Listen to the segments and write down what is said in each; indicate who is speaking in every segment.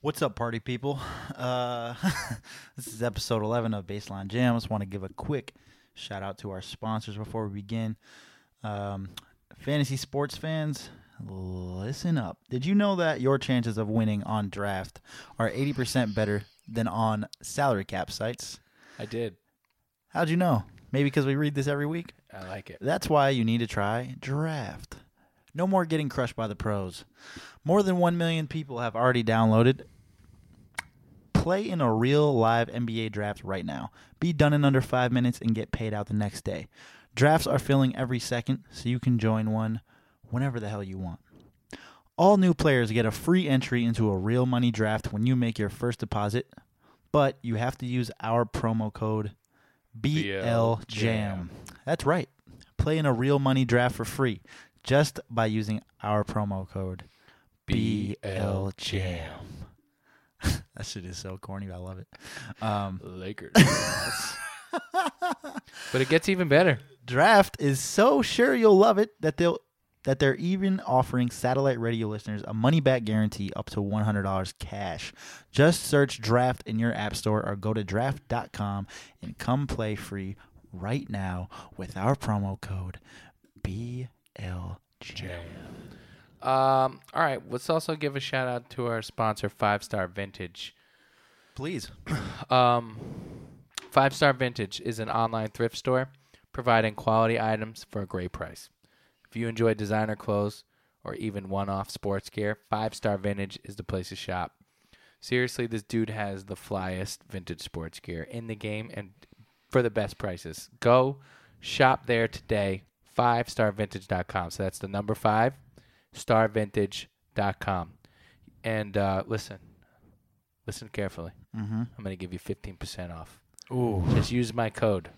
Speaker 1: What's up, party people? Uh, this is episode 11 of Baseline Jam. I just want to give a quick shout out to our sponsors before we begin. Um, fantasy sports fans, listen up. Did you know that your chances of winning on draft are 80% better than on salary cap sites?
Speaker 2: I did.
Speaker 1: How'd you know? Maybe because we read this every week?
Speaker 2: I like it.
Speaker 1: That's why you need to try Draft. No more getting crushed by the pros. More than 1 million people have already downloaded. Play in a real live NBA draft right now. Be done in under 5 minutes and get paid out the next day. Drafts are filling every second, so you can join one whenever the hell you want. All new players get a free entry into a real money draft when you make your first deposit, but you have to use our promo code BLJAM.
Speaker 2: BLJAM.
Speaker 1: That's right. Play in a real money draft for free just by using our promo code BLJAM. that shit is so corny, but I love it. Um,
Speaker 2: Lakers. but it gets even better.
Speaker 1: Draft is so sure you'll love it that they'll that they're even offering satellite radio listeners a money back guarantee up to $100 cash. Just search Draft in your app store or go to draft.com and come play free right now with our promo code BLJ.
Speaker 2: Um, all right. Let's also give a shout out to our sponsor, Five Star Vintage.
Speaker 1: Please.
Speaker 2: Um, Five Star Vintage is an online thrift store providing quality items for a great price. If you enjoy designer clothes or even one off sports gear, Five Star Vintage is the place to shop. Seriously, this dude has the flyest vintage sports gear in the game and for the best prices. Go shop there today, 5starvintage.com. So that's the number 5, starvintage.com. And uh, listen, listen carefully.
Speaker 1: Mm-hmm.
Speaker 2: I'm going to give you 15% off.
Speaker 1: Ooh.
Speaker 2: Just use my code.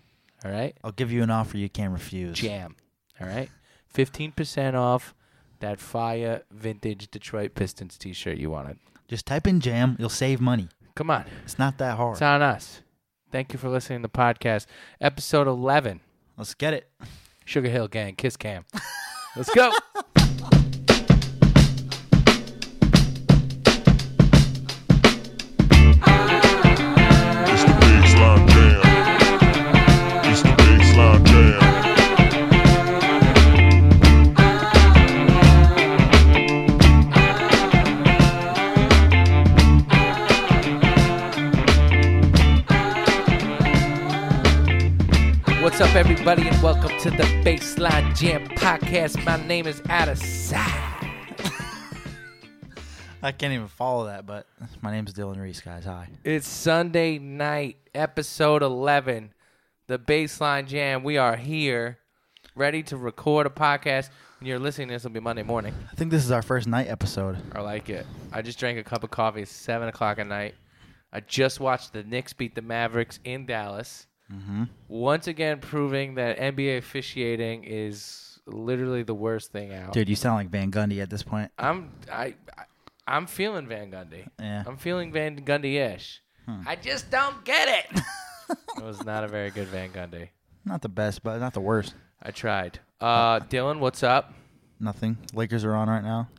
Speaker 2: All right?
Speaker 1: I'll give you an offer you can't refuse.
Speaker 2: Jam. All right? 15% off that fire vintage Detroit Pistons t shirt you wanted.
Speaker 1: Just type in jam, you'll save money.
Speaker 2: Come on.
Speaker 1: It's not that hard.
Speaker 2: It's on us. Thank you for listening to the podcast. Episode 11
Speaker 1: Let's get it.
Speaker 2: Sugar Hill Gang, Kiss Cam. Let's go.
Speaker 3: It's the baseline jam. It's the baseline jam.
Speaker 2: What's up, everybody, and welcome to the Baseline Jam podcast. My name is Adesai.
Speaker 1: I can't even follow that, but my name's Dylan Reese, guys. Hi.
Speaker 2: It's Sunday night, episode 11, the Baseline Jam. We are here, ready to record a podcast. When you're listening, to this will be Monday morning.
Speaker 1: I think this is our first night episode.
Speaker 2: I like it. I just drank a cup of coffee. It's 7 o'clock at night. I just watched the Knicks beat the Mavericks in Dallas. Once again, proving that NBA officiating is literally the worst thing out.
Speaker 1: Dude, you sound like Van Gundy at this point.
Speaker 2: I'm I, I I'm feeling Van Gundy.
Speaker 1: Yeah. Hmm.
Speaker 2: I'm feeling Van Gundy-ish. I just don't get it. it was not a very good Van Gundy.
Speaker 1: Not the best, but not the worst.
Speaker 2: I tried. Uh, Dylan, what's up?
Speaker 1: Nothing. Lakers are on right now.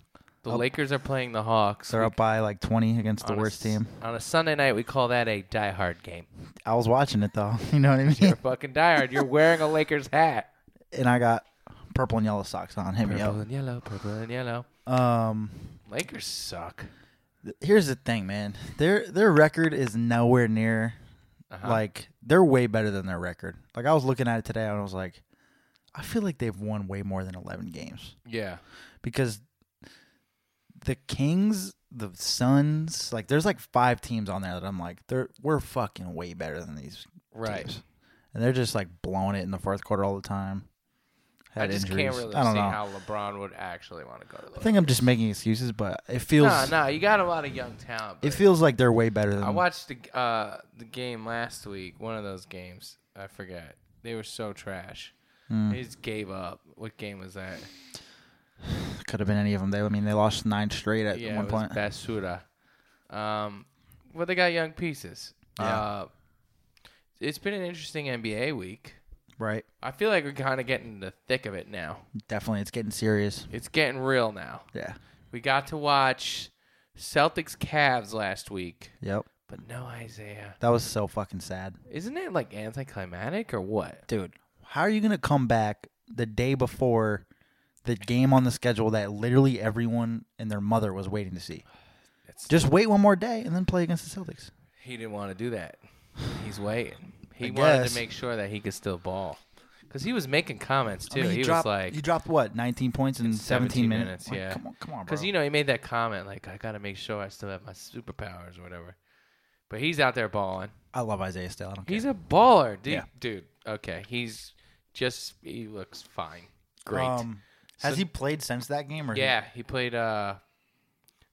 Speaker 2: The Lakers are playing the Hawks.
Speaker 1: Oh. They're up by like 20 against the
Speaker 2: On a
Speaker 1: worst
Speaker 2: s-
Speaker 1: team.
Speaker 2: On a Sunday night, we call that a diehard game.
Speaker 1: I was watching it though. You know what I
Speaker 2: You're
Speaker 1: mean?
Speaker 2: fucking diehard. You're wearing a Lakers hat.
Speaker 1: And I got purple and yellow socks on. Hit me
Speaker 2: Purple
Speaker 1: up.
Speaker 2: and yellow, purple and yellow.
Speaker 1: Um,
Speaker 2: Lakers suck.
Speaker 1: th- here's the thing, man. Their their record is nowhere near
Speaker 2: Uh-huh.
Speaker 1: like they're way better than their record. Like I was looking at it today and I was like, I feel like they've won way more than 11 games.
Speaker 2: Yeah.
Speaker 1: because the Kings, the Suns, like there's like five teams on there that I'm like, they're we're fucking way better than these
Speaker 2: Right.
Speaker 1: teams, and they're just like blowing it in the fourth quarter all the time.
Speaker 2: I
Speaker 1: Had
Speaker 2: just can't
Speaker 1: injuries.
Speaker 2: really
Speaker 1: I don't
Speaker 2: see
Speaker 1: know.
Speaker 2: how LeBron would actually want to go to the
Speaker 1: I think I'm just making excuses, but it feels
Speaker 2: No, no, you got a lot of young talent.
Speaker 1: it
Speaker 2: but
Speaker 1: feels like they're way better than.
Speaker 2: I watched the uh, the game last week. One of those games, I forget. They were so trash.
Speaker 1: Hmm.
Speaker 2: They just gave up. What game was that?
Speaker 1: Could have been any of them. They, I mean, they lost nine straight at
Speaker 2: yeah,
Speaker 1: one
Speaker 2: it was
Speaker 1: point.
Speaker 2: Basura. Um, well, they got young pieces.
Speaker 1: Yeah.
Speaker 2: Uh, it's been an interesting NBA week.
Speaker 1: Right,
Speaker 2: I feel like we're kind of getting in the thick of it now.
Speaker 1: definitely, it's getting serious.
Speaker 2: It's getting real now.
Speaker 1: Yeah,
Speaker 2: We got to watch Celtics Cavs last week,
Speaker 1: Yep.
Speaker 2: but no Isaiah.
Speaker 1: That was so fucking sad.
Speaker 2: Isn't it like anticlimactic or what?
Speaker 1: Dude, how are you going to come back the day before the game on the schedule that literally everyone and their mother was waiting to see?
Speaker 2: It's-
Speaker 1: Just wait one more day and then play against the Celtics.
Speaker 2: He didn't want to do that. He's waiting. He
Speaker 1: I
Speaker 2: wanted
Speaker 1: guess.
Speaker 2: to make sure that he could still ball. Because he was making comments, too.
Speaker 1: I mean,
Speaker 2: he
Speaker 1: dropped,
Speaker 2: was like,
Speaker 1: you dropped what, 19 points in, 17,
Speaker 2: 17
Speaker 1: minutes?
Speaker 2: minutes,
Speaker 1: Like,
Speaker 2: yeah.
Speaker 1: Come on, come on, bro.
Speaker 2: Because you know he made that comment like I gotta make sure I still have my superpowers or whatever. But he's out there balling.
Speaker 1: I love Isaiah still. I don't care.
Speaker 2: He's a baller, dude.
Speaker 1: Yeah.
Speaker 2: Dude, okay, he's just he looks fine. Great.
Speaker 1: Um, has
Speaker 2: So-
Speaker 1: he played since that game? Or he-
Speaker 2: yeah, he played uh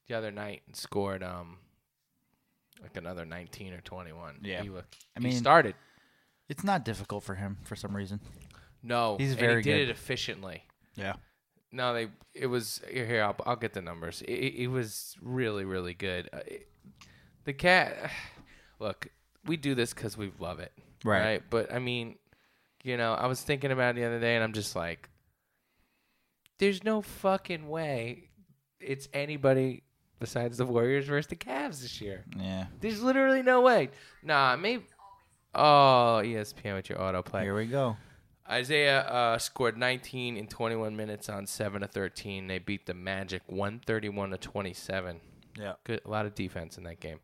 Speaker 2: the other night and scored um like another nineteen or twenty one.
Speaker 1: Yeah.
Speaker 2: he looked.
Speaker 1: I
Speaker 2: I mean,
Speaker 1: mean-
Speaker 2: he started.
Speaker 1: it's not difficult for him for some reason.
Speaker 2: No,
Speaker 1: He's
Speaker 2: and
Speaker 1: very
Speaker 2: he did
Speaker 1: good.
Speaker 2: it efficiently.
Speaker 1: Yeah.
Speaker 2: No, they. It was here. here, I'll, I'll get the numbers. It, it it was really, really good. Uh, it- the cat. Look, we do this because we love it,
Speaker 1: Right.
Speaker 2: But I mean, you know, I was thinking about it the other day, and I'm just like, there's no fucking way it's anybody besides the Warriors versus the Cavs this year.
Speaker 1: Yeah.
Speaker 2: There's literally no way. Nah, maybe. Oh, ESPN with your autoplay.
Speaker 1: Here we go.
Speaker 2: Isaiah uh, scored 19 in 21 minutes on 7 to 13. They beat the Magic 131 to 27.
Speaker 1: Yeah.
Speaker 2: Good, a lot of defense in that game.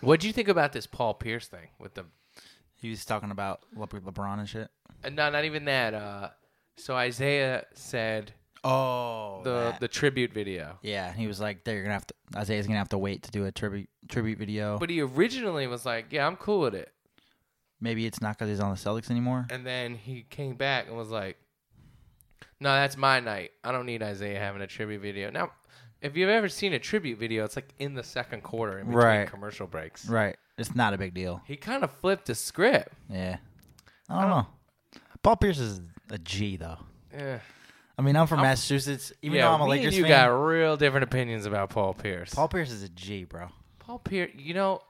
Speaker 2: what do you think about this Paul Pierce thing with the?
Speaker 1: He was talking about Le- LeBron and shit.
Speaker 2: Uh, no, not even that. Uh, so Isaiah said
Speaker 1: Oh.
Speaker 2: the
Speaker 1: that.
Speaker 2: the tribute video,
Speaker 1: yeah. He was like, "They're gonna have to. Isaiah's gonna have to wait to do a tribute tribute video.
Speaker 2: but he originally was like, "Yeah, I'm cool with it,"
Speaker 1: Maybe it's not because he's on the Celtics anymore.
Speaker 2: and then he came back and was like, "No, that's my night. I don't need Isaiah having a tribute video." Now, if you've ever seen a tribute video, it's like in the second quarter in between
Speaker 1: Right.
Speaker 2: commercial breaks.
Speaker 1: Right. It's not a big deal.
Speaker 2: He kind of flipped the script.
Speaker 1: Yeah. I don't know. Paul Pierce is a G though.
Speaker 2: Yeah,
Speaker 1: I mean, I'm from Massachusetts. Even
Speaker 2: yeah
Speaker 1: though I'm a
Speaker 2: me and
Speaker 1: Lakers
Speaker 2: you
Speaker 1: fan,
Speaker 2: got real different opinions about Paul Pierce.
Speaker 1: Paul Pierce is a G, bro.
Speaker 2: Paul Pierce, you know,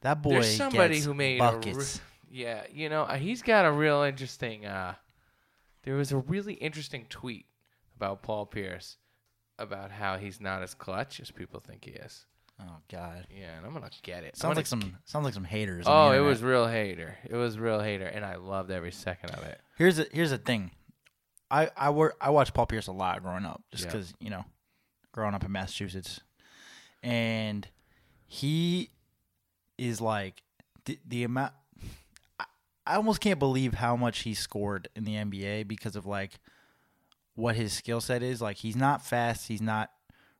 Speaker 1: That boy
Speaker 2: there's somebody
Speaker 1: gets
Speaker 2: who made
Speaker 1: buckets.
Speaker 2: A re- yeah, you know, uh, he's got a real interesting. Uh, there was a really interesting tweet about Paul Pierce about how he's not as clutch as people think he is.
Speaker 1: oh God.
Speaker 2: Yeah, and I'm gonna get it. I'm
Speaker 1: Sounds
Speaker 2: gonna-
Speaker 1: like some sounds like some haters. on
Speaker 2: Oh,
Speaker 1: the
Speaker 2: it
Speaker 1: internet.
Speaker 2: was real hater. It was real hater, and I loved every second of it.
Speaker 1: Here's a, here's the thing. I I were I watched Paul Pierce a lot growing up, just
Speaker 2: Yeah.
Speaker 1: because you know, growing up in Massachusetts, and he is like the, the amount. I, I almost can't believe how much he scored in the NBA because of like what his skill set is. Like he's not fast. He's not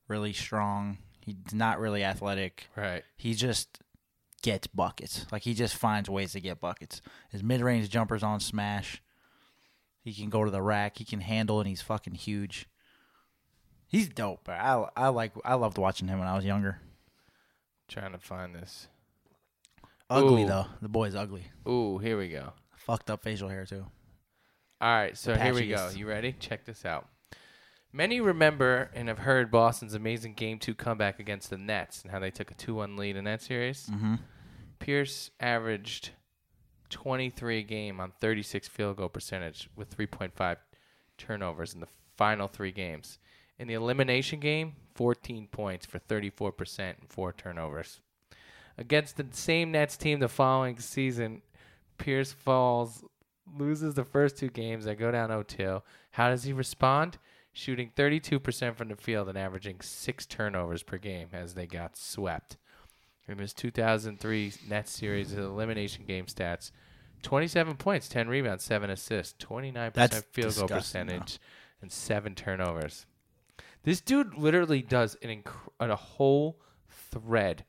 Speaker 1: really strong. He's not really athletic
Speaker 2: Right.
Speaker 1: he just gets buckets. Like he just finds ways to get buckets. His mid range jumpers on smash. He can go to the rack. He can handle, and he's fucking huge. He's dope. Bro. I I like I loved watching him when I was younger.
Speaker 2: Trying to find this.
Speaker 1: Ugly
Speaker 2: Ooh.
Speaker 1: though, the boy's ugly.
Speaker 2: Ooh, here we go.
Speaker 1: Fucked up facial hair too.
Speaker 2: All right, so here we go.
Speaker 1: patchiest.
Speaker 2: You ready? Check this out. Many remember and have heard Boston's amazing Game 2 comeback against the Nets and how they took a 2 1 lead in that series.
Speaker 1: Mm-hmm.
Speaker 2: Pierce averaged 23 a game on 36 field goal percentage with 3.5 turnovers in the final three games. In the elimination game, 14 points for 34% and four turnovers. Against the same Nets team the following season, Pierce falls, loses the first two games that go down 0 2. How does he respond? Shooting 32% from the field and averaging six turnovers per game as they got swept in his 2003 Nets series his elimination game stats 27 points, 10 rebounds, 7 assists, 29%
Speaker 1: That's
Speaker 2: field
Speaker 1: disgusting,
Speaker 2: goal
Speaker 1: though.
Speaker 2: percentage, and 7 turnovers. This dude literally does an inc- a whole thread.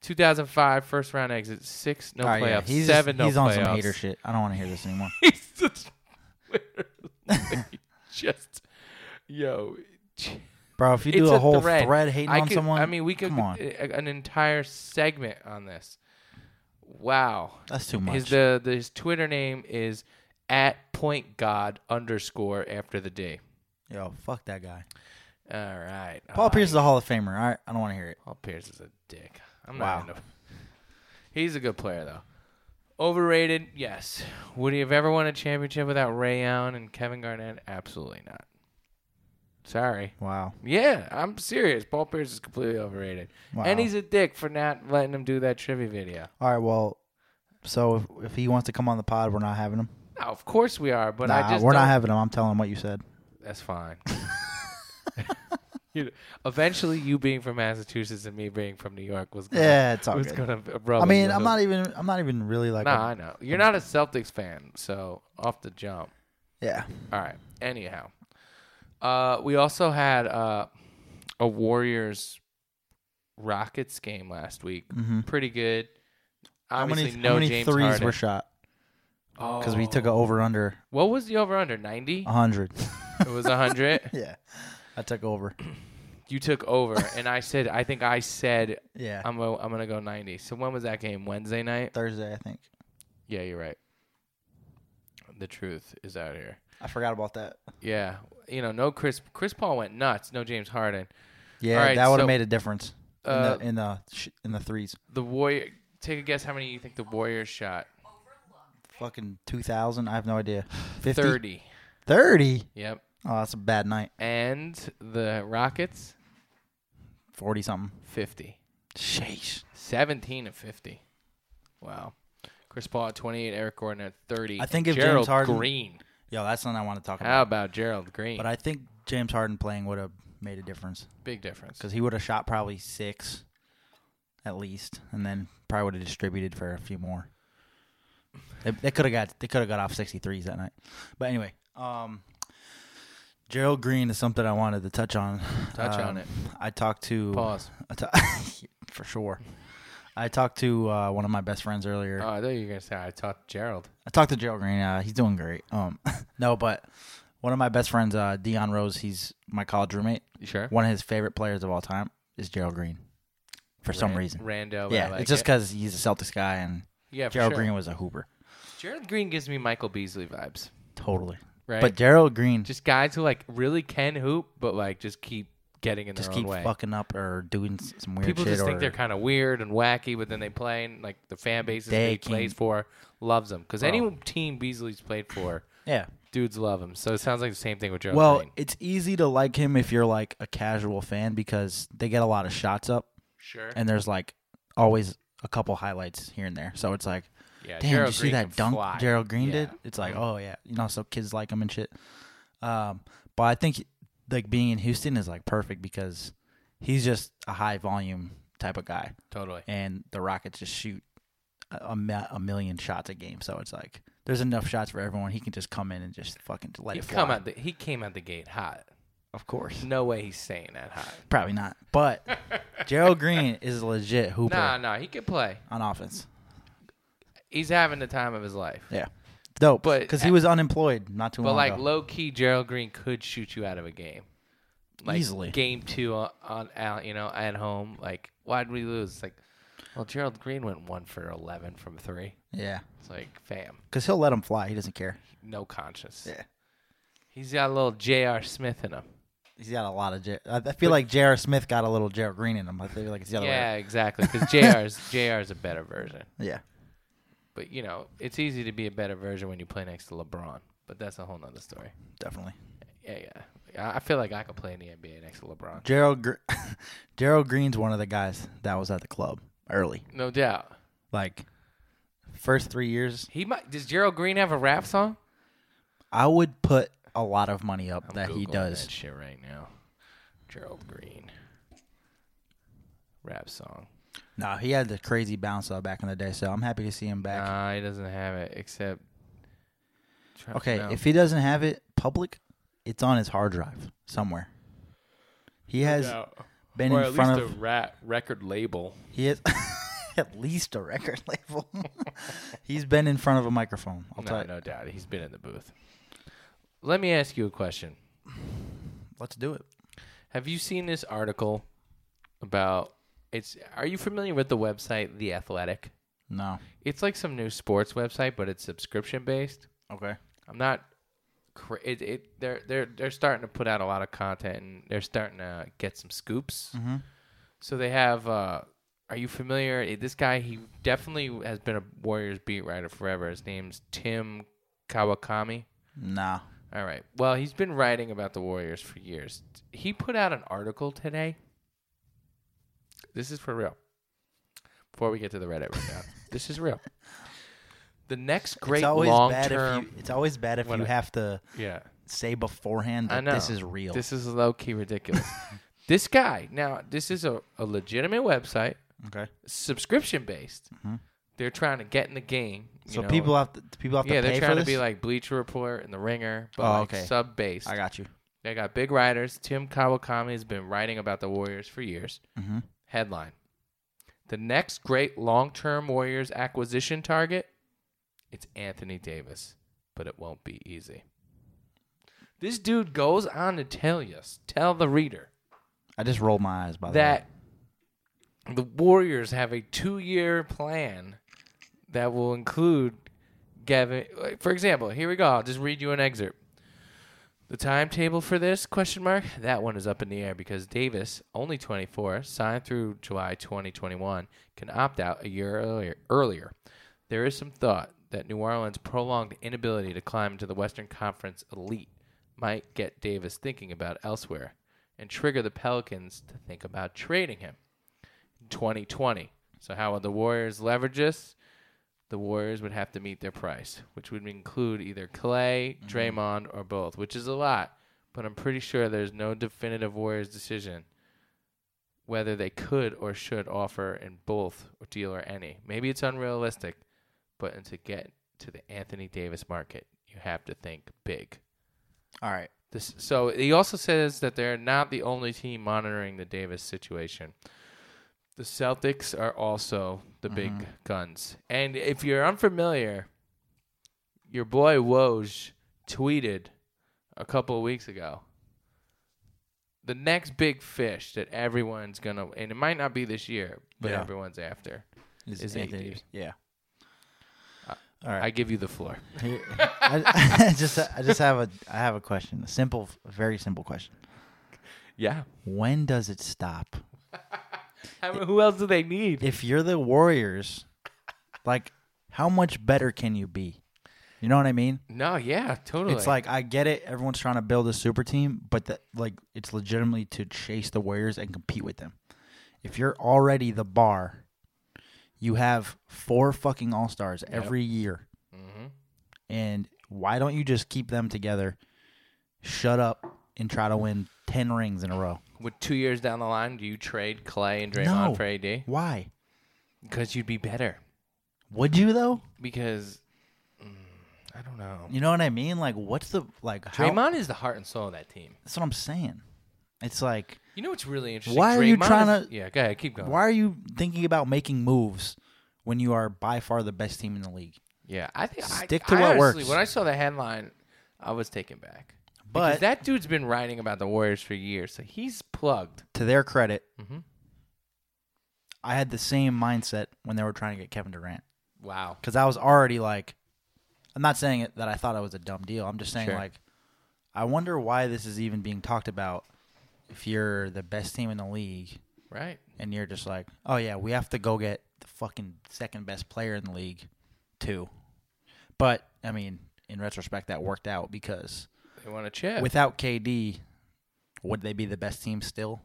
Speaker 2: 2005 first round exit, 6 no playoffs,
Speaker 1: He's
Speaker 2: 7
Speaker 1: just-
Speaker 2: no
Speaker 1: he's on
Speaker 2: playoffs.
Speaker 1: some hater shit. I don't want to hear this anymore.
Speaker 2: He's just literally just yo
Speaker 1: Bro, if you do
Speaker 2: it's
Speaker 1: a, whole thread,
Speaker 2: thread,
Speaker 1: hating
Speaker 2: I
Speaker 1: on
Speaker 2: could-
Speaker 1: someone,
Speaker 2: I mean, we could
Speaker 1: come on.
Speaker 2: a- an entire segment on this. Wow,
Speaker 1: That's too much.
Speaker 2: his the, the his Twitter name is at point god underscore after the D.
Speaker 1: Yo, fuck that guy.
Speaker 2: All right, I
Speaker 1: Paul
Speaker 2: like-
Speaker 1: Pierce is a Hall of Famer. All right, I don't want to hear it.
Speaker 2: Paul Oh, Pierce is a dick. I'm
Speaker 1: Wow.
Speaker 2: not. Gonna, he's a good player though. Overrated, yes. Would he have ever won a championship without Ray Allen and Kevin Garnett? Absolutely not. Sorry.
Speaker 1: Wow.
Speaker 2: Yeah, I'm serious. Paul Pierce is completely overrated,
Speaker 1: Wow.
Speaker 2: and he's a dick for not letting him do that trivia video.
Speaker 1: All right. Well, so if, if he wants to come on the pod, we're not having him.
Speaker 2: No, of course we are, but
Speaker 1: Nah,
Speaker 2: I just
Speaker 1: we're not
Speaker 2: don't-
Speaker 1: having him. I'm telling him what you said.
Speaker 2: That's fine. You- Eventually, you being from Massachusetts and me being from New York was gonna,
Speaker 1: Yeah, it's all
Speaker 2: was
Speaker 1: good.
Speaker 2: gonna rub
Speaker 1: I
Speaker 2: a
Speaker 1: mean,
Speaker 2: little-
Speaker 1: I'm not even. I'm not even really like.
Speaker 2: Nah,
Speaker 1: a-
Speaker 2: I know you're not a Celtics fan, so off the jump.
Speaker 1: yeah.
Speaker 2: All right. Anyhow, uh, we also had uh, a Warriors Rockets game last week. Pretty good.
Speaker 1: mm-hmm. How
Speaker 2: Obviously,
Speaker 1: many?
Speaker 2: no
Speaker 1: how many
Speaker 2: James
Speaker 1: threes
Speaker 2: Harden.
Speaker 1: were shot?
Speaker 2: oh,
Speaker 1: Because we took a Uh-huh. over under
Speaker 2: What was the over under? Ninety.
Speaker 1: hundred.
Speaker 2: It was hundred.
Speaker 1: yeah, I took over.
Speaker 2: you took over, and I said, I think I said
Speaker 1: Yeah.
Speaker 2: I'm gonna, I'm gonna go ninety. So when was that game? Wednesday night.
Speaker 1: Thursday, I think.
Speaker 2: Yeah, you're right. The truth is out here.
Speaker 1: I forgot about that.
Speaker 2: Yeah, you know, no Chris. Chris Paul went nuts. No James Harden.
Speaker 1: Yeah,
Speaker 2: All right,
Speaker 1: that would have
Speaker 2: so,
Speaker 1: made a difference in
Speaker 2: uh,
Speaker 1: the in the sh- in the threes.
Speaker 2: The Warrior. Take a guess how many you think the Warriors shot?
Speaker 1: Fucking two thousand. I have no idea. 50?
Speaker 2: Thirty.
Speaker 1: 30?
Speaker 2: Yep.
Speaker 1: Oh, that's a bad night.
Speaker 2: And the Rockets,
Speaker 1: Forty something.
Speaker 2: fifty.
Speaker 1: Sheesh.
Speaker 2: Seventeen of fifty. Wow. Chris Paul at twenty-eight. Eric Gordon at thirty.
Speaker 1: I think
Speaker 2: and
Speaker 1: if James
Speaker 2: Gerald
Speaker 1: Harden-
Speaker 2: Green.
Speaker 1: Yo, that's something I want to talk about.
Speaker 2: How about Gerald Green?
Speaker 1: But I think James Harden playing would have made a difference
Speaker 2: Big difference.
Speaker 1: because he would have shot probably six, at least, and then probably would have distributed for a few more. They, they could have got they could have got off sixty threes that night, but anyway, um, Gerald Green is something I wanted to touch on.
Speaker 2: Touch
Speaker 1: Um,
Speaker 2: on it.
Speaker 1: I talked to
Speaker 2: Pause.
Speaker 1: I ta- for sure. I talked to uh, one of my best friends earlier.
Speaker 2: Oh, I thought you were gonna say I taught Gerald.
Speaker 1: I talked to Gerald Green. Uh, he's doing great. Um, no, but one of my best friends, uh, Dion Rose. He's my college roommate.
Speaker 2: You sure?
Speaker 1: One of his favorite players of all time is Gerald Green. For some
Speaker 2: Ran-
Speaker 1: reason,
Speaker 2: Rando. but I
Speaker 1: yeah,
Speaker 2: like
Speaker 1: it's just
Speaker 2: it.
Speaker 1: because he's a Celtics guy and
Speaker 2: yeah. for
Speaker 1: Gerald
Speaker 2: sure.
Speaker 1: Green was a hooper.
Speaker 2: Gerald Green gives me Michael Beasley vibes,
Speaker 1: Totally.
Speaker 2: right?
Speaker 1: But Gerald Green just,
Speaker 2: just guys who like really can hoop, but like just keep getting in their own
Speaker 1: keep
Speaker 2: way.
Speaker 1: fucking up or doing s- some weird
Speaker 2: People
Speaker 1: shit.
Speaker 2: just
Speaker 1: or
Speaker 2: think they're kind of weird and wacky, but then they play and like the fan bases that
Speaker 1: They
Speaker 2: he plays
Speaker 1: can-
Speaker 2: for loves him because any
Speaker 1: Bro.
Speaker 2: team Beasley's played for,
Speaker 1: yeah.
Speaker 2: dudes love him. So it sounds like the same thing with Gerald
Speaker 1: Well,
Speaker 2: Green.
Speaker 1: it's easy to like him if you're like a casual fan because they get a lot of shots up
Speaker 2: Sure.
Speaker 1: and there's like always a couple highlights here and there. So it's like,
Speaker 2: Yeah,
Speaker 1: damn,
Speaker 2: Gerald
Speaker 1: did you see
Speaker 2: Green
Speaker 1: that
Speaker 2: can
Speaker 1: dunk
Speaker 2: fly.
Speaker 1: Gerald Green
Speaker 2: Yeah. Mm-hmm.
Speaker 1: did? It's like, oh yeah, you know, so kids like him and shit. Um, but I think like being in Houston is like perfect because he's just a high volume type of guy,
Speaker 2: totally.
Speaker 1: and the Rockets just shoot a, a, mi- a million shots a game. So it's like there's enough shots for everyone. He can just come in and just fucking let
Speaker 2: He
Speaker 1: it fly.
Speaker 2: come out the, he came out the gate hot.
Speaker 1: of course.
Speaker 2: No way he's staying that hot.
Speaker 1: Probably not, but Gerald Green is a legit hooper
Speaker 2: Nah, nah, he could play.
Speaker 1: on offense.
Speaker 2: He's having the time of his life.
Speaker 1: Yeah, dope. But
Speaker 2: But-
Speaker 1: because he was unemployed not too
Speaker 2: But
Speaker 1: long
Speaker 2: like
Speaker 1: ago.
Speaker 2: low key, Gerald Green could shoot you out of a game like,
Speaker 1: Easily.
Speaker 2: Game two on, on out, you know, at home. Like, why did we lose? It's like, well, Gerald Green went one for eleven from three.
Speaker 1: yeah,
Speaker 2: It's like, fam,
Speaker 1: because he'll let him fly. He doesn't care.
Speaker 2: no conscience.
Speaker 1: Yeah.
Speaker 2: He's got a little J.R. Smith in him.
Speaker 1: He's got a lot of. J- I I feel like J.R. Smith got a little Gerald Green in him. I feel like it's the other
Speaker 2: Yeah, exactly. Because J.R.'s J.R.'s a better version.
Speaker 1: way. Yeah.
Speaker 2: But you know, it's easy to be a better version when you play next to LeBron. But that's a whole nother story.
Speaker 1: Definitely.
Speaker 2: Yeah, yeah. I I feel like I could play in the NBA next to LeBron.
Speaker 1: Gerald Gr- Gerald Green's one of the guys that was at the club early.
Speaker 2: No doubt.
Speaker 1: Like first 3 years,
Speaker 2: He might. Does Gerald Green have a rap song?
Speaker 1: I would put a lot of money up that he
Speaker 2: Googling
Speaker 1: does.
Speaker 2: that shit right now. Gerald Green rap song.
Speaker 1: No, he had the crazy bounce up back in the day, so I'm happy to see him back.
Speaker 2: Nah, he doesn't have it except. Try-
Speaker 1: okay,
Speaker 2: no.
Speaker 1: if he doesn't have it public, it's on his hard drive somewhere. He has
Speaker 2: No.
Speaker 1: been
Speaker 2: or
Speaker 1: in
Speaker 2: at
Speaker 1: front
Speaker 2: least
Speaker 1: of
Speaker 2: a rap record label.
Speaker 1: He is at least a record label. He's been in front of a microphone. I'll
Speaker 2: No,
Speaker 1: tell you.
Speaker 2: no doubt, he's been in the booth. Let me ask you a question.
Speaker 1: Let's do it.
Speaker 2: Have you seen this article about? It's. Are you familiar with the website The Athletic?
Speaker 1: No.
Speaker 2: It's like some new sports website, but it's subscription based.
Speaker 1: Okay.
Speaker 2: I'm not. Cra- it, it they're they're they're starting to put out a lot of content and they're starting to get some scoops.
Speaker 1: Mm-hmm.
Speaker 2: So they have. Uh, are you familiar? eh, This guy he definitely has been a Warriors beat writer forever. His name's Tim Kawakami.
Speaker 1: Nah.
Speaker 2: All right. Well, he's been writing about the Warriors for years. He put out an article today. This is for real. Before we get to the Reddit rundown, this is real. The next great
Speaker 1: it's always
Speaker 2: long
Speaker 1: bad
Speaker 2: term.
Speaker 1: if you. It's always bad if
Speaker 2: What
Speaker 1: you
Speaker 2: a-
Speaker 1: have to
Speaker 2: yeah.
Speaker 1: say beforehand
Speaker 2: I
Speaker 1: that
Speaker 2: know.
Speaker 1: this is real.
Speaker 2: This is low key ridiculous. this guy, now, this is a, a legitimate website,
Speaker 1: okay.
Speaker 2: subscription based. They're trying to get in the game. you
Speaker 1: Mm-hmm. So
Speaker 2: know.
Speaker 1: people have to people have
Speaker 2: yeah,
Speaker 1: to pay
Speaker 2: they're
Speaker 1: for
Speaker 2: trying to
Speaker 1: this.
Speaker 2: be like Bleacher Report and The Ringer, but
Speaker 1: Oh,
Speaker 2: like
Speaker 1: okay.
Speaker 2: sub based.
Speaker 1: I got you.
Speaker 2: They got big writers. Tim Kawakami has been writing about the Warriors for years.
Speaker 1: Mm-hmm.
Speaker 2: Headline The next great long term Warriors acquisition target? It's Anthony Davis, but it won't be easy. This dude goes on to tell us, tell the reader,
Speaker 1: I just rolled my eyes by
Speaker 2: that the Warriors have a two year plan that will include Gavin. Like, for example, here we go. I'll just read you an excerpt. The timetable for this question mark that one is up in the air because Davis, only 24, signed through July 2021, can opt out a year earlier. Earlier, there is some thought that New Orleans' prolonged inability to climb into the Western Conference elite might get Davis thinking about elsewhere and trigger the Pelicans to think about trading him. 2020. So how would the Warriors leverage this? The Warriors would have to meet their price, which would include either Clay, Draymond, or both, which is a lot. But I'm pretty sure there's no definitive Warriors decision whether they could or should offer in both or deal or any. Maybe it's unrealistic, but and to get to the Anthony Davis market, you have to think big.
Speaker 1: that. All right.
Speaker 2: This, so he also says that they're not the only team monitoring the Davis situation. The Celtics are also the
Speaker 1: Mm-hmm.
Speaker 2: big guns. And if you're unfamiliar, your boy Woj tweeted a couple of weeks ago the next big fish that everyone's going to, and it might not be this year, but
Speaker 1: Yeah.
Speaker 2: everyone's after.
Speaker 1: Is,
Speaker 2: Is
Speaker 1: Anthony
Speaker 2: AD.
Speaker 1: Davis- Yeah. All right.
Speaker 2: I give you the floor.
Speaker 1: I, I just I just have a I have a question. A simple, very simple question.
Speaker 2: Yeah.
Speaker 1: When does it stop?
Speaker 2: I mean, who else do they need?
Speaker 1: If you're the Warriors, like how much better can you be? You know what I mean?
Speaker 2: No, yeah, totally.
Speaker 1: It's like I get it. Everyone's trying to build a super team, but that like it's legitimately to chase the Warriors and compete with them. If you're already the bar, you have four fucking all stars every year,
Speaker 2: Mhm.
Speaker 1: and why don't you just keep them together? Shut up and try to win ten rings in a row.
Speaker 2: With two years down the line, do you trade Clay and Draymond
Speaker 1: No.
Speaker 2: for AD?
Speaker 1: Why
Speaker 2: Because you'd be better.
Speaker 1: would you though?
Speaker 2: Because mm, I don't know.
Speaker 1: You know what I mean? Like, what's the like? How,
Speaker 2: Draymond is the heart and soul of that team.
Speaker 1: that's what I'm saying. It's like
Speaker 2: You know what's really interesting?
Speaker 1: Why are you
Speaker 2: Draymond
Speaker 1: trying
Speaker 2: is-
Speaker 1: to-
Speaker 2: Yeah, go ahead. Keep going.
Speaker 1: Why are you thinking about making moves when you are by far the best team in the league?
Speaker 2: Yeah, I think I-
Speaker 1: Stick to
Speaker 2: I
Speaker 1: what
Speaker 2: honestly,
Speaker 1: works.
Speaker 2: When I saw the headline, I was taken back. Because
Speaker 1: But
Speaker 2: that dude's been writing about the Warriors for years, so he's plugged.
Speaker 1: to their credit,
Speaker 2: Mhm.
Speaker 1: I had the same mindset when they were trying to get Kevin Durant
Speaker 2: Wow.
Speaker 1: because I was already like, I'm not saying it that I thought it was a dumb deal. I'm just saying
Speaker 2: Sure.
Speaker 1: like, I wonder why this is even being talked about if you're the best team in the league
Speaker 2: Right.
Speaker 1: and you're just like, oh yeah, we have to go get the fucking second best player in the league, too. But I mean, in retrospect, that worked out because
Speaker 2: They want to chip.
Speaker 1: without KD, would they be the best team still?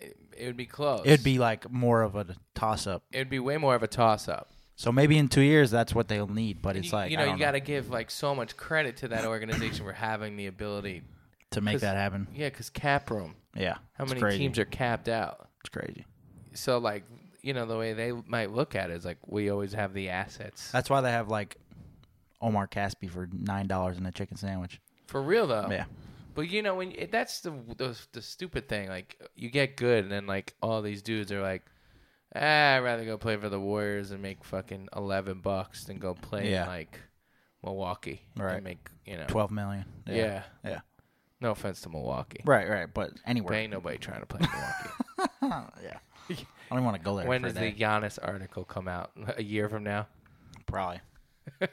Speaker 2: it, it would be close.
Speaker 1: It'd be like more of a toss up.
Speaker 2: It'd be way more of a toss up.
Speaker 1: So maybe in two years that's what they'll need. But it's
Speaker 2: you,
Speaker 1: like
Speaker 2: you
Speaker 1: I
Speaker 2: know,
Speaker 1: don't
Speaker 2: you got to give like so much credit to that organization for having the ability.
Speaker 1: to make
Speaker 2: 'cause-
Speaker 1: that happen.
Speaker 2: Yeah, because cap room.
Speaker 1: Yeah,
Speaker 2: How
Speaker 1: it's
Speaker 2: many
Speaker 1: crazy.
Speaker 2: teams are capped out?
Speaker 1: It's crazy.
Speaker 2: So like, you know, the way they might look at it is like we always have the assets.
Speaker 1: That's why they have like Omar Caspi for nine dollars and a chicken sandwich.
Speaker 2: For real though.
Speaker 1: Yeah,
Speaker 2: But you know when it, that's the, the the stupid thing. Like you get good, and then like all these dudes are like, ah, I'd rather go play for the Warriors and make fucking eleven bucks than go play
Speaker 1: Yeah.
Speaker 2: in like Milwaukee
Speaker 1: Right.
Speaker 2: and make you know.
Speaker 1: twelve million.
Speaker 2: Yeah.
Speaker 1: yeah.
Speaker 2: No offense to Milwaukee.
Speaker 1: Right, right. But anywhere.
Speaker 2: But ain't nobody trying to play in Milwaukee.
Speaker 1: Uh, yeah. I don't want to go there
Speaker 2: when
Speaker 1: for
Speaker 2: does
Speaker 1: that.
Speaker 2: the Giannis article come out? A year from now?
Speaker 1: Probably.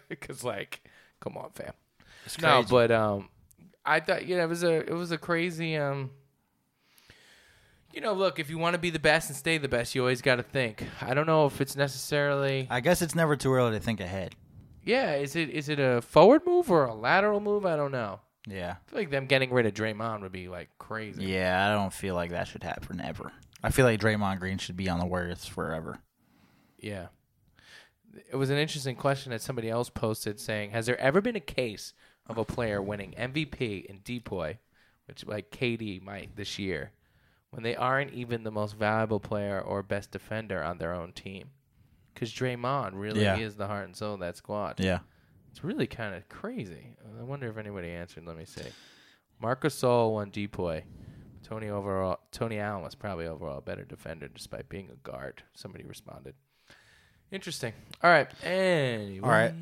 Speaker 2: Because like, come on, fam.
Speaker 1: It's
Speaker 2: No, but um, I thought you know it was a it was a crazy um. You know, look, if you want to be the best and stay the best, you always got to think. I don't know if it's necessarily
Speaker 1: I guess it's never too early to think ahead.
Speaker 2: Yeah, is it is it a forward move or a lateral move? I don't know.
Speaker 1: Yeah.
Speaker 2: I feel like them getting rid of Draymond would be like crazy.
Speaker 1: Yeah, I don't feel like that should happen ever. I feel like Draymond Green should be on the Warriors forever.
Speaker 2: Yeah. It was an interesting question that somebody else posted saying, Has there ever been a case of a player winning MVP and Depoy, which like KD might this year, when they aren't even the most valuable player or best defender on their own team? Because Draymond really
Speaker 1: Yeah.
Speaker 2: is the heart and soul of that squad.
Speaker 1: Yeah.
Speaker 2: It's really kind of crazy. I wonder if anybody answered. Let me see. Marcus Sol won Depoy. Tony overall. Tony Allen was probably overall a better defender, despite being a guard. Somebody responded. Interesting. All right. Anyway,
Speaker 1: All right.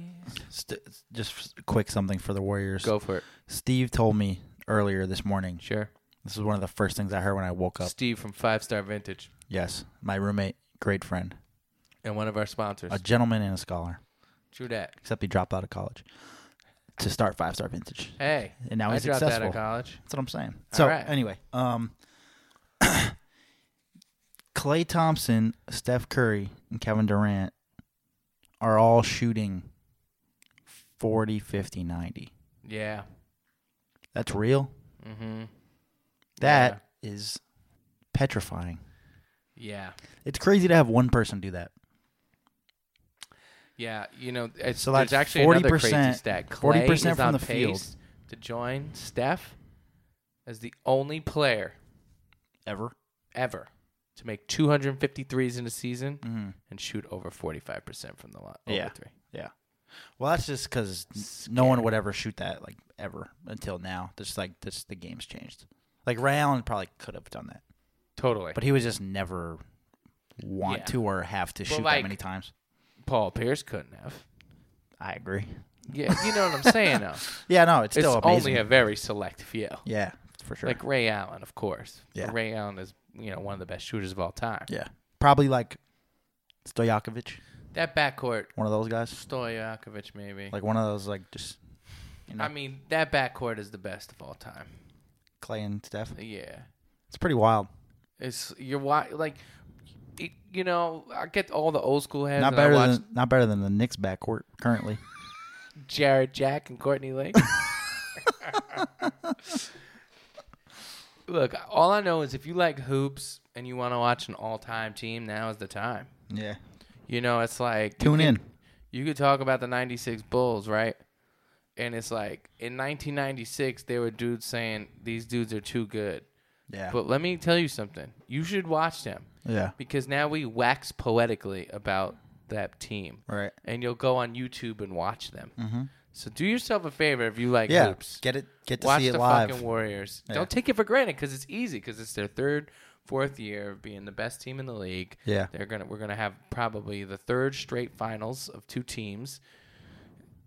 Speaker 1: St- just f- quick something for the Warriors.
Speaker 2: Go for it.
Speaker 1: Steve told me earlier this morning.
Speaker 2: Sure.
Speaker 1: This is one of the first things I heard when I woke up.
Speaker 2: Steve from Five Star Vintage
Speaker 1: Yes, my roommate, great friend,
Speaker 2: and one of our sponsors.
Speaker 1: a gentleman and a scholar.
Speaker 2: True that.
Speaker 1: Except he dropped out of college to start Five Star Vintage,
Speaker 2: Hey.
Speaker 1: and now
Speaker 2: I
Speaker 1: he's
Speaker 2: dropped out
Speaker 1: successful.
Speaker 2: of college.
Speaker 1: That's what I'm saying. So
Speaker 2: right.
Speaker 1: anyway, um, Clay Thompson, Steph Curry, and Kevin Durant are all shooting 40, 50, 90.
Speaker 2: Yeah.
Speaker 1: That's real.
Speaker 2: Mm-hmm.
Speaker 1: That is petrifying.
Speaker 2: Yeah.
Speaker 1: It's crazy to have one person do that.
Speaker 2: Yeah, you know, it's,
Speaker 1: So
Speaker 2: there's
Speaker 1: that's
Speaker 2: actually another
Speaker 1: 40%,
Speaker 2: crazy stat. Clay
Speaker 1: 40%
Speaker 2: is
Speaker 1: from
Speaker 2: on
Speaker 1: the
Speaker 2: pace
Speaker 1: field.
Speaker 2: to join Steph as the only player
Speaker 1: Ever.
Speaker 2: ever to make 250 threes in a season
Speaker 1: Mhm.
Speaker 2: and shoot over 45 percent from the line. over
Speaker 1: Yeah.
Speaker 2: three.
Speaker 1: Yeah. Well, that's just because no one would ever shoot that like ever until now. Just like this, the game's changed. Like Ray Allen probably could have done that,
Speaker 2: totally.
Speaker 1: but he was just never want
Speaker 2: Yeah.
Speaker 1: to or have to shoot
Speaker 2: like-
Speaker 1: that many times.
Speaker 2: Paul Pierce couldn't have.
Speaker 1: I agree.
Speaker 2: Yeah, you know what I'm saying. Though
Speaker 1: Yeah, no, it's
Speaker 2: it's
Speaker 1: still amazing.
Speaker 2: only a very select few.
Speaker 1: yeah, for sure.
Speaker 2: Like Ray Allen, of course.
Speaker 1: Yeah.
Speaker 2: Ray Allen is you know one of the best shooters of all time.
Speaker 1: yeah, probably like Stojakovic,
Speaker 2: That backcourt,
Speaker 1: one of those guys.
Speaker 2: Stojakovic, maybe.
Speaker 1: Like one of those, like just you know,
Speaker 2: I mean, that backcourt is the best of all time.
Speaker 1: Clay and Steph.
Speaker 2: Yeah.
Speaker 1: It's pretty wild.
Speaker 2: It's you're wa- like it, you know, I get all the old school heads.
Speaker 1: Not
Speaker 2: and
Speaker 1: better
Speaker 2: I watch
Speaker 1: than not better than the Knicks backcourt currently.
Speaker 2: Jared Jack and Courtney Lake. Look, all I know is if you like hoops and you want to watch an all-time team, now is the time.
Speaker 1: yeah,
Speaker 2: You know, it's like you
Speaker 1: tune
Speaker 2: could-
Speaker 1: in.
Speaker 2: You could talk about the '96 Bulls, right? And it's like in 1996, there were dudes saying these dudes are too good.
Speaker 1: Yeah,
Speaker 2: But let me tell you something. You should watch them.
Speaker 1: yeah,
Speaker 2: because now we wax poetically about that team,
Speaker 1: right. Mm-hmm.
Speaker 2: and you'll go on YouTube and watch them. So do yourself a favor if you like
Speaker 1: Yeah,
Speaker 2: hoops,
Speaker 1: get it, get to
Speaker 2: watch
Speaker 1: see it
Speaker 2: the
Speaker 1: live.
Speaker 2: fucking Warriors.
Speaker 1: Yeah.
Speaker 2: Don't take it for granted because it's easy because it's their third, fourth year of being the best team in the league.
Speaker 1: Yeah.
Speaker 2: they're gonna we're gonna have probably the third straight finals of two teams.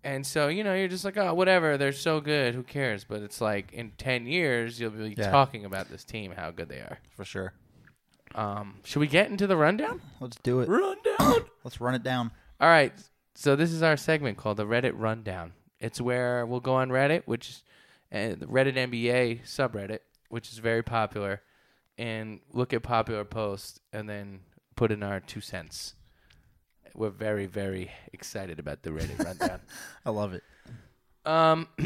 Speaker 2: And so you know you're just like oh whatever they're so good who cares but it's like in ten years you'll be
Speaker 1: Yeah.
Speaker 2: talking about this team how good they are.
Speaker 1: for sure.
Speaker 2: Um, should we get into the rundown?
Speaker 1: Let's do it.
Speaker 2: Rundown.
Speaker 1: Let's run it down.
Speaker 2: All right. So this is our segment called the Reddit Rundown. It's where we'll go on Reddit, which is uh, the Reddit NBA subreddit, which is very popular, and look at popular posts and then put in our two cents. We're very, very excited about the Reddit Rundown.
Speaker 1: I love it.
Speaker 2: Um,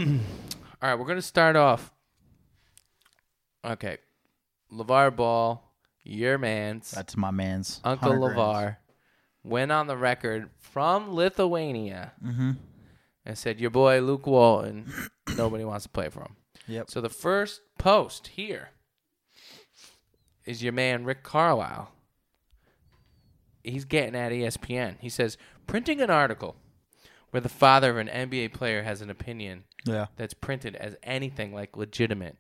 Speaker 2: all right, we're gonna start off. Okay, Levar Ball, your man's
Speaker 1: That's my man's
Speaker 2: Uncle
Speaker 1: 100 grams.
Speaker 2: Lavar went on the record from Lithuania and said, Your boy Luke Walton, nobody wants to play for him.
Speaker 1: Yep.
Speaker 2: So the first post here is your man Rick Carlisle. He's getting at E ESPN. He says, Printing an article where the father of an NBA player has an opinion
Speaker 1: Yeah.
Speaker 2: that's printed as anything like legitimate,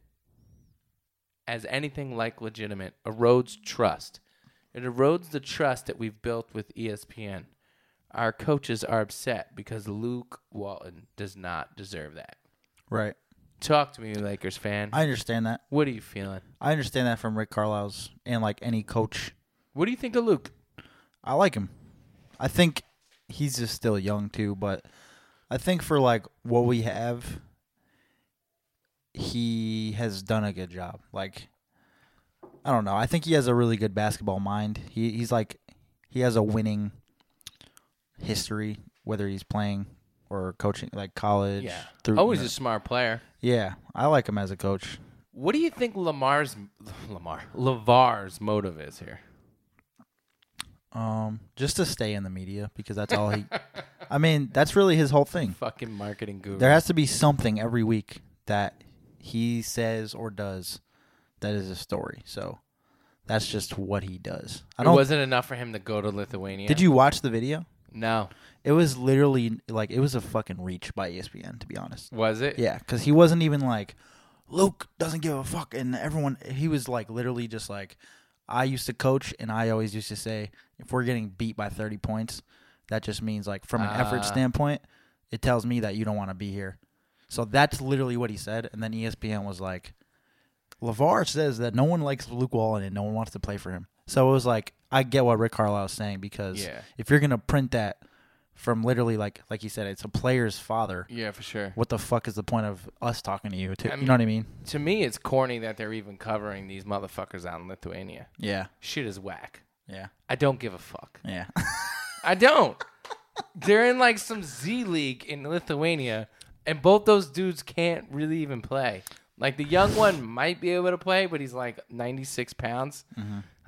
Speaker 2: as anything like legitimate, erodes trust. It erodes the trust that we've built with E ESPN. Our coaches are upset because Luke Walton does not deserve that.
Speaker 1: Right.
Speaker 2: Talk to me, you Lakers fan.
Speaker 1: I understand that.
Speaker 2: what are you feeling?
Speaker 1: I understand that from Rick Carlisle's and like any coach.
Speaker 2: What do you think of Luke?
Speaker 1: I like him. I think he's just still young too, but I think for like what we have, he has done a good job. Like I don't know. I think he has a really good basketball mind. He he's like he has a winning history, whether he's playing or coaching, like college.
Speaker 2: Yeah.
Speaker 1: through-
Speaker 2: Always
Speaker 1: you know.
Speaker 2: a smart player.
Speaker 1: yeah, I like him as a coach.
Speaker 2: What do you think Lamar's Lamar Lavar's motive is here?
Speaker 1: Um, just to stay in the media because that's all he. I mean, that's really his whole thing.
Speaker 2: Fucking marketing guru.
Speaker 1: There has to be something every week that he says or does that is a story. So that's just what he does. I
Speaker 2: it
Speaker 1: don't.
Speaker 2: wasn't enough for him to go to Lithuania.
Speaker 1: did you watch the video?
Speaker 2: No.
Speaker 1: It was literally like it was a fucking reach by E ESPN, to be honest.
Speaker 2: Was it?
Speaker 1: Yeah, because he wasn't even like Luke doesn't give a fuck, and everyone. He was like literally just like I used to coach, and I always used to say if we're getting beat by thirty points, that just means like from an
Speaker 2: Ah.
Speaker 1: effort standpoint, it tells me that you don't want to be here. So that's literally what he said, and then E ESPN was like, Lavar says that no one likes Luke Wallen and no one wants to play for him. So it was like I get what Rick Carlisle is saying because
Speaker 2: Yeah.
Speaker 1: if you're gonna print that from literally like like he said, it's a player's father
Speaker 2: Yeah, for sure.
Speaker 1: what the fuck is the point of us talking to you? To,
Speaker 2: I
Speaker 1: you
Speaker 2: mean-
Speaker 1: know what I mean?
Speaker 2: To me, it's corny that they're even covering these motherfuckers out in Lithuania.
Speaker 1: Yeah,
Speaker 2: Shit is whack.
Speaker 1: yeah,
Speaker 2: I don't give a fuck.
Speaker 1: yeah.
Speaker 2: I don't. They're in like some Z League in Lithuania, and both those dudes can't really even play. Like the young one might be able to play, but he's like 96 pounds.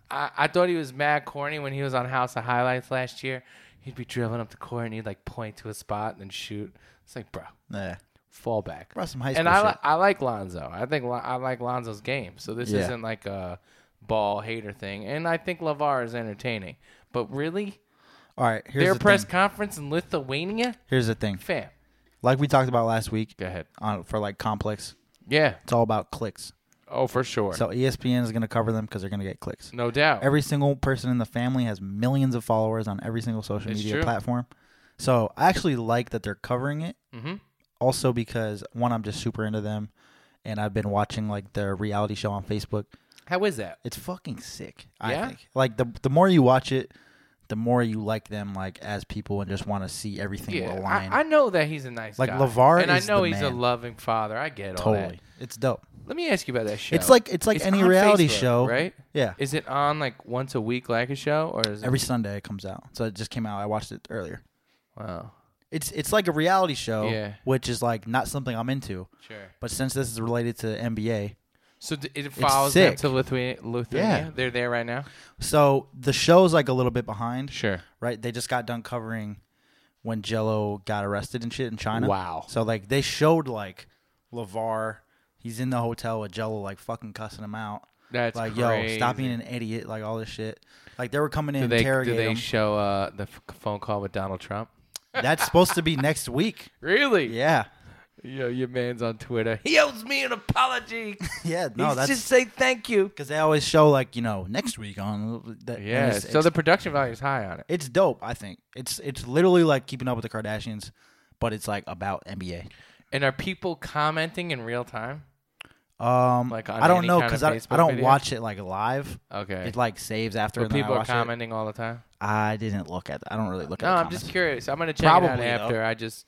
Speaker 2: I, I thought he was mad corny when he was on House of Highlights last year. He'd be dribbling up the court and he'd like point to a spot and then shoot. It's like, bro,
Speaker 1: yeah.
Speaker 2: fall back.
Speaker 1: Bro, some high
Speaker 2: and
Speaker 1: school
Speaker 2: I, li-
Speaker 1: shit.
Speaker 2: I like Lonzo. I think Lon- I like Lonzo's game. So this
Speaker 1: Yeah.
Speaker 2: isn't like a ball hater thing. And I think Lavar is entertaining. But really,
Speaker 1: All right. Here's
Speaker 2: their
Speaker 1: the
Speaker 2: press
Speaker 1: Thing.
Speaker 2: conference in Lithuania?
Speaker 1: Here's the thing.
Speaker 2: Fam.
Speaker 1: Like we talked about last week
Speaker 2: Go ahead.
Speaker 1: on for like complex,
Speaker 2: Yeah.
Speaker 1: it's all about clicks.
Speaker 2: Oh, for sure.
Speaker 1: So E ESPN is going to cover them because they're going to get clicks.
Speaker 2: no doubt.
Speaker 1: Every single person in the family has millions of followers on every single social
Speaker 2: It's
Speaker 1: media
Speaker 2: true.
Speaker 1: platform. So I actually like that they're covering it.
Speaker 2: mm-hmm.
Speaker 1: Also because one, I'm just super into them, and I've been watching like their reality show on Facebook.
Speaker 2: How is that?
Speaker 1: It's fucking sick. I
Speaker 2: Yeah?
Speaker 1: think. Like the the more you watch it, the more you like them like as people and just want to see everything
Speaker 2: Yeah,
Speaker 1: align.
Speaker 2: I, I know that he's a nice
Speaker 1: Like,
Speaker 2: guy.
Speaker 1: LeVar
Speaker 2: and
Speaker 1: is
Speaker 2: I know
Speaker 1: the
Speaker 2: he's a
Speaker 1: man.
Speaker 2: loving father. I get all
Speaker 1: totally.
Speaker 2: that.
Speaker 1: It's dope.
Speaker 2: Let me ask you about that show.
Speaker 1: It's like it's like
Speaker 2: It's
Speaker 1: any
Speaker 2: on
Speaker 1: reality
Speaker 2: Facebook,
Speaker 1: show.
Speaker 2: right?
Speaker 1: Yeah.
Speaker 2: Is it on like once a week, like a show, or is it
Speaker 1: Every Sunday it comes out. So it just came out. I watched it earlier.
Speaker 2: Wow,
Speaker 1: It's it's like a reality show,
Speaker 2: Yeah.
Speaker 1: which is like not something I'm into.
Speaker 2: sure.
Speaker 1: But since this is related to NBA,
Speaker 2: So d- it follows them
Speaker 1: sick.
Speaker 2: to Lithuania. Lithuania.
Speaker 1: Yeah.
Speaker 2: They're there right now.
Speaker 1: so the show's like a little bit behind,
Speaker 2: Sure.
Speaker 1: right? They just got done covering when Jello got arrested and shit in China.
Speaker 2: Wow.
Speaker 1: So like they showed like Levar, he's in the hotel with Jello, like fucking cussing him out,
Speaker 2: That's
Speaker 1: like
Speaker 2: crazy.
Speaker 1: yo, stop being an idiot, like all this shit. Like they were coming in
Speaker 2: Do
Speaker 1: and
Speaker 2: they, do
Speaker 1: interrogate
Speaker 2: they
Speaker 1: him.
Speaker 2: show uh, the f- phone call with Donald Trump?
Speaker 1: That's supposed to be next week.
Speaker 2: Really?
Speaker 1: Yeah,
Speaker 2: Yo, your man's on Twitter. He owes me an apology.
Speaker 1: yeah. No,
Speaker 2: He's
Speaker 1: that's
Speaker 2: just say thank you.
Speaker 1: because they always show like you know next week on. That, and
Speaker 2: Yeah.
Speaker 1: it's,
Speaker 2: So
Speaker 1: it's,
Speaker 2: the production value is high on it.
Speaker 1: it's dope. I think it's it's literally like keeping up with the Kardashians, but it's like about NBA.
Speaker 2: And are people commenting in real time?
Speaker 1: Um,
Speaker 2: Like on
Speaker 1: I don't
Speaker 2: any
Speaker 1: know
Speaker 2: kind of
Speaker 1: because I, I
Speaker 2: Facebook
Speaker 1: don't
Speaker 2: video?
Speaker 1: watch it like live.
Speaker 2: Okay.
Speaker 1: It like saves after
Speaker 2: so
Speaker 1: and then I
Speaker 2: people are
Speaker 1: watch it.
Speaker 2: commenting all the time.
Speaker 1: I didn't look at. I don't really look at.
Speaker 2: No,
Speaker 1: the
Speaker 2: I'm
Speaker 1: comments.
Speaker 2: just curious. I'm gonna check it out
Speaker 1: Probably,
Speaker 2: after.
Speaker 1: though.
Speaker 2: I just,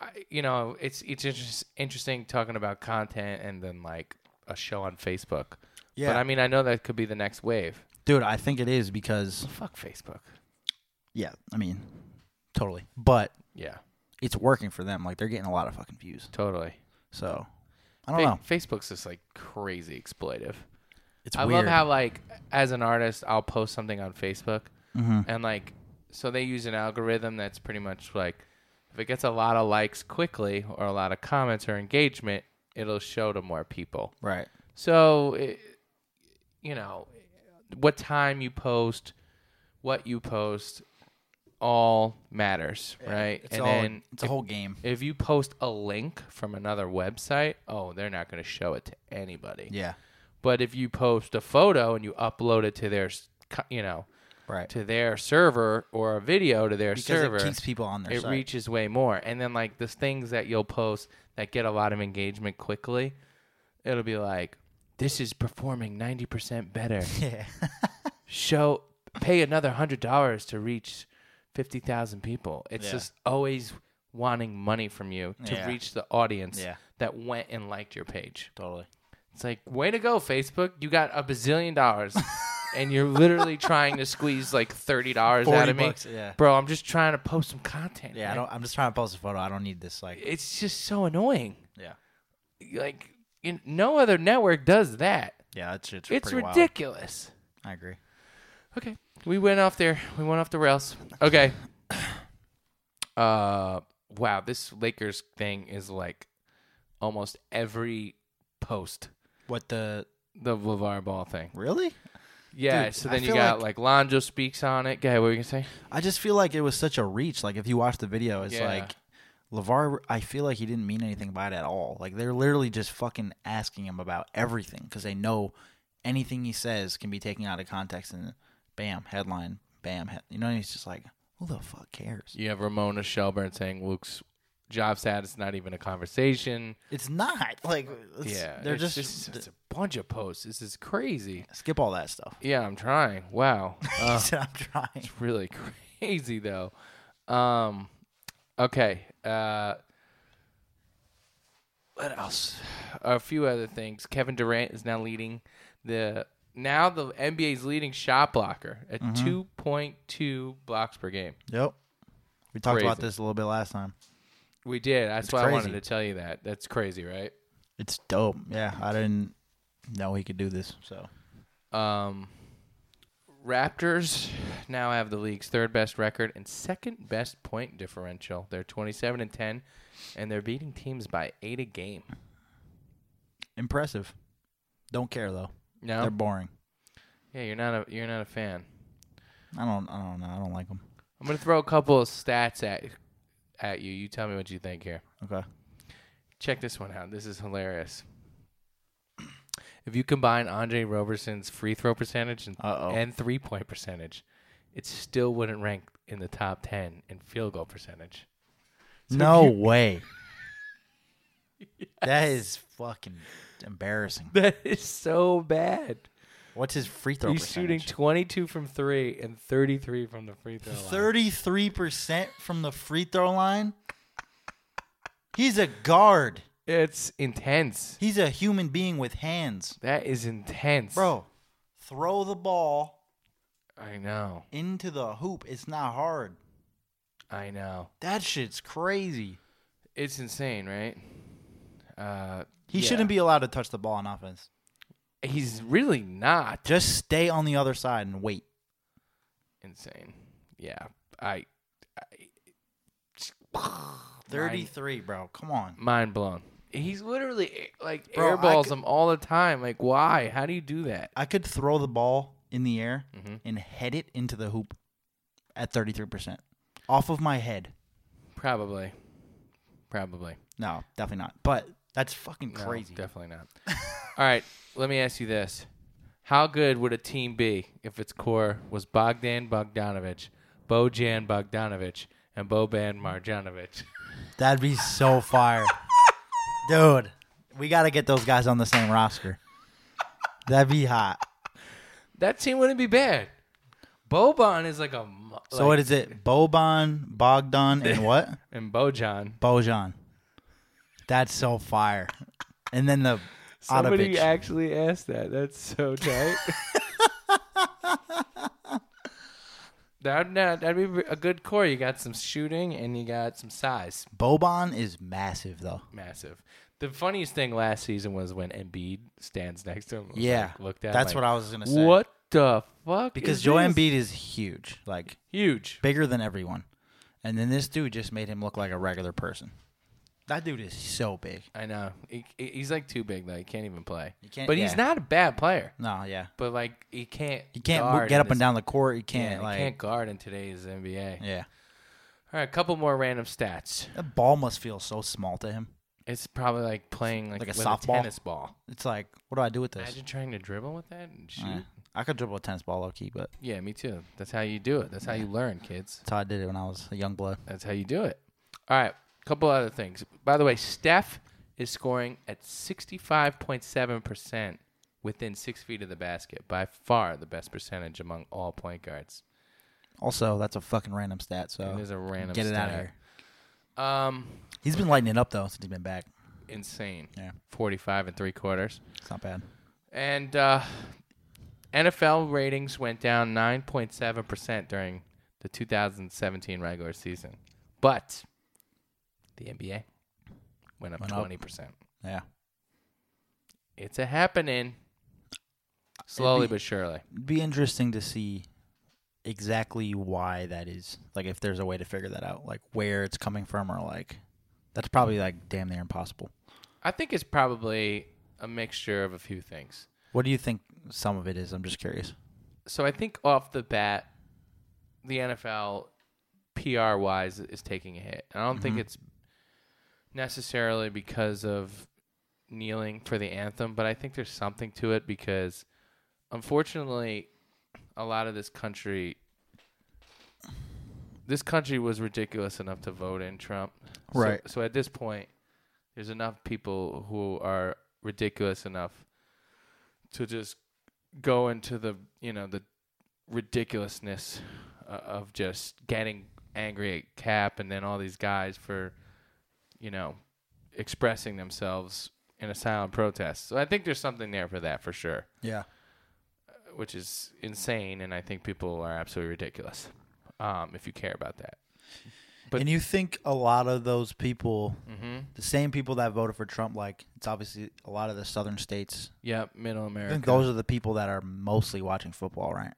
Speaker 2: I, you know, it's it's interest, interesting talking about content and then like a show on Facebook.
Speaker 1: Yeah,
Speaker 2: But I mean, I know that could be the next wave.
Speaker 1: dude, I think it is because
Speaker 2: Fuck Facebook.
Speaker 1: yeah, I mean, totally. But
Speaker 2: Yeah,
Speaker 1: it's working for them. Like they're getting a lot of fucking views.
Speaker 2: totally.
Speaker 1: So I don't know.
Speaker 2: Fa- Facebook's just like crazy exploitive.
Speaker 1: It's
Speaker 2: I
Speaker 1: weird.
Speaker 2: love how like as an artist, I'll post something on Facebook,
Speaker 1: Mhm.
Speaker 2: and like so they use an algorithm that's pretty much like if it gets a lot of likes quickly or a lot of comments or engagement, it'll show to more people.
Speaker 1: right.
Speaker 2: So, it, you know, what time you post, what you post, all matters, right?
Speaker 1: It's
Speaker 2: and
Speaker 1: all.
Speaker 2: then
Speaker 1: it's a whole game.
Speaker 2: if you post a link from another website, oh, they're not going to show it to anybody.
Speaker 1: Yeah.
Speaker 2: But if you post a photo and you upload it to their, s- co- you know,
Speaker 1: Right.
Speaker 2: to their server or a video to their
Speaker 1: because
Speaker 2: server,
Speaker 1: it keeps people on their
Speaker 2: it
Speaker 1: site.
Speaker 2: reaches way more. And then like the things that you'll post that get a lot of engagement quickly, it'll be like, this is performing ninety percent better.
Speaker 1: yeah.
Speaker 2: Show pay another hundred dollars to reach fifty thousand people. It's
Speaker 1: Yeah.
Speaker 2: just always wanting money from you to
Speaker 1: Yeah.
Speaker 2: reach the audience
Speaker 1: Yeah.
Speaker 2: that went and liked your page.
Speaker 1: totally.
Speaker 2: It's like, way to go, Facebook. You got a bazillion dollars. and you're literally trying to squeeze like thirty dollars
Speaker 1: 40
Speaker 2: out of me,
Speaker 1: bucks, yeah.
Speaker 2: bro. I'm just trying to post some content.
Speaker 1: Yeah, I
Speaker 2: man.
Speaker 1: don't, I'm just trying to post a photo. I don't need this. Like,
Speaker 2: It's just so annoying.
Speaker 1: yeah,
Speaker 2: Like you- no other network does that.
Speaker 1: yeah, it's it's,
Speaker 2: It's
Speaker 1: pretty wild.
Speaker 2: ridiculous.
Speaker 1: I agree.
Speaker 2: Okay, we went off there. We went off the rails. Okay. Uh, wow, this Lakers thing is like almost every post
Speaker 1: What the
Speaker 2: the Levar Ball thing.
Speaker 1: really?
Speaker 2: Yeah.
Speaker 1: Dude,
Speaker 2: so
Speaker 1: I
Speaker 2: then you
Speaker 1: feel
Speaker 2: got like, Lonzo speaks on it. Guy, what were you gonna say?
Speaker 1: I just feel like it was such a reach. Like if you watch the video, it's
Speaker 2: Yeah.
Speaker 1: like Levar. I feel like he didn't mean anything by it at all. Like they're literally just fucking asking him about everything because they know anything he says can be taken out of context and bam headline, bam. Head, you know, and he's just like, who the fuck cares?
Speaker 2: You have Ramona Shelburne saying Luke's job status not even a conversation.
Speaker 1: It's not like it's,
Speaker 2: yeah,
Speaker 1: They're
Speaker 2: it's
Speaker 1: just,
Speaker 2: it's a bunch of posts. This is crazy.
Speaker 1: skip all that stuff.
Speaker 2: Yeah, I'm trying. Wow,
Speaker 1: He
Speaker 2: uh,
Speaker 1: said, I'm trying.
Speaker 2: it's really crazy though. Um, okay. Uh, what else? A few other things. Kevin Durant is now leading the now the NBA's leading shot blocker at 2.2 blocks per game.
Speaker 1: Yep. We talked about
Speaker 2: Crazy.
Speaker 1: this a little bit last time.
Speaker 2: We did. That's
Speaker 1: It's
Speaker 2: why I wanted
Speaker 1: crazy.
Speaker 2: to tell you that. That's crazy, right?
Speaker 1: It's dope. Yeah, I didn't know he could do this. So
Speaker 2: Um, Raptors now have the league's third best record and second best point differential. They're 27 and 10, and they're beating teams by eight a game.
Speaker 1: impressive. Don't care though.
Speaker 2: No,
Speaker 1: They're boring.
Speaker 2: yeah, you're not a you're not a fan.
Speaker 1: I don't. I don't know. I don't like them.
Speaker 2: I'm gonna throw a couple of stats at at you. You tell me what you think here.
Speaker 1: Okay.
Speaker 2: Check this one out. This is hilarious. If you combine Andre Roberson's free throw percentage and,
Speaker 1: Uh-oh.
Speaker 2: and three point percentage, it still wouldn't rank in the top 10 in field goal percentage. So
Speaker 1: no
Speaker 2: you-
Speaker 1: way. That is fucking embarrassing.
Speaker 2: That is so bad.
Speaker 1: What's his free throw
Speaker 2: He's shooting 22 from three and 33 from the free throw line.
Speaker 1: Thirty-three percent from the free throw line. He's a guard.
Speaker 2: It's intense.
Speaker 1: He's a human being with hands,
Speaker 2: That is intense.
Speaker 1: bro. Throw the ball
Speaker 2: I know.
Speaker 1: into the hoop. It's not hard.
Speaker 2: I know.
Speaker 1: That shit's crazy.
Speaker 2: It's insane, right? Uh,
Speaker 1: He
Speaker 2: yeah.
Speaker 1: shouldn't be allowed to touch the ball on offense.
Speaker 2: He's really not
Speaker 1: Just stay on the other side and wait.
Speaker 2: insane. Yeah. I. I
Speaker 1: Thirty-three, bro. Come on.
Speaker 2: mind blown. He's literally like
Speaker 1: Bro, I
Speaker 2: airballs
Speaker 1: could-
Speaker 2: them all the time. Like, why? How do you do that?
Speaker 1: I could throw the ball in the air
Speaker 2: Mm-hmm.
Speaker 1: and head it into the hoop at 33%. Off of my head.
Speaker 2: Probably. Probably.
Speaker 1: No, definitely not. But that's fucking
Speaker 2: No,
Speaker 1: crazy.
Speaker 2: definitely not. All right, let me ask you this: How good would a team be if its core was Bogdan Bogdanovic, Bojan Bogdanovic, and Boban Marjanovic?
Speaker 1: That'd be so fire. Dude, we got to get those guys on the same roster. That'd be hot.
Speaker 2: that team wouldn't be bad. Boban is like a mu-
Speaker 1: So,
Speaker 2: like,
Speaker 1: what is it? Boban, Bogdan, and what?
Speaker 2: and Bojan.
Speaker 1: Bojan. That's so fire. And then the
Speaker 2: Somebody
Speaker 1: Otovich.
Speaker 2: actually asked that. That's so tight. That, that, that'd be a good core. You got some shooting and you got some size.
Speaker 1: Boban is massive, though.
Speaker 2: massive. The funniest thing last season was when Embiid stands next to him. and was,
Speaker 1: Yeah.
Speaker 2: like, looked at.
Speaker 1: That's
Speaker 2: like,
Speaker 1: what I was going to say.
Speaker 2: What the fuck?
Speaker 1: Because
Speaker 2: is
Speaker 1: Joel
Speaker 2: this?
Speaker 1: Embiid is huge. Like,
Speaker 2: huge.
Speaker 1: bigger than everyone. And then this dude just made him look like a regular person. That dude is so big.
Speaker 2: I know he, he- he's like too big. Like he can't even play.
Speaker 1: You can't-
Speaker 2: but he's
Speaker 1: yeah.
Speaker 2: not a bad player.
Speaker 1: No, yeah.
Speaker 2: But like he can't.
Speaker 1: He can't mo-
Speaker 2: guard
Speaker 1: get
Speaker 2: in
Speaker 1: up and
Speaker 2: this-
Speaker 1: down the court. He
Speaker 2: Yeah,
Speaker 1: can't,
Speaker 2: he
Speaker 1: like,
Speaker 2: can't guard in today's NBA.
Speaker 1: yeah.
Speaker 2: All right, a couple more random stats.
Speaker 1: That ball must feel so small to him.
Speaker 2: It's probably like playing like,
Speaker 1: Like a
Speaker 2: with
Speaker 1: softball?
Speaker 2: tennis ball.
Speaker 1: It's like, what do I do with this?
Speaker 2: Imagine trying to dribble with that and shoot.
Speaker 1: Eh, I could dribble a tennis ball low key, but
Speaker 2: Yeah, me too. That's how you do it. That's how you learn, kids.
Speaker 1: that's how I did it when I was a young blood.
Speaker 2: That's how you do it. All right, couple other things. By the way, Steph is scoring at 65.7% within six feet of the basket. By far the best percentage among all point guards.
Speaker 1: Also, that's a fucking random stat, so
Speaker 2: It is a random
Speaker 1: get it out of
Speaker 2: stat.
Speaker 1: here.
Speaker 2: Um,
Speaker 1: He's been lighting it up, though, since he's been back.
Speaker 2: insane.
Speaker 1: Yeah.
Speaker 2: 45 and three quarters.
Speaker 1: It's not bad.
Speaker 2: And uh, NFL ratings went down 9.7% during the 2017 regular season. But the NBA went up
Speaker 1: Went up.
Speaker 2: 20%.
Speaker 1: Yeah.
Speaker 2: It's a happening. Slowly
Speaker 1: be-
Speaker 2: but surely.
Speaker 1: It'd be interesting to see exactly why that is. Like, if there's a way to figure that out, like where it's coming from, or like that's probably like damn near impossible.
Speaker 2: I think it's probably a mixture of a few things.
Speaker 1: What do you think some of it is? I'm just curious.
Speaker 2: So I think off the bat, the NFL PR wise is taking a hit. And I don't think it's necessarily because of kneeling for the anthem, but I think there's something to it because unfortunately a lot of this country this country was ridiculous enough to vote in Trump. So-
Speaker 1: Right.
Speaker 2: so at this point there's enough people who are ridiculous enough to just go into the you know the ridiculousness uh, of just getting angry at Cap and then all these guys for you know expressing themselves in a silent protest. So I think there's something there for that for sure,
Speaker 1: Yeah.
Speaker 2: which is insane, and I think people are absolutely ridiculous um, if you care about that. But-
Speaker 1: and you think a lot of those people,
Speaker 2: Mm-hmm.
Speaker 1: the same people that voted for Trump, like it's obviously a lot of the southern states.
Speaker 2: Yep, Middle
Speaker 1: I
Speaker 2: America.
Speaker 1: think those are the people that are mostly watching football, right?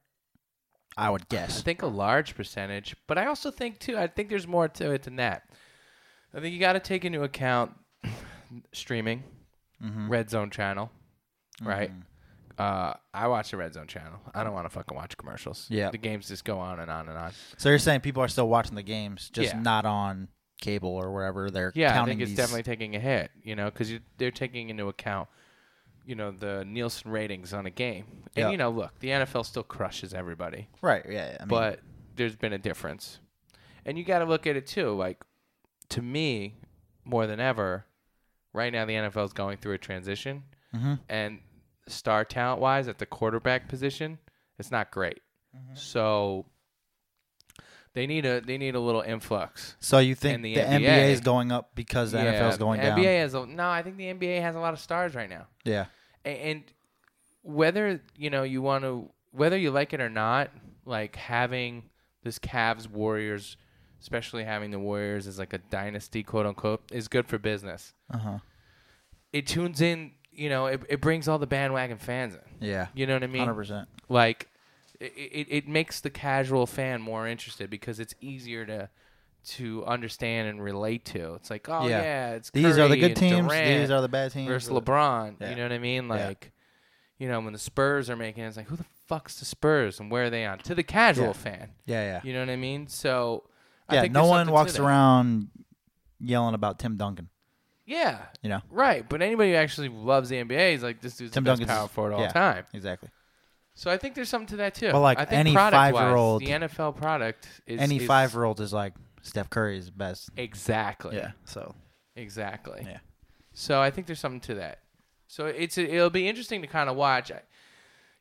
Speaker 1: I would
Speaker 2: I
Speaker 1: guess.
Speaker 2: think a large percentage, but I also think too. I think there's more to it than that. I think you got to take into account streaming,
Speaker 1: Mm-hmm.
Speaker 2: Red Zone channel, right? Uh, I watch the Red Zone channel. I don't want to fucking watch commercials.
Speaker 1: Yeah.
Speaker 2: the games just go on and on and on.
Speaker 1: So you're saying people are still watching the games, just
Speaker 2: Yeah.
Speaker 1: not on cable or wherever they're
Speaker 2: Yeah, I
Speaker 1: counting
Speaker 2: think it's
Speaker 1: these-
Speaker 2: definitely taking a hit. You know, because they're taking into account, you know, the Nielsen ratings on a game. And
Speaker 1: Yeah.
Speaker 2: you know, look, the NFL still crushes everybody.
Speaker 1: right. Yeah, yeah, I mean,
Speaker 2: but there's been a difference. And you got to look at it too. Like, to me, more than ever, right now the NFL is going through a transition.
Speaker 1: mm-hmm.
Speaker 2: And star talent wise, at the quarterback position, it's not great.
Speaker 1: Mm-hmm.
Speaker 2: So they need a they need a little influx.
Speaker 1: so you think
Speaker 2: and the
Speaker 1: the, NBA.
Speaker 2: NBA
Speaker 1: is going up because the NFL is going
Speaker 2: the
Speaker 1: down?
Speaker 2: NBA has a, no. I think the NBA has a lot of stars right now.
Speaker 1: yeah,
Speaker 2: A- and whether you know you want to whether you like it or not like having this Cavs Warriors especially having the Warriors as like a dynasty quote unquote is good for business
Speaker 1: uh-huh.
Speaker 2: it tunes in you know it, it brings all the bandwagon fans in
Speaker 1: yeah,
Speaker 2: you know what I mean
Speaker 1: hundred percent.
Speaker 2: like it, it, it makes the casual fan more interested because it's easier to to understand and relate to it's like oh yeah,
Speaker 1: Yeah.
Speaker 2: it's
Speaker 1: These are the
Speaker 2: Curry
Speaker 1: good
Speaker 2: and
Speaker 1: teams.
Speaker 2: Durant
Speaker 1: These are the bad teams.
Speaker 2: versus LeBron.
Speaker 1: Yeah.
Speaker 2: You know what I mean?
Speaker 1: Yeah.
Speaker 2: Like, you know, when the Spurs are making it, it's like, who the fuck's the Spurs and where are they on? To the casual
Speaker 1: Yeah.
Speaker 2: fan.
Speaker 1: Yeah, yeah.
Speaker 2: You know what I mean? So, I
Speaker 1: yeah,
Speaker 2: think
Speaker 1: no
Speaker 2: there's
Speaker 1: one
Speaker 2: something to
Speaker 1: walks
Speaker 2: that.
Speaker 1: around yelling about Tim Duncan.
Speaker 2: Yeah.
Speaker 1: You know,
Speaker 2: Right. But anybody who actually loves the NBA is like, this dude's
Speaker 1: Tim
Speaker 2: the best
Speaker 1: Duncan's
Speaker 2: power forward all
Speaker 1: yeah,
Speaker 2: time.
Speaker 1: Exactly.
Speaker 2: So I think there's something to that too.
Speaker 1: But, like,
Speaker 2: I think
Speaker 1: any
Speaker 2: product-wise,
Speaker 1: five-year-old-
Speaker 2: the NFL product is
Speaker 1: Any
Speaker 2: is-
Speaker 1: five year old is like Steph Curry is best.
Speaker 2: exactly.
Speaker 1: So
Speaker 2: Exactly.
Speaker 1: Yeah.
Speaker 2: So I think there's something to that. So it's it'll be interesting to kind of watch. I,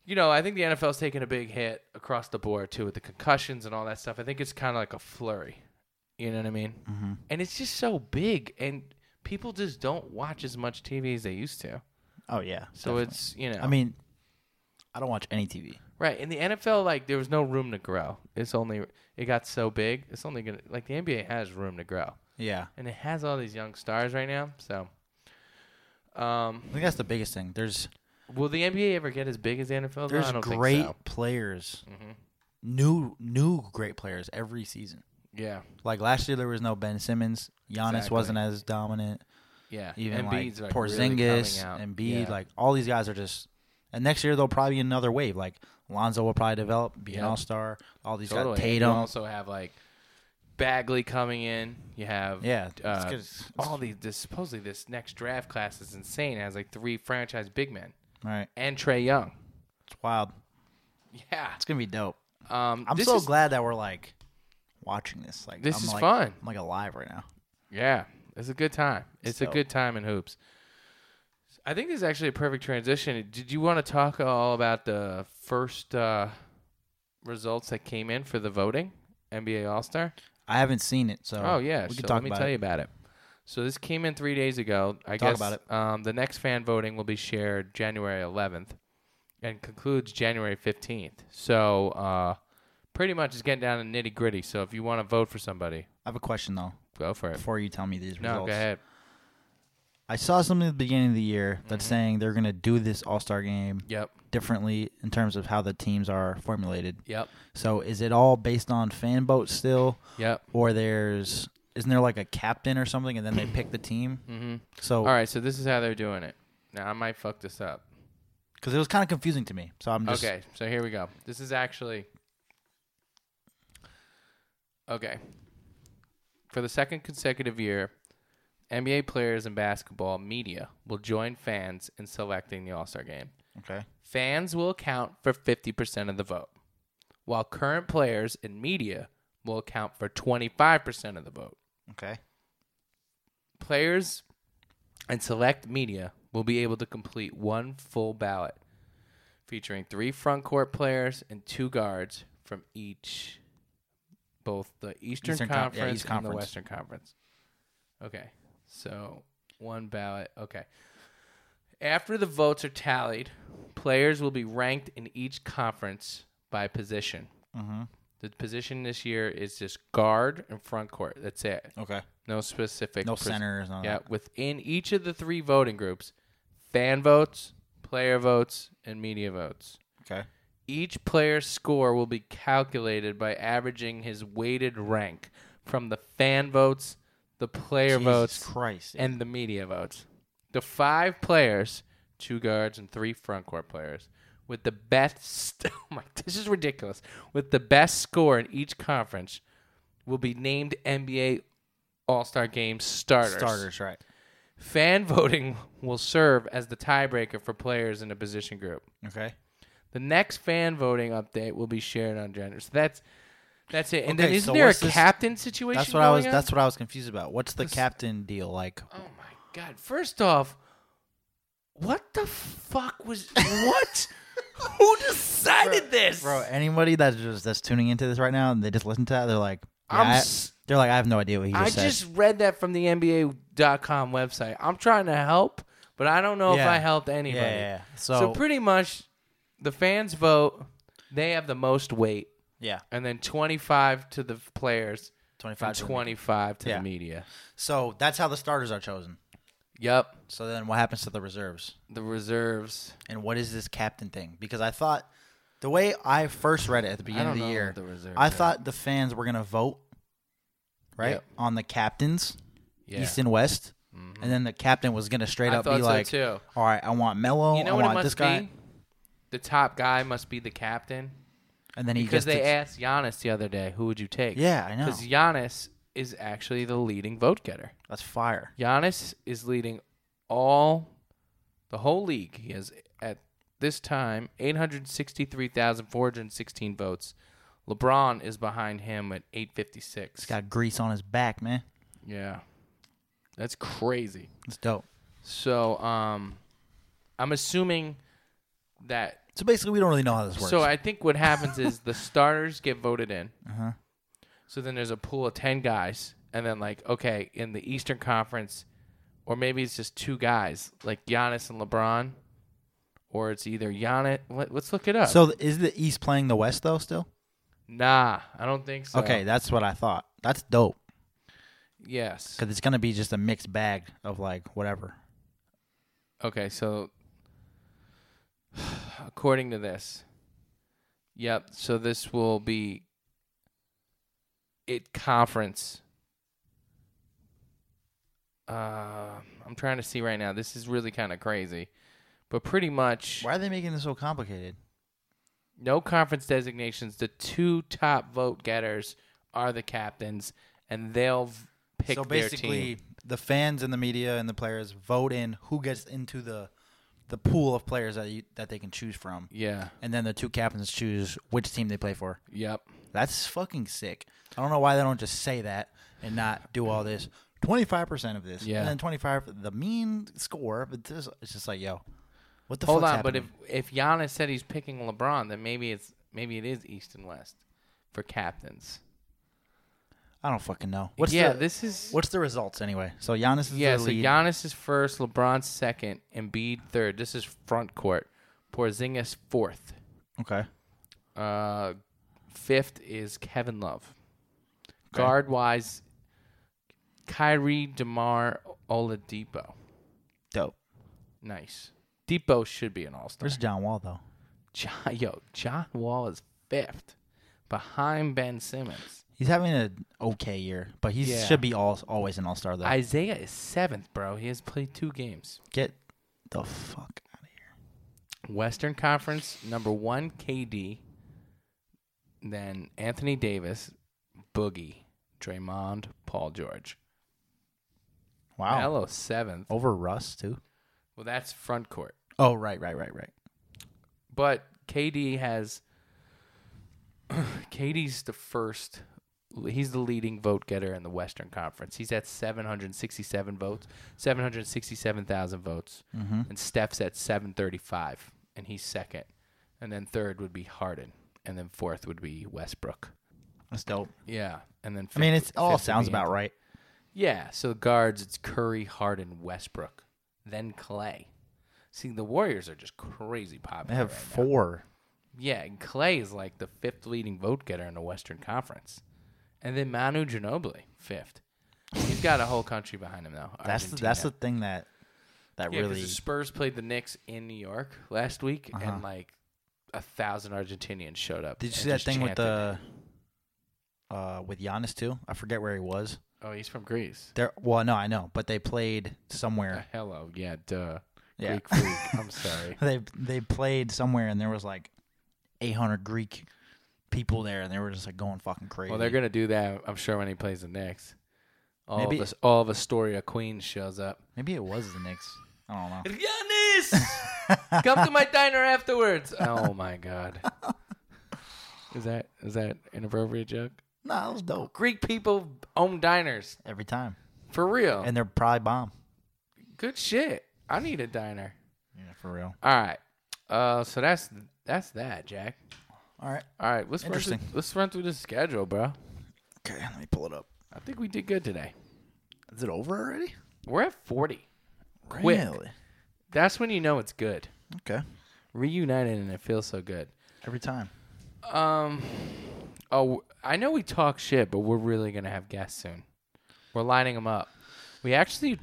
Speaker 2: you know, I think the NFL's taking a big hit across the board too with the concussions and all that stuff. I think it's kind of like a flurry. You know what I mean? Mm-hmm. And it's just so big, and people just don't watch as much TV as they used to.
Speaker 1: Oh yeah.
Speaker 2: So
Speaker 1: definitely.
Speaker 2: it's you know,
Speaker 1: I mean, I don't watch any TV.
Speaker 2: right? In the NFL, like there was no room to grow. It's only it got so big. It's only gonna like the NBA has room to grow,
Speaker 1: Yeah.
Speaker 2: and it has all these young stars right now. So, um,
Speaker 1: I think that's the biggest thing. There's
Speaker 2: Will the NBA ever get as big as the NFL? though?
Speaker 1: there's
Speaker 2: I don't
Speaker 1: great
Speaker 2: Think so. Mm-hmm.
Speaker 1: players. New new great players every season.
Speaker 2: Yeah,
Speaker 1: Like last year there was no Ben Simmons. Giannis
Speaker 2: Exactly.
Speaker 1: wasn't as dominant.
Speaker 2: yeah.
Speaker 1: Even
Speaker 2: Embiid's
Speaker 1: like
Speaker 2: like really
Speaker 1: Porzingis,
Speaker 2: coming out.
Speaker 1: Embiid,
Speaker 2: Yeah.
Speaker 1: like all these guys are just and next year there'll probably be another wave. Like Lonzo will probably develop, be an
Speaker 2: Yep.
Speaker 1: all star. All these
Speaker 2: totally.
Speaker 1: guys
Speaker 2: And You
Speaker 1: Tatum.
Speaker 2: also have like Bagley coming in. You have
Speaker 1: Yeah, it's
Speaker 2: uh,
Speaker 1: 'cause-
Speaker 2: all these. This, supposedly, this next draft class is insane. It has like three franchise big men
Speaker 1: Right.
Speaker 2: and Trey Young.
Speaker 1: It's wild.
Speaker 2: Yeah,
Speaker 1: It's gonna be dope.
Speaker 2: um,
Speaker 1: I'm
Speaker 2: this
Speaker 1: so
Speaker 2: is-
Speaker 1: glad that we're like watching this. Like
Speaker 2: This
Speaker 1: I'm,
Speaker 2: is
Speaker 1: like,
Speaker 2: fun.
Speaker 1: I'm like alive right now.
Speaker 2: Yeah, it's a good time. It's a
Speaker 1: So-
Speaker 2: good time in hoops. I think this is actually a perfect transition. Did you want to talk all about the first uh, results that came in for the voting NBA All Star?
Speaker 1: I haven't seen it, so
Speaker 2: Oh yeah,
Speaker 1: we can
Speaker 2: so
Speaker 1: talk
Speaker 2: let me
Speaker 1: about
Speaker 2: tell
Speaker 1: it.
Speaker 2: you about it. So this came in three days ago. I
Speaker 1: Talk
Speaker 2: guess
Speaker 1: about it.
Speaker 2: Um, the next fan voting will be shared January 11th, and concludes January 15th. So uh, pretty much it's getting down to nitty gritty. So if you want to vote for somebody,
Speaker 1: I have a question though.
Speaker 2: go for it.
Speaker 1: Before you tell me these
Speaker 2: No,
Speaker 1: results,
Speaker 2: go ahead.
Speaker 1: I saw something at the beginning of the year
Speaker 2: Mm-hmm.
Speaker 1: that's saying they're going to do this All Star game
Speaker 2: Yep.
Speaker 1: differently in terms of how the teams are formulated.
Speaker 2: Yep.
Speaker 1: So is it all based on fan votes still,
Speaker 2: Yep.
Speaker 1: or there's isn't there like a captain or something, and then they pick the team?
Speaker 2: Mm-hmm.
Speaker 1: So
Speaker 2: All right. So this is how they're doing it. Now I might fuck this up.
Speaker 1: because it was kind of confusing to me. So I'm just
Speaker 2: Okay, so here we go. This is actually okay. For the second consecutive year, NBA players and basketball media will join fans in selecting the All Star game.
Speaker 1: okay.
Speaker 2: Fans will account for 50% of the vote, while current players and media will account for 25% of the vote.
Speaker 1: Okay.
Speaker 2: Players and select media will be able to complete one full ballot featuring three front court players and two guards from each both the Eastern,
Speaker 1: Eastern Con- yeah,
Speaker 2: Conference
Speaker 1: East
Speaker 2: and the
Speaker 1: Conference.
Speaker 2: Western Conference. Okay. So, one ballot. Okay. After the votes are tallied, players will be ranked in each conference by position.
Speaker 1: Mhm.
Speaker 2: The position this year is just guard and front court. That's it.
Speaker 1: Okay.
Speaker 2: No specific.
Speaker 1: No
Speaker 2: pres-
Speaker 1: centers. none of
Speaker 2: Yeah,
Speaker 1: that.
Speaker 2: within each of the three voting groups, fan votes, player votes, and media votes.
Speaker 1: Okay.
Speaker 2: Each player's score will be calculated by averaging his weighted rank from the fan votes, the player
Speaker 1: Jesus
Speaker 2: votes,
Speaker 1: Christ.
Speaker 2: and the media votes. The five players, two guards and three front court players, with the best oh my, this is ridiculous. With the best score in each conference will be named NBA All-Star Game starters.
Speaker 1: starters, right?
Speaker 2: Fan voting will serve as the tiebreaker for players in a position group.
Speaker 1: Okay.
Speaker 2: The next fan voting update will be shared on January. So that's that's it. And then
Speaker 1: Okay,
Speaker 2: isn't
Speaker 1: so
Speaker 2: there a
Speaker 1: what's this-
Speaker 2: captain situation?
Speaker 1: That's what I was.
Speaker 2: going on?
Speaker 1: That's what I was confused about. What's the captain deal like?
Speaker 2: Oh my god! First off, what the fuck was what? Who decided this,
Speaker 1: Bro, anybody that's just that's tuning into this right now and they just listen to that, they're like, yeah,
Speaker 2: I'm
Speaker 1: I-
Speaker 2: s-
Speaker 1: they're like, I have no idea what he just
Speaker 2: I
Speaker 1: said.
Speaker 2: just read that from the NBA.com website. I'm trying to help, but I don't know if
Speaker 1: Yeah.
Speaker 2: I helped anybody.
Speaker 1: yeah, yeah. So,
Speaker 2: So, pretty much, the fans vote. They have the most weight,
Speaker 1: yeah,
Speaker 2: and then 25 to the players,
Speaker 1: twenty
Speaker 2: and
Speaker 1: five, twenty.
Speaker 2: 25 to
Speaker 1: Yeah.
Speaker 2: the media.
Speaker 1: So that's how the starters are chosen.
Speaker 2: Yep,
Speaker 1: So then, what happens to the reserves?
Speaker 2: the reserves.
Speaker 1: And what is this captain thing? Because I thought the way I first read it at the beginning
Speaker 2: don't
Speaker 1: of the
Speaker 2: know
Speaker 1: year,
Speaker 2: what the reserves
Speaker 1: I
Speaker 2: are.
Speaker 1: thought the fans were gonna vote right
Speaker 2: Yep.
Speaker 1: on the captains,
Speaker 2: Yeah. Mm-hmm.
Speaker 1: east and west, and then the captain was gonna straight
Speaker 2: I
Speaker 1: up
Speaker 2: thought
Speaker 1: be
Speaker 2: so,
Speaker 1: like,
Speaker 2: too.
Speaker 1: "All right, I want Mello,
Speaker 2: You know
Speaker 1: I
Speaker 2: what it
Speaker 1: want this
Speaker 2: must
Speaker 1: guy,"
Speaker 2: be? The top guy must be the captain.
Speaker 1: and then he
Speaker 2: Because
Speaker 1: gets
Speaker 2: they
Speaker 1: to-
Speaker 2: asked Giannis the other day, who would you take?
Speaker 1: yeah, I know
Speaker 2: Because Giannis is actually the leading vote getter.
Speaker 1: that's fire.
Speaker 2: Giannis is leading all the whole league. He has at this time 863,416 votes. LeBron is behind him at 856.
Speaker 1: He's got grease on his back, man.
Speaker 2: yeah. That's crazy.
Speaker 1: It's dope.
Speaker 2: So, um I'm assuming that
Speaker 1: So basically, we don't really know how this works.
Speaker 2: So I think what happens is the starters get voted in.
Speaker 1: Uh-huh.
Speaker 2: So then there's a pool of ten guys, and then like okay, in the Eastern Conference, or maybe it's just two guys, like Giannis and LeBron, or it's either Giannis. Let, let's look it up.
Speaker 1: so is the East playing the West though? Still?
Speaker 2: nah, I don't think so.
Speaker 1: Okay, that's what I thought. That's dope
Speaker 2: Yes.
Speaker 1: because it's gonna be just a mixed bag of like whatever.
Speaker 2: Okay. So according to this, yep. So this will be it conference. Uh, I'm trying to see right now. This is really kind of crazy, but pretty much
Speaker 1: Why are they making this so complicated?
Speaker 2: no conference designations. The two top vote getters are the captains, and they'll v- pick
Speaker 1: so
Speaker 2: their
Speaker 1: basically,
Speaker 2: team.
Speaker 1: the fans and the media and the players vote in who gets into the the pool of players that you, that they can choose from,
Speaker 2: Yeah.
Speaker 1: and then the two captains choose which team they play for.
Speaker 2: Yep.
Speaker 1: That's fucking sick. I don't know why they don't just say that and not do all this. Twenty five percent of this,
Speaker 2: Yeah.
Speaker 1: and then twenty five the mean score. But this, it's just like, yo, what the
Speaker 2: Hold
Speaker 1: fuck's
Speaker 2: on,
Speaker 1: happening?
Speaker 2: but if if Giannis said he's picking LeBron, then maybe it's maybe it is East and West for captains.
Speaker 1: I don't fucking know. What's
Speaker 2: yeah,
Speaker 1: the,
Speaker 2: this is
Speaker 1: what's the results anyway? So Giannis is
Speaker 2: yeah.
Speaker 1: the
Speaker 2: So
Speaker 1: lead.
Speaker 2: Giannis is first, LeBron second, Embiid third. This is front court. Porzingis fourth.
Speaker 1: Okay.
Speaker 2: Uh, fifth is Kevin Love.
Speaker 1: Okay.
Speaker 2: Guard wise, Kyrie, Demar, Oladipo.
Speaker 1: Dope.
Speaker 2: Nice. Depot should be an All Star.
Speaker 1: Where's John Wall though?
Speaker 2: John, yo, John Wall is fifth, behind Ben Simmons.
Speaker 1: He's having an okay year, but he
Speaker 2: Yeah.
Speaker 1: should be all, always an all star though.
Speaker 2: Isaiah is seventh, bro. He has played two games.
Speaker 1: Get the fuck out of here.
Speaker 2: Western Conference number one KD, then Anthony Davis, Boogie, Draymond, Paul George.
Speaker 1: Wow. Oh.
Speaker 2: Melo seventh.
Speaker 1: Over Russ too.
Speaker 2: Well, that's front court.
Speaker 1: Oh right, right, right, right.
Speaker 2: But KD has KD's the first he's the leading vote getter in the Western Conference. He's at 767 votes, 767,000 votes.
Speaker 1: Mm-hmm.
Speaker 2: And Steph's at 735 and he's second. And then third would be Harden and then fourth would be Westbrook.
Speaker 1: That's dope.
Speaker 2: Yeah, and then
Speaker 1: I mean,
Speaker 2: fifth-
Speaker 1: it's all
Speaker 2: fifth would
Speaker 1: sounds
Speaker 2: be
Speaker 1: about
Speaker 2: Ant-
Speaker 1: right.
Speaker 2: Yeah, so guards it's Curry, Harden, Westbrook, then Clay. See, the Warriors are just crazy popular.
Speaker 1: They have
Speaker 2: right now.
Speaker 1: four.
Speaker 2: Yeah, and Clay is like the fifth leading vote getter in the Western Conference. And then Manu Ginobili, fifth. He's got a whole country behind him, though.
Speaker 1: That's the,
Speaker 2: Argentina.
Speaker 1: that's the thing that that
Speaker 2: yeah, 'cause
Speaker 1: really Uh-huh.
Speaker 2: the Spurs played the Knicks in New York last week, and like a thousand Argentinians showed up.
Speaker 1: Did you
Speaker 2: and
Speaker 1: see that
Speaker 2: just
Speaker 1: thing with
Speaker 2: chanted.
Speaker 1: the uh with Giannis too? I forget where he was.
Speaker 2: Oh, he's from Greece. Uh,
Speaker 1: There well, no, I know, but they played somewhere.
Speaker 2: Hello, yeah, duh.
Speaker 1: Yeah.
Speaker 2: Greek freak. I'm sorry.
Speaker 1: They they played somewhere and there was like 800 Greek people there and they were just like going fucking crazy.
Speaker 2: Well, they're gonna do that. I'm sure when he plays the Knicks, all
Speaker 1: Maybe-
Speaker 2: of us, all of Astoria Queens shows up.
Speaker 1: Maybe it was the Knicks. I don't know.
Speaker 2: Giannis, come to my diner afterwards. Oh my god, is that is that an appropriate joke?
Speaker 1: No, nah, it was dope
Speaker 2: Greek people own diners
Speaker 1: every time.
Speaker 2: for real.
Speaker 1: And they're probably bomb.
Speaker 2: Good shit. I need a diner.
Speaker 1: Yeah, for real.
Speaker 2: All right. Uh, so that's that's that, Jack.
Speaker 1: All right.
Speaker 2: All right, let's run through,
Speaker 1: Interesting.
Speaker 2: let's run through the schedule, bro.
Speaker 1: Okay, let me pull it up.
Speaker 2: I think we did good today.
Speaker 1: Is it over already?
Speaker 2: We're at forty. Quick.
Speaker 1: Really?
Speaker 2: That's when you know it's good.
Speaker 1: Okay.
Speaker 2: Reunited and it feels so good.
Speaker 1: Every time.
Speaker 2: Um, oh, I know we talk shit, but we're really gonna have guests soon. We're lining them up. We actually,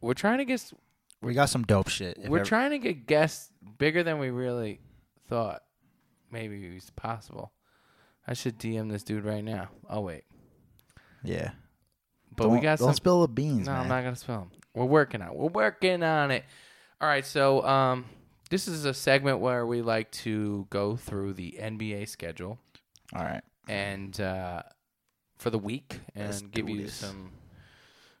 Speaker 2: we're trying to get s-
Speaker 1: We got some dope shit. If
Speaker 2: we're
Speaker 1: ever-
Speaker 2: trying to get guests bigger than we really thought maybe was possible. I should DM this dude right now. Oh wait,
Speaker 1: Yeah.
Speaker 2: but
Speaker 1: don't,
Speaker 2: we got
Speaker 1: Don't
Speaker 2: some.
Speaker 1: spill the beans,
Speaker 2: no,
Speaker 1: man.
Speaker 2: I'm not gonna spell them. We're working on. it. We're working on it. All right, so um, this is a segment where we like to go through the NBA schedule.
Speaker 1: All right.
Speaker 2: and uh, for the week and
Speaker 1: Mm-hmm. Let's
Speaker 2: give
Speaker 1: do
Speaker 2: you
Speaker 1: this.
Speaker 2: some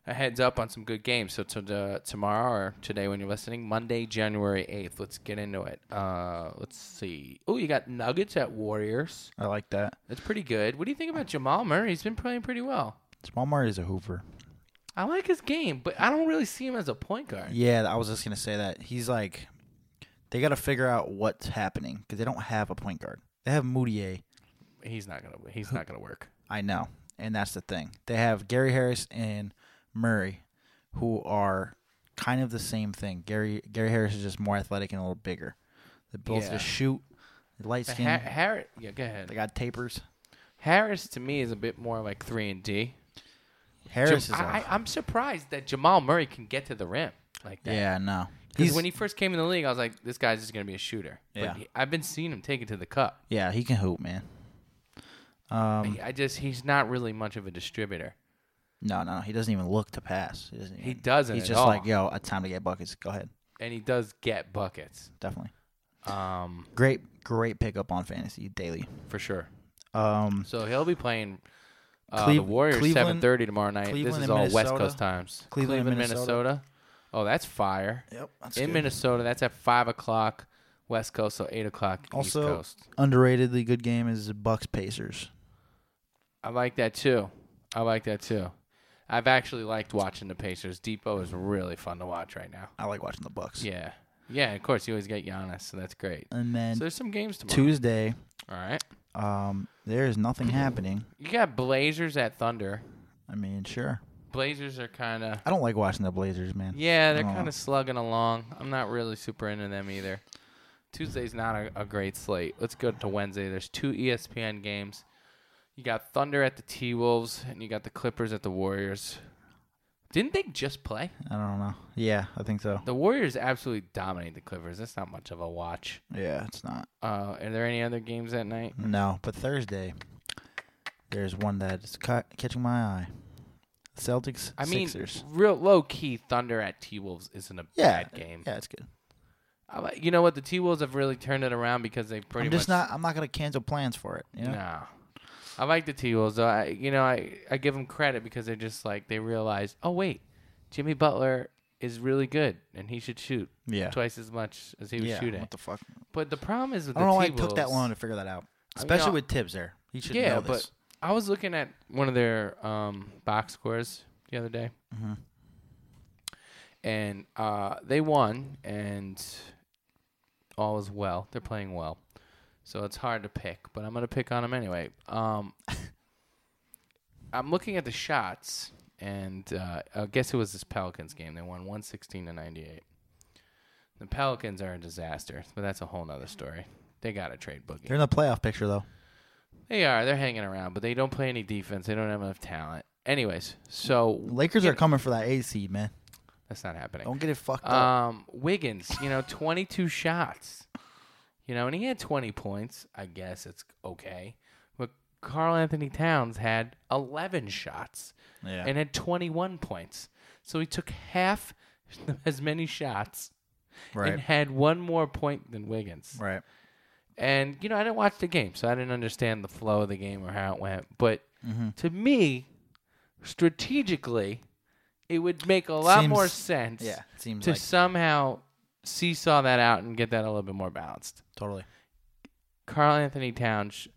Speaker 2: a heads up on some good games. So to the, tomorrow or today when you're listening, Monday, January eighth. Let's get into it. Uh, let's see. Oh, you got Nuggets at Warriors.
Speaker 1: I like that.
Speaker 2: That's pretty good. What do you think about Jamal Murray? He's been playing pretty well.
Speaker 1: Jamal Murray is a hooper.
Speaker 2: I like his game, but I don't really see him as a point guard.
Speaker 1: Yeah, I was just gonna say that he's like, they got to figure out what's happening because they don't have a point guard. They have Moutier,
Speaker 2: He's not gonna. He's not gonna work.
Speaker 1: I know, and that's the thing. They have Gary Harris and Murray, who are kind of the same thing. Gary Gary Harris is just more athletic and a little bigger. They both
Speaker 2: Yeah.
Speaker 1: just shoot, light
Speaker 2: But
Speaker 1: skin.
Speaker 2: Har- Harris, yeah, go ahead.
Speaker 1: they got tapers.
Speaker 2: Harris to me is a bit more like three and D.
Speaker 1: Harris
Speaker 2: Jam-
Speaker 1: is.
Speaker 2: I,
Speaker 1: a-
Speaker 2: I, I'm surprised that Jamal Murray can get to the rim like that.
Speaker 1: yeah, no.
Speaker 2: Because
Speaker 1: He's
Speaker 2: when he first came in the league, I was like, this guy's just going to be a shooter.
Speaker 1: Yeah.
Speaker 2: But he- I've been seeing him take it to the cup.
Speaker 1: yeah he can hoop, man. Um,
Speaker 2: He- I just, he's not really much of a distributor.
Speaker 1: no, no, he doesn't even look to pass. He doesn't.
Speaker 2: He
Speaker 1: even-
Speaker 2: doesn't
Speaker 1: He's
Speaker 2: at
Speaker 1: just
Speaker 2: all.
Speaker 1: like, yo, it's time to get buckets. Go ahead,
Speaker 2: And he does get buckets.
Speaker 1: definitely.
Speaker 2: Um,
Speaker 1: Great, great pickup on fantasy daily.
Speaker 2: for sure.
Speaker 1: Um,
Speaker 2: So he'll be playing uh, the
Speaker 1: Cleve-
Speaker 2: Warriors
Speaker 1: Cleveland-
Speaker 2: 7:30 tomorrow night.
Speaker 1: Cleveland
Speaker 2: this is
Speaker 1: and
Speaker 2: all West
Speaker 1: Minnesota.
Speaker 2: Coast times.
Speaker 1: Cleveland and Minnesota.
Speaker 2: Oh, that's fire.
Speaker 1: yep, that's
Speaker 2: in Minnesota, that's at five o'clock West Coast, so eight o'clock East
Speaker 1: Also,
Speaker 2: Coast.
Speaker 1: underratedly good game is Bucks Pacers.
Speaker 2: I like that too. I like that too. I've actually liked watching the Pacers. Depot is really fun to watch right now.
Speaker 1: I like watching the Bucks.
Speaker 2: Yeah. Yeah, of course. You always get Giannis, so that's great.
Speaker 1: And then
Speaker 2: So there's some games tomorrow.
Speaker 1: Tuesday,
Speaker 2: All right.
Speaker 1: um, there is nothing happening.
Speaker 2: You got Blazers at Thunder.
Speaker 1: I mean, sure.
Speaker 2: Blazers are kind of.
Speaker 1: I don't like watching the Blazers, man.
Speaker 2: Yeah, they're
Speaker 1: Oh.
Speaker 2: kind of slugging along. I'm not really super into them either. Tuesday's not a, a great slate. Let's go to Wednesday. There's two E ESPN games. You got Thunder at the T Wolves, and you got the Clippers at the Warriors. Didn't they just play?
Speaker 1: I don't know. Yeah, I think so.
Speaker 2: The Warriors absolutely dominate the Clippers. That's not much of a watch.
Speaker 1: Yeah, it's not.
Speaker 2: Uh, are there any other games that night?
Speaker 1: No, but Thursday, there's one that is ca- catching my eye. Celtics,
Speaker 2: I mean,
Speaker 1: Sixers.
Speaker 2: real low key Thunder at T Wolves isn't a
Speaker 1: Yeah,
Speaker 2: bad game.
Speaker 1: yeah, it's good.
Speaker 2: I like- you know what? The T Wolves have really turned it around because they pretty
Speaker 1: I'm just
Speaker 2: much
Speaker 1: not. I'm not gonna cancel plans for it. You know?
Speaker 2: No. I like the T Wolves though. I, you know, I, I give them credit because they're just like they realize, oh wait, Jimmy Butler is really good and he should shoot
Speaker 1: Yeah.
Speaker 2: twice as much as he was
Speaker 1: yeah.
Speaker 2: shooting.
Speaker 1: What the fuck?
Speaker 2: but the problem is with
Speaker 1: I don't know
Speaker 2: the
Speaker 1: why
Speaker 2: T
Speaker 1: it
Speaker 2: Wolves.
Speaker 1: took that long to figure that out.
Speaker 2: I mean,
Speaker 1: Especially
Speaker 2: I'll-
Speaker 1: with Tibbs there. He should
Speaker 2: Yeah,
Speaker 1: know
Speaker 2: but
Speaker 1: this.
Speaker 2: I was looking at one of their um, box scores the other day,
Speaker 1: Mhm.
Speaker 2: and uh, they won, and all is well. They're playing well, so it's hard to pick, but I'm gonna pick on them anyway. Um, I'm looking at the shots, and uh, I guess it was this Pelicans game. They won 116 to 98. The Pelicans are a disaster, but that's a whole nother story. They got to trade Boogie.
Speaker 1: They're in the playoff picture though.
Speaker 2: They are. They're hanging around, but they don't play any defense. They don't have enough talent. Anyways, so
Speaker 1: Lakers
Speaker 2: Yeah.
Speaker 1: are coming for that A seed, man.
Speaker 2: that's not happening.
Speaker 1: Don't get it fucked up.
Speaker 2: Um, Wiggins, you know, 22 shots. You know, and he had 20 points. I guess it's okay. But Carl Anthony Towns had 11 shots
Speaker 1: Yeah.
Speaker 2: Uh, and had 21 points. So he took half as many shots
Speaker 1: right.
Speaker 2: and had one more point than Wiggins.
Speaker 1: Right.
Speaker 2: And you know, I didn't watch the game, so I didn't understand the flow of the game or how it went. But
Speaker 1: Mm-hmm.
Speaker 2: to me, strategically, it would make a lot
Speaker 1: Seems-
Speaker 2: more sense
Speaker 1: Yeah. It seems
Speaker 2: to
Speaker 1: like
Speaker 2: somehow seesaw that out and get that a little bit more balanced.
Speaker 1: totally.
Speaker 2: Carl Anthony Towns sh-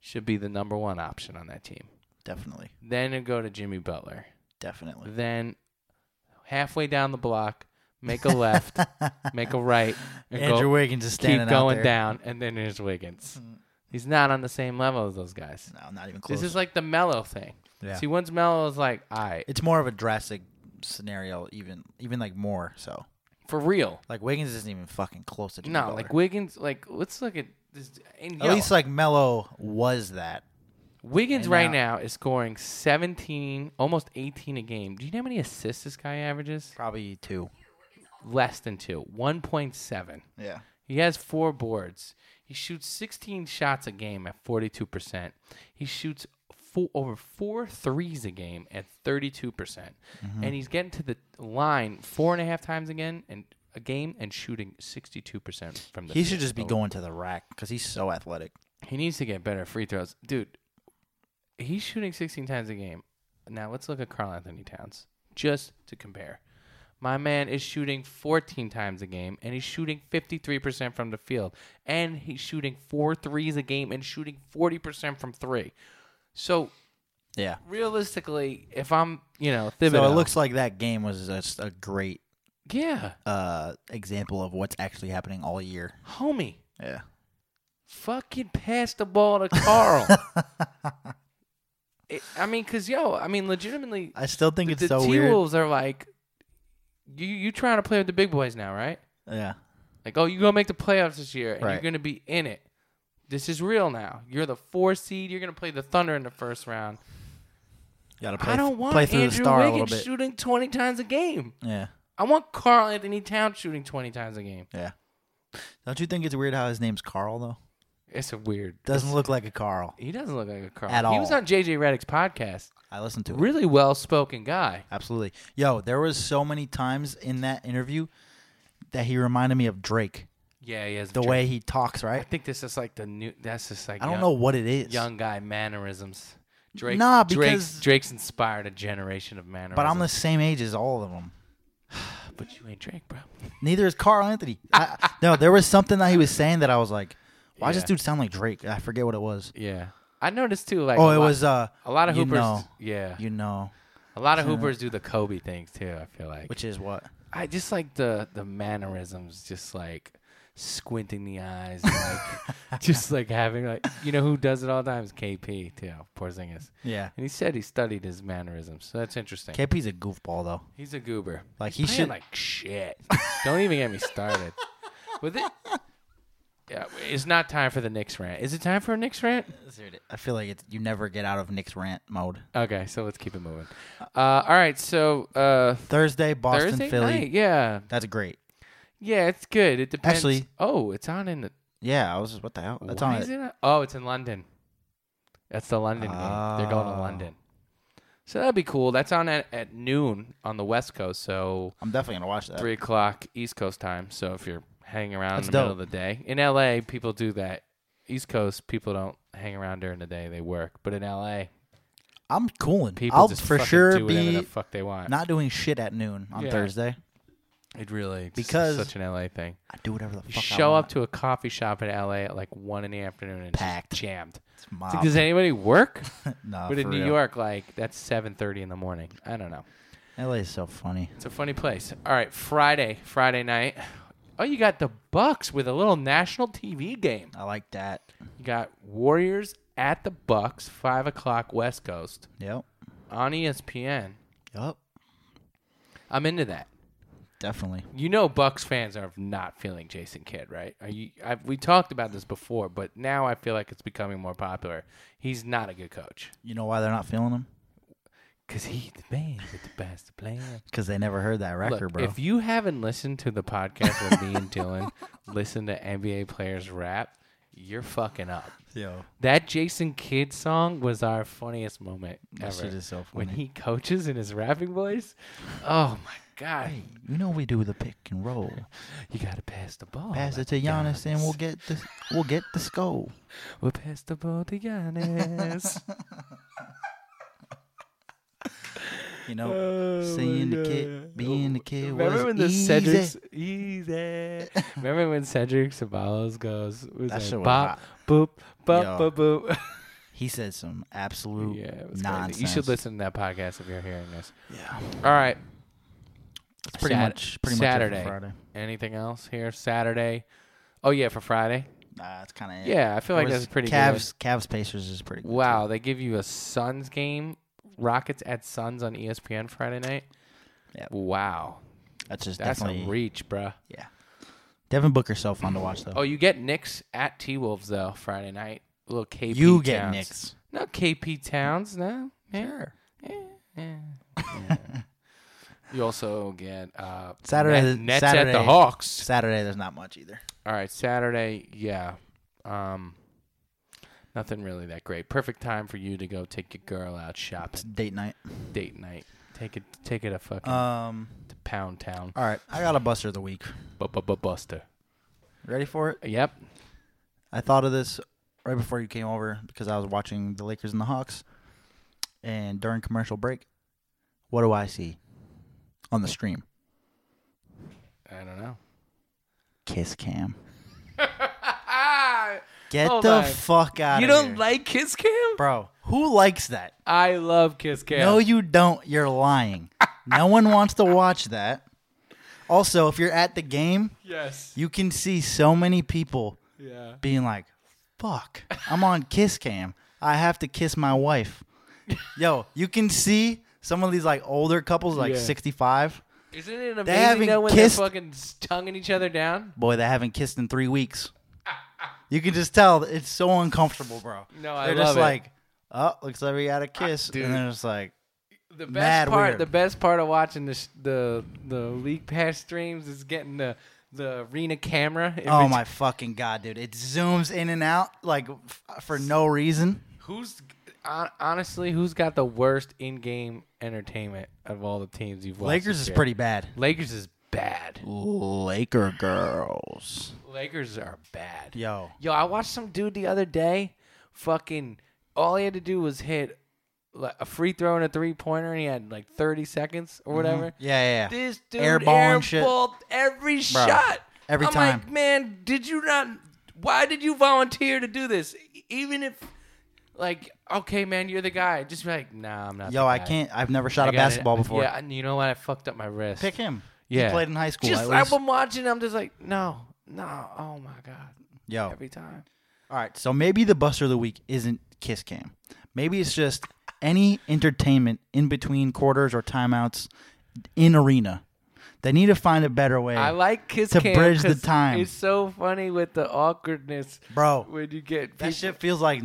Speaker 2: should be the number one option on that team.
Speaker 1: Definitely.
Speaker 2: Then it go to Jimmy Butler.
Speaker 1: Definitely.
Speaker 2: Then halfway down the block, make a left, make a right, and
Speaker 1: Andrew
Speaker 2: go,
Speaker 1: Wiggins is standing
Speaker 2: keep
Speaker 1: out
Speaker 2: going
Speaker 1: there. Mm.
Speaker 2: down, and then there's Wiggins. He's not on the same level as those guys.
Speaker 1: No, not even close.
Speaker 2: This is like the mellow thing.
Speaker 1: Yeah.
Speaker 2: See, once mellow is like, all right,
Speaker 1: it's more of a drastic scenario, even even like more so.
Speaker 2: for real.
Speaker 1: Like Wiggins isn't even fucking close to Jimmy
Speaker 2: No,
Speaker 1: Butler.
Speaker 2: like Wiggins, like let's look at this. And
Speaker 1: at
Speaker 2: yo,
Speaker 1: least like Melo was that.
Speaker 2: Wiggins
Speaker 1: and
Speaker 2: right now is scoring 17, almost 18 a game. Do you know how many assists this guy averages?
Speaker 1: Probably two.
Speaker 2: Less than two, 1.7.
Speaker 1: Yeah.
Speaker 2: He has four boards. He shoots 16 shots a game at percent. He shoots four, over four threes a game at 32%. percent
Speaker 1: Mm-hmm.
Speaker 2: And he's getting to the line four and a half times again and a game and shooting 62% from the
Speaker 1: He
Speaker 2: field. Oh,
Speaker 1: should just be
Speaker 2: So
Speaker 1: going to the rack because he's so athletic.
Speaker 2: He needs to get better free throws. Dude, he's shooting 16 times a game. Now let's look at Carl Anthony Towns just to compare. My man is shooting 14 times a game and he's shooting 53% from the field and he's shooting four threes a game and shooting 40% from three. So
Speaker 1: Yeah.
Speaker 2: realistically, if I'm, you know,
Speaker 1: So
Speaker 2: Thibodeau-
Speaker 1: it looks like that game was just a great
Speaker 2: yeah,
Speaker 1: uh, example of what's actually happening all year.
Speaker 2: homie,
Speaker 1: Yeah.
Speaker 2: fucking pass the ball to Carl. It- I mean, cause yo, I mean, legitimately,
Speaker 1: I still think it's
Speaker 2: the
Speaker 1: so
Speaker 2: T
Speaker 1: weird.
Speaker 2: Wolves are like, you you trying to play with the big boys now, right?
Speaker 1: Yeah.
Speaker 2: Like, oh, you're gonna make the playoffs this year, and you're
Speaker 1: Right.
Speaker 2: gonna be in it. This is real now. You're the four seed. You're gonna play the Thunder in the first round.
Speaker 1: Got to play,
Speaker 2: I don't want
Speaker 1: play through
Speaker 2: Andrew
Speaker 1: the star a
Speaker 2: Wiggins
Speaker 1: little bit.
Speaker 2: shooting 20 times a game.
Speaker 1: Yeah.
Speaker 2: I want Carl Anthony Towns shooting 20 times a game.
Speaker 1: Yeah. Don't you think it's weird how his name's Carl though?
Speaker 2: It's a weird.
Speaker 1: Doesn't look like a Carl.
Speaker 2: He doesn't look like a Carl.
Speaker 1: At
Speaker 2: He was
Speaker 1: all.
Speaker 2: on JJ Redick's podcast.
Speaker 1: I listened to it.
Speaker 2: Really well spoken guy.
Speaker 1: Absolutely. Yo, there was so many times in that interview that he reminded me of Drake.
Speaker 2: Yeah, he has
Speaker 1: The way he talks,
Speaker 2: I
Speaker 1: right?
Speaker 2: think this is like the new. That's just like
Speaker 1: I don't
Speaker 2: young-
Speaker 1: know what it is.
Speaker 2: young guy mannerisms. Drake,
Speaker 1: Nah,
Speaker 2: Drake's,
Speaker 1: because-
Speaker 2: Drake's inspired a generation of mannerisms.
Speaker 1: But I'm the same age as all of them.
Speaker 2: But you ain't Drake, bro.
Speaker 1: Neither is Carl Anthony. I, no, there was something that he was saying that I was like, why does
Speaker 2: Yeah.
Speaker 1: this dude sound like Drake? I forget what it was.
Speaker 2: Yeah, I noticed too. Like,
Speaker 1: oh,
Speaker 2: a
Speaker 1: it
Speaker 2: lot-
Speaker 1: was uh,
Speaker 2: a lot of
Speaker 1: you
Speaker 2: hoopers.
Speaker 1: know.
Speaker 2: yeah,
Speaker 1: you know,
Speaker 2: a lot of hoopers do the Kobe things too. I feel like
Speaker 1: which is what.
Speaker 2: I just like the the mannerisms, just like squinting the eyes, and like just like having like you know who does it all the time is KP too. Porzingis,
Speaker 1: Yeah,
Speaker 2: and he said he studied his mannerisms, so that's interesting.
Speaker 1: KP's a goofball though.
Speaker 2: He's a goober.
Speaker 1: Like,
Speaker 2: He's
Speaker 1: he
Speaker 2: playing
Speaker 1: should-
Speaker 2: like shit. Don't even get me started. But thi- Yeah, it's not time for the Knicks rant. Is it time for a Knicks rant?
Speaker 1: I feel like it's, you never get out of Nick's rant mode.
Speaker 2: Okay, so let's keep it moving. Uh, all right, so uh,
Speaker 1: Thursday, Boston,
Speaker 2: Thursday
Speaker 1: Philly.
Speaker 2: night, yeah,
Speaker 1: That's great.
Speaker 2: yeah, it's good. It depends.
Speaker 1: Actually-
Speaker 2: oh, it's on in the.
Speaker 1: Yeah, I was just what the hell? That's
Speaker 2: why
Speaker 1: on
Speaker 2: is
Speaker 1: it.
Speaker 2: it on- Oh, it's in London. That's the London game. They're going to
Speaker 1: Oh.
Speaker 2: London, so that'd be cool. That's on at, at noon on the West Coast, so
Speaker 1: I'm definitely gonna watch that.
Speaker 2: three o'clock East Coast time. So if you're hanging around
Speaker 1: That's
Speaker 2: in the middle
Speaker 1: dope.
Speaker 2: of the day in LA, people do that. East Coast people don't hang around during the day; they work. But in LA,
Speaker 1: I'm cooling.
Speaker 2: people
Speaker 1: I'll
Speaker 2: just
Speaker 1: for
Speaker 2: fucking
Speaker 1: sure
Speaker 2: do whatever
Speaker 1: be
Speaker 2: the fuck they want.
Speaker 1: not doing shit at noon on
Speaker 2: Yeah.
Speaker 1: Thursday.
Speaker 2: It really it's
Speaker 1: Because-
Speaker 2: such an LA thing.
Speaker 1: I do whatever the fuck.
Speaker 2: You
Speaker 1: I
Speaker 2: show up
Speaker 1: want.
Speaker 2: to a coffee shop in LA at like one in the afternoon and it's just
Speaker 1: Packed.
Speaker 2: jammed.
Speaker 1: It's
Speaker 2: It's
Speaker 1: mobbed.
Speaker 2: like, does anybody work?
Speaker 1: Nah,
Speaker 2: but in
Speaker 1: for
Speaker 2: New
Speaker 1: real.
Speaker 2: York, like that's seven thirty in the morning. I don't know.
Speaker 1: LA is so funny.
Speaker 2: It's a funny place. All right, Friday, Friday night. Oh, you got the Bucks with a little national TV game.
Speaker 1: I like that.
Speaker 2: You got Warriors at the Bucks, five o'clock West Coast
Speaker 1: Yep.
Speaker 2: on E ESPN.
Speaker 1: Yep.
Speaker 2: I'm into that.
Speaker 1: Definitely.
Speaker 2: You know, Bucks fans are not feeling Jason Kidd, right? Are you? i we talked about this before, but now I feel like it's becoming more popular. He's not a good coach
Speaker 1: You know why they're not feeling him?
Speaker 2: because he's the man with the best plan.
Speaker 1: Because they never heard that record,
Speaker 2: Look,
Speaker 1: bro.
Speaker 2: if you haven't listened to the podcast with me and Dylan listen to NBA players rap, you're fucking up.
Speaker 1: Yo,
Speaker 2: That Jason Kidd song was our funniest moment
Speaker 1: that
Speaker 2: ever.
Speaker 1: shit is so
Speaker 2: when
Speaker 1: funny.
Speaker 2: he coaches in his rapping voice, oh my god!
Speaker 1: hey, you know we do the pick and roll.
Speaker 2: You gotta pass the ball.
Speaker 1: Pass it
Speaker 2: like
Speaker 1: to Giannis, and we'll
Speaker 2: Giannis.
Speaker 1: get the we'll get the score.
Speaker 2: We'll pass the ball to Giannis.
Speaker 1: You
Speaker 2: Uh,
Speaker 1: know, Seeing the kid, being the kid
Speaker 2: Oh Remember
Speaker 1: was
Speaker 2: when the
Speaker 1: easy.
Speaker 2: Cedric's easy? Remember when Cedric Sabalos goes it was
Speaker 1: That shit
Speaker 2: like
Speaker 1: was
Speaker 2: bop,
Speaker 1: hot.
Speaker 2: boop, bop,
Speaker 1: Yo.
Speaker 2: boop, boop.
Speaker 1: he said some absolute
Speaker 2: yeah, it was
Speaker 1: nonsense.
Speaker 2: crazy. You should listen to that podcast if you're hearing this.
Speaker 1: Yeah,
Speaker 2: All right,
Speaker 1: it's pretty
Speaker 2: Sat-
Speaker 1: much pretty
Speaker 2: Saturday.
Speaker 1: much it for Friday.
Speaker 2: anything else here? Saturday. Oh yeah, for Friday.
Speaker 1: Nah, it's kind of
Speaker 2: Yeah, I feel like that's pretty good.
Speaker 1: Cavs Cavs Pacers is pretty. Good
Speaker 2: Wow, they give you a Suns game, Rockets at Suns on E ESPN Friday night.
Speaker 1: Yep.
Speaker 2: Wow,
Speaker 1: too. that's just
Speaker 2: that's
Speaker 1: definitely
Speaker 2: a reach, bruh.
Speaker 1: Devin Booker's so fun to watch though.
Speaker 2: Oh, you get Knicks at T Wolves though Friday night. little KP.
Speaker 1: you get
Speaker 2: Towns.
Speaker 1: Knicks.
Speaker 2: No KP Towns. No. Yeah.
Speaker 1: Sure.
Speaker 2: Yeah. yeah, yeah. you also get uh,
Speaker 1: Saturday-
Speaker 2: Net- Nets at the
Speaker 1: Saturday-
Speaker 2: Hawks.
Speaker 1: Saturday there's not much either.
Speaker 2: All right, Saturday. Yeah. Um. Nothing really that great. Perfect time for you to go take your girl out
Speaker 1: It's
Speaker 2: shopping.
Speaker 1: date night.
Speaker 2: Date night. Take it. Take it a fucking
Speaker 1: Um.
Speaker 2: to Pound Town.
Speaker 1: All right, I got a buster of the week.
Speaker 2: Buster.
Speaker 1: Ready for it?
Speaker 2: Yep.
Speaker 1: I thought of this right before you came over because I was watching the Lakers and the Hawks, and during commercial break, what do I see on the stream?
Speaker 2: I don't know.
Speaker 1: Kiss cam. Get
Speaker 2: Hold
Speaker 1: the
Speaker 2: on.
Speaker 1: fuck out.
Speaker 2: Ah, you
Speaker 1: of
Speaker 2: don't
Speaker 1: here.
Speaker 2: like Kiss Cam?
Speaker 1: bro. Who likes that?
Speaker 2: I love Kiss Cam.
Speaker 1: No, you don't. You're lying. no one wants to watch that. Also, if you're at the game,
Speaker 2: yes.
Speaker 1: you can see so many people
Speaker 2: Yeah.
Speaker 1: being like, fuck, I'm on Kiss Cam. I have to kiss my wife. Yo, you can see some of these like older couples, like
Speaker 2: Yeah.
Speaker 1: 65.
Speaker 2: Isn't it amazing
Speaker 1: haven't
Speaker 2: though when
Speaker 1: kissed-
Speaker 2: they're fucking tonguing each other down?
Speaker 1: Boy, they haven't kissed in three weeks. You can just tell that it's so uncomfortable, bro.
Speaker 2: No, I
Speaker 1: They're
Speaker 2: love
Speaker 1: just
Speaker 2: it.
Speaker 1: like, oh, looks like we got a kiss.
Speaker 2: dude.
Speaker 1: and they're just like,
Speaker 2: The best
Speaker 1: Mad
Speaker 2: part,
Speaker 1: weird.
Speaker 2: the best part of watching the sh- the the league pass streams is getting the the arena camera. in
Speaker 1: oh
Speaker 2: bet-
Speaker 1: my fucking God, dude. It zooms in and out like f- for no reason.
Speaker 2: Who's hon- honestly who's got the worst in game entertainment of all the teams you've watched?
Speaker 1: Lakers
Speaker 2: this
Speaker 1: is
Speaker 2: year?
Speaker 1: pretty bad.
Speaker 2: Lakers is bad.
Speaker 1: Laker girls.
Speaker 2: Lakers are bad.
Speaker 1: Yo.
Speaker 2: Yo, I watched some dude the other day. Fucking, all he had to do was hit like, a free throw and a three pointer, and he had like 30 seconds or whatever.
Speaker 1: Mm-hmm. Yeah, yeah, yeah.
Speaker 2: This dude
Speaker 1: Airballing shit.
Speaker 2: airballed every shot.
Speaker 1: every
Speaker 2: I'm like,
Speaker 1: time.
Speaker 2: man, did you not? Why did you volunteer to do this? E- Even if, like, okay, man, you're the guy. Just be like, nah, I'm not.
Speaker 1: Yo,
Speaker 2: the
Speaker 1: I
Speaker 2: guy.
Speaker 1: can't. I've never
Speaker 2: I
Speaker 1: shot a
Speaker 2: gotta-
Speaker 1: basketball before.
Speaker 2: Yeah, and you know what? I fucked up my wrist.
Speaker 1: Pick him.
Speaker 2: Yeah.
Speaker 1: He played in high school.
Speaker 2: Just
Speaker 1: at
Speaker 2: like
Speaker 1: least.
Speaker 2: I'm watching, I'm just like, no, no, oh my god,
Speaker 1: Yo.
Speaker 2: every time.
Speaker 1: All right. So maybe the buster of the week isn't kiss cam. Maybe it's just any entertainment in between quarters or timeouts in arena They need to find a better way.
Speaker 2: I like Kiss
Speaker 1: To
Speaker 2: Cam
Speaker 1: bridge the
Speaker 2: 'cause
Speaker 1: time.
Speaker 2: It's so funny with the awkwardness
Speaker 1: Bro,
Speaker 2: when you get people.
Speaker 1: that shit feels like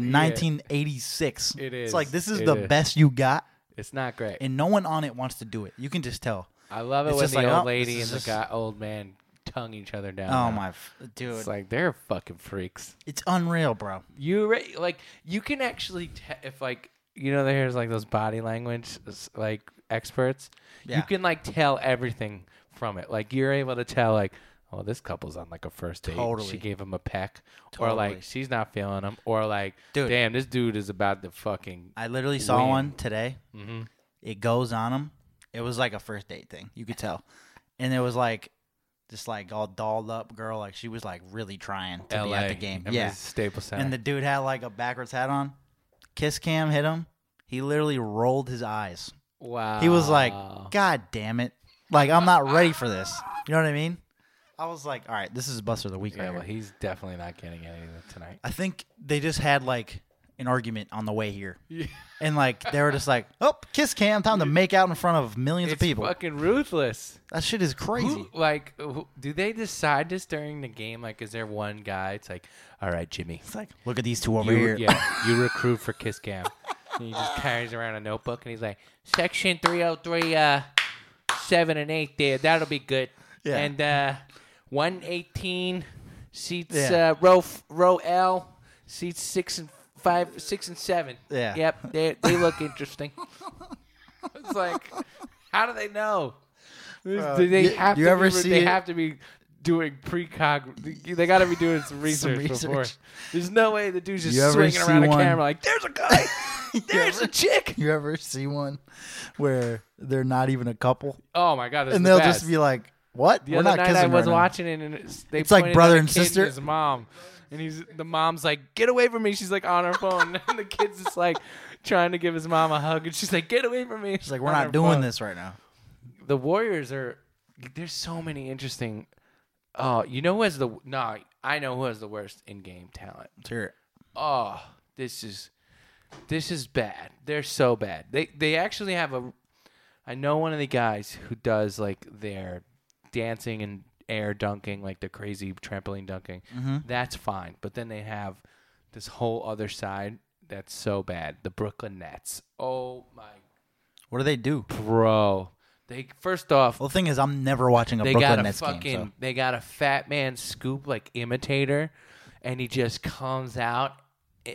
Speaker 1: 1986.
Speaker 2: It
Speaker 1: It's
Speaker 2: is.
Speaker 1: like this is
Speaker 2: It
Speaker 1: the
Speaker 2: is.
Speaker 1: best you got,
Speaker 2: It's not great.
Speaker 1: and no one on it wants to do it. You can just tell.
Speaker 2: I love it
Speaker 1: it's
Speaker 2: when
Speaker 1: just
Speaker 2: the
Speaker 1: like,
Speaker 2: old
Speaker 1: oh, this
Speaker 2: lady and
Speaker 1: is
Speaker 2: the
Speaker 1: just-
Speaker 2: guy, old man tongue each other down.
Speaker 1: Oh
Speaker 2: now.
Speaker 1: my, f- dude,
Speaker 2: It's
Speaker 1: it's,
Speaker 2: like they're fucking freaks.
Speaker 1: unreal, bro.
Speaker 2: You re- like you can actually te- if like you know there's like those body language s- like experts.
Speaker 1: Yeah.
Speaker 2: You can like tell everything from it. Like you're able to tell like oh this couple's on like a first date.
Speaker 1: Totally.
Speaker 2: She gave him a peck or
Speaker 1: Totally.
Speaker 2: like she's not feeling him or like
Speaker 1: Dude.
Speaker 2: damn this dude is about to fucking
Speaker 1: I literally saw
Speaker 2: Weird.
Speaker 1: one today. It goes on him. It was like a first date thing. You could tell, and it was like just like all dolled up girl. Like she was like really trying to be
Speaker 2: LA
Speaker 1: at the game.
Speaker 2: I mean,
Speaker 1: yeah,
Speaker 2: it's Staples Center.
Speaker 1: and the dude had like a backwards hat on. Kiss cam hit him. He literally rolled his eyes.
Speaker 2: wow.
Speaker 1: He was like,
Speaker 2: Ah.
Speaker 1: "God damn it! Like I'm not ready for this." You know what I mean? I was like, "All right, this is Buster of the Week." right
Speaker 2: yeah, well
Speaker 1: here."
Speaker 2: he's definitely not getting anything tonight.
Speaker 1: I think they just had like an argument on the way here,
Speaker 2: Yeah.
Speaker 1: and like they were just like, "Oh, kiss cam, time to make out in front of millions
Speaker 2: It's
Speaker 1: of people."
Speaker 2: fucking ruthless.
Speaker 1: That shit is crazy.
Speaker 2: Who, like, who, do they decide this during the game? Like, is there one guy? It's like, all right, Jimmy,
Speaker 1: It's like, look at these two over
Speaker 2: you,
Speaker 1: here.
Speaker 2: yeah, you recruit for Kiss Cam. and he just carries around a notebook and he's like, section 303, uh, 7 and 8 there. That'll be good.
Speaker 1: Yeah.
Speaker 2: And uh, 118 seats,
Speaker 1: Yeah.
Speaker 2: uh, row, f- row L, seats 6 and 5, 6 and 7.
Speaker 1: Yeah.
Speaker 2: Yep, they, they look interesting. it's like, how do they know? do they
Speaker 1: you-
Speaker 2: have
Speaker 1: you
Speaker 2: to
Speaker 1: ever
Speaker 2: be,
Speaker 1: see
Speaker 2: they
Speaker 1: it?
Speaker 2: have to be doing precog they got to be doing some research, before
Speaker 1: research.
Speaker 2: there's no way the dude's just
Speaker 1: You ever
Speaker 2: swinging around
Speaker 1: see
Speaker 2: a
Speaker 1: one-
Speaker 2: camera like there's a guy there's a chick
Speaker 1: You ever see one where they're not even a couple,
Speaker 2: oh my god this
Speaker 1: and
Speaker 2: is the
Speaker 1: they'll
Speaker 2: best.
Speaker 1: just be like, "What?
Speaker 2: the other night I
Speaker 1: right
Speaker 2: was
Speaker 1: now."
Speaker 2: watching it and it's, they
Speaker 1: It's like
Speaker 2: pointed
Speaker 1: brother
Speaker 2: at a
Speaker 1: and
Speaker 2: kid
Speaker 1: sister.
Speaker 2: his mom and he's the mom's like get away from me she's like on her phone and the kid's just like trying to give his mom a hug and she's like get away from me
Speaker 1: It's like we're
Speaker 2: on
Speaker 1: not
Speaker 2: her
Speaker 1: doing
Speaker 2: phone.
Speaker 1: this right now."
Speaker 2: the Warriors are. There's so many interesting. Oh, you know who has the no? I know who has the worst in-game talent.
Speaker 1: Let's hear it.
Speaker 2: Oh, this is this is bad. They're so bad. They they actually have a. I know one of the guys who does like their dancing and air dunking, like the crazy trampoline dunking. That's fine, but then they have this whole other side that's so bad. The Brooklyn Nets. Oh my,
Speaker 1: What do they do?
Speaker 2: bro. They first off,
Speaker 1: Well, the thing is, I'm never watching a
Speaker 2: they
Speaker 1: Brooklyn
Speaker 2: got a
Speaker 1: Nets
Speaker 2: fucking
Speaker 1: game. so-
Speaker 2: they got a fat man scoop like imitator and he just comes out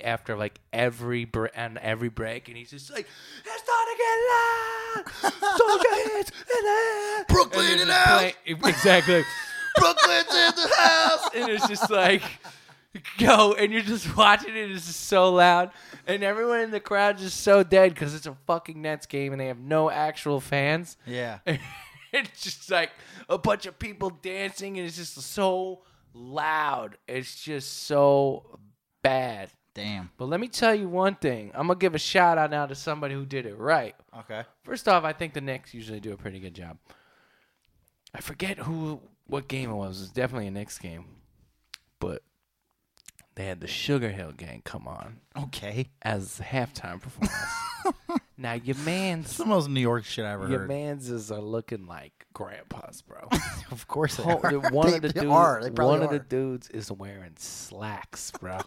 Speaker 2: after like every br- and every break and he's just like it's time to get loud Throw your hands in the air."
Speaker 1: Brooklyn
Speaker 2: And
Speaker 1: in
Speaker 2: they're just
Speaker 1: the
Speaker 2: playing- exactly
Speaker 1: Brooklyn's in the house.
Speaker 2: and it's just like go and you're just watching it it's just so loud and everyone in the crowd's just so dead because it's a fucking Nets game and they have no actual fans
Speaker 1: Yeah.
Speaker 2: it's just like a bunch of people dancing and it's just so loud it's just so bad
Speaker 1: Damn.
Speaker 2: but let me tell you one thing i'm gonna give a shout out now to somebody who did it right
Speaker 1: Okay.
Speaker 2: first off i think the knicks usually do a pretty good job i forget who what game it was it was definitely a knicks game but they had the sugar hill gang come on
Speaker 1: Okay.
Speaker 2: as halftime performance now your man's
Speaker 1: It's the most New York shit I ever
Speaker 2: your
Speaker 1: heard.
Speaker 2: man's is are looking like grandpas, bro.
Speaker 1: Of course, they
Speaker 2: Oh,
Speaker 1: are.
Speaker 2: the- one of
Speaker 1: They-
Speaker 2: the
Speaker 1: they
Speaker 2: dudes,
Speaker 1: are. They probably
Speaker 2: one of the
Speaker 1: are.
Speaker 2: dudes is wearing slacks, bro.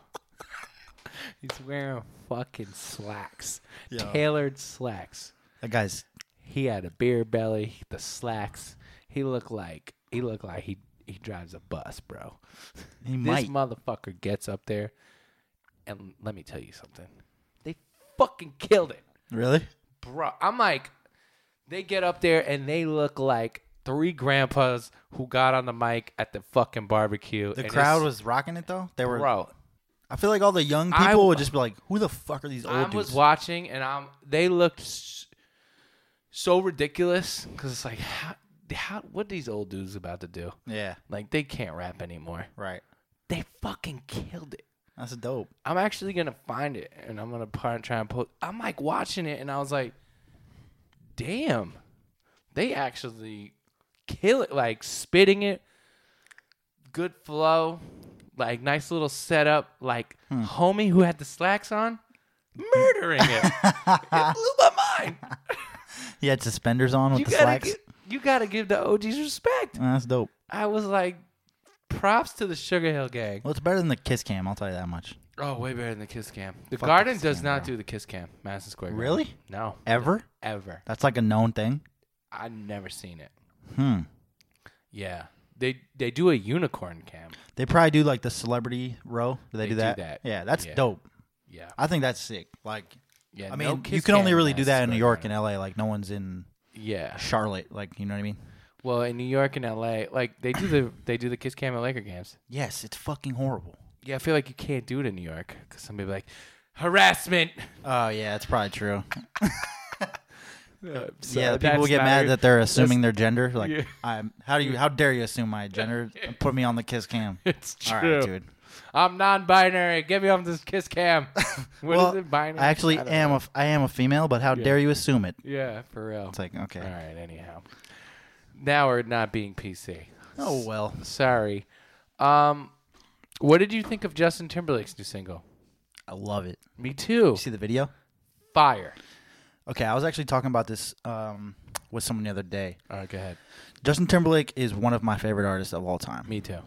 Speaker 2: He's wearing fucking slacks,
Speaker 1: Yeah.
Speaker 2: tailored slacks.
Speaker 1: That guy's
Speaker 2: He had a beer belly, the slacks. He looked like he looked like he he drives a bus, bro.
Speaker 1: he
Speaker 2: This
Speaker 1: might.
Speaker 2: motherfucker gets up there, and let me tell you something. They fucking killed it
Speaker 1: really?
Speaker 2: bro. I'm like, they get up there and they look like three grandpas who got on the mic at the fucking barbecue.
Speaker 1: The crowd was rocking it though. They were.
Speaker 2: bro.
Speaker 1: I feel like all the young people
Speaker 2: I-
Speaker 1: would just be like, "Who the fuck are these old
Speaker 2: I
Speaker 1: dudes?"
Speaker 2: was watching and I'm. They looked s- so ridiculous because it's like, how, how, what are these old dudes about to do?
Speaker 1: yeah.
Speaker 2: Like they can't rap anymore.
Speaker 1: Right.
Speaker 2: They fucking killed it.
Speaker 1: That's dope.
Speaker 2: I'm actually gonna find it and I'm gonna par- try and post. I'm like watching it and I was like, damn, they actually kill it. Like spitting it, good flow, like nice little setup. Like
Speaker 1: Hmm.
Speaker 2: homie who had the slacks on, murdering it. it blew my mind.
Speaker 1: He had suspenders on with
Speaker 2: You
Speaker 1: the
Speaker 2: gotta
Speaker 1: slacks.
Speaker 2: get, you got to give the OGs respect.
Speaker 1: Nah, that's dope.
Speaker 2: I was like, props to the Sugar Hill gang.
Speaker 1: Well, it's better than the Kiss Cam. I'll tell you that much.
Speaker 2: Oh, way better than the Kiss Cam. The
Speaker 1: Fuck
Speaker 2: Garden
Speaker 1: Kiss
Speaker 2: does
Speaker 1: Cam,
Speaker 2: not
Speaker 1: bro.
Speaker 2: do the Kiss Cam, Madison Square Garden.
Speaker 1: Really?
Speaker 2: No.
Speaker 1: Ever?
Speaker 2: Ever.
Speaker 1: That's like a known thing.
Speaker 2: I've never seen it.
Speaker 1: Hmm.
Speaker 2: Yeah. They they do a unicorn cam.
Speaker 1: They probably do like the celebrity row. Do they,
Speaker 2: They
Speaker 1: do
Speaker 2: do
Speaker 1: that?
Speaker 2: that.
Speaker 1: Yeah, that's
Speaker 2: Yeah.
Speaker 1: dope.
Speaker 2: Yeah.
Speaker 1: I think that's sick. Like,
Speaker 2: Yeah.
Speaker 1: I
Speaker 2: no
Speaker 1: mean, you
Speaker 2: Kiss
Speaker 1: can only
Speaker 2: Cam
Speaker 1: really do
Speaker 2: Madison
Speaker 1: that in New
Speaker 2: Square
Speaker 1: York
Speaker 2: Garden.
Speaker 1: and L.A. Like, no one's in
Speaker 2: Yeah.
Speaker 1: Charlotte. Like, you know what I mean?
Speaker 2: Well, in New York and LA, like they do the they do the Kiss Cam at Laker games.
Speaker 1: Yes, it's fucking horrible.
Speaker 2: Yeah, I feel like you can't do it in New York because somebody be like harassment.
Speaker 1: Oh yeah, it's probably true.
Speaker 2: Uh, so
Speaker 1: yeah, the
Speaker 2: that's
Speaker 1: people get
Speaker 2: not
Speaker 1: mad
Speaker 2: a-
Speaker 1: that they're assuming their gender. Like,
Speaker 2: Yeah.
Speaker 1: I'm how do you how dare you assume my gender? Put me on the kiss cam.
Speaker 2: it's true.
Speaker 1: All right, dude.
Speaker 2: I'm non-binary. Get me off this Kiss Cam. What is
Speaker 1: well,
Speaker 2: it? Binary.
Speaker 1: I actually
Speaker 2: don't
Speaker 1: am
Speaker 2: know.
Speaker 1: a f- I am a female, but how dare you assume it?
Speaker 2: yeah, for real.
Speaker 1: It's like okay.
Speaker 2: All right. Anyhow, now we're not being PC.
Speaker 1: Oh well.
Speaker 2: Sorry. Um, what did you think of Justin Timberlake's new single?
Speaker 1: I love it.
Speaker 2: Me too.
Speaker 1: You see the video?
Speaker 2: Fire.
Speaker 1: Okay, I was actually talking about this um, with someone the other day.
Speaker 2: All right, go ahead.
Speaker 1: Justin Timberlake is one of my favorite artists of all time.
Speaker 2: Me too.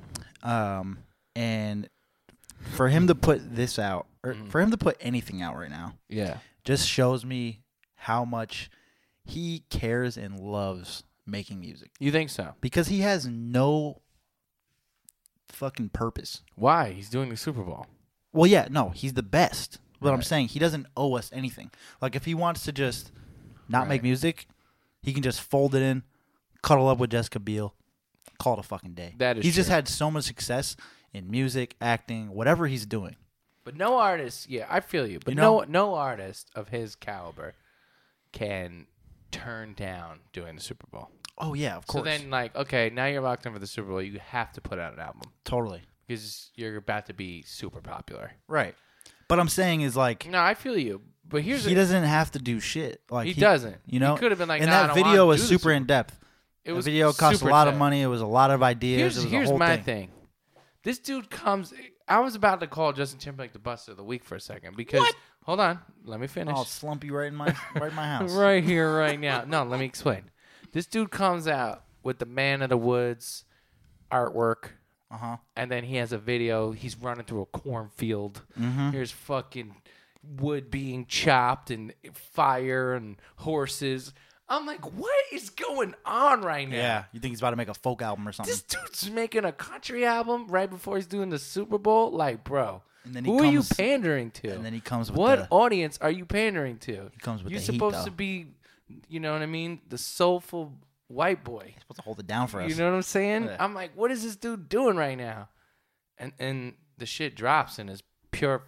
Speaker 1: Um, and for him to put this out, or
Speaker 2: Mm.
Speaker 1: for him to put anything out right now,
Speaker 2: Yeah.
Speaker 1: just shows me how much he cares and loves making music
Speaker 2: You think so?
Speaker 1: because he has no fucking purpose.
Speaker 2: Why? He's doing the Super Bowl.
Speaker 1: Well, yeah, no, he's the best. But I'm
Speaker 2: Right.
Speaker 1: saying he doesn't owe us anything. Like if he wants to just not
Speaker 2: Right.
Speaker 1: make music, he can just fold it in, cuddle up with Jessica Biel, call it a fucking day.
Speaker 2: That is
Speaker 1: He's just
Speaker 2: true.
Speaker 1: had so much success in music, acting, whatever he's doing.
Speaker 2: But no artist, yeah, I feel you.
Speaker 1: You
Speaker 2: But
Speaker 1: know-
Speaker 2: no no artist of his caliber can turn down doing the Super Bowl.
Speaker 1: Oh yeah, of
Speaker 2: So
Speaker 1: course.
Speaker 2: then like, okay, now you're locked in for the Super Bowl, you have to put out an album
Speaker 1: totally.
Speaker 2: because you're about to be super popular.
Speaker 1: Right. But I'm saying is like
Speaker 2: No, I feel you. But here's
Speaker 1: he
Speaker 2: the-
Speaker 1: doesn't have to do shit. Like
Speaker 2: He doesn't. He
Speaker 1: You know,
Speaker 2: could've been like,
Speaker 1: and
Speaker 2: "Nah, I
Speaker 1: that
Speaker 2: don't wanna
Speaker 1: video was
Speaker 2: do the
Speaker 1: super
Speaker 2: Super
Speaker 1: in depth.
Speaker 2: it
Speaker 1: The
Speaker 2: was
Speaker 1: video cost a
Speaker 2: super
Speaker 1: lot of
Speaker 2: tough.
Speaker 1: money. It was a lot of ideas.
Speaker 2: Here's,
Speaker 1: it was a
Speaker 2: here's
Speaker 1: whole
Speaker 2: my
Speaker 1: thing.
Speaker 2: thing. This dude comes. I was about to call Justin Timberlake the bust of the week for a second because hold on, let me finish.
Speaker 1: I'll slump you right in my right in my house.
Speaker 2: right here, right now. No, let me explain. This dude comes out with the Man of the Woods artwork,
Speaker 1: Uh huh.
Speaker 2: and then he has a video. He's running through a cornfield.
Speaker 1: Mm-hmm.
Speaker 2: Here's fucking wood being chopped and fire and horses. I'm like, what is going on right now?
Speaker 1: Yeah, you think he's about to make a folk album or something?
Speaker 2: This dude's making a country album right before he's doing the Super Bowl. Like, bro,
Speaker 1: And then he
Speaker 2: who are you
Speaker 1: comes-
Speaker 2: pandering to?
Speaker 1: and then he comes with
Speaker 2: what
Speaker 1: the-
Speaker 2: audience are you pandering to? He
Speaker 1: comes with
Speaker 2: You're
Speaker 1: the heat,
Speaker 2: supposed
Speaker 1: though.
Speaker 2: to be, you know what I mean, the soulful white boy.
Speaker 1: supposed to hold it down for us.
Speaker 2: You know what I'm saying?
Speaker 1: Yeah.
Speaker 2: I'm like, what is this dude doing right now? And and the shit drops and it's pure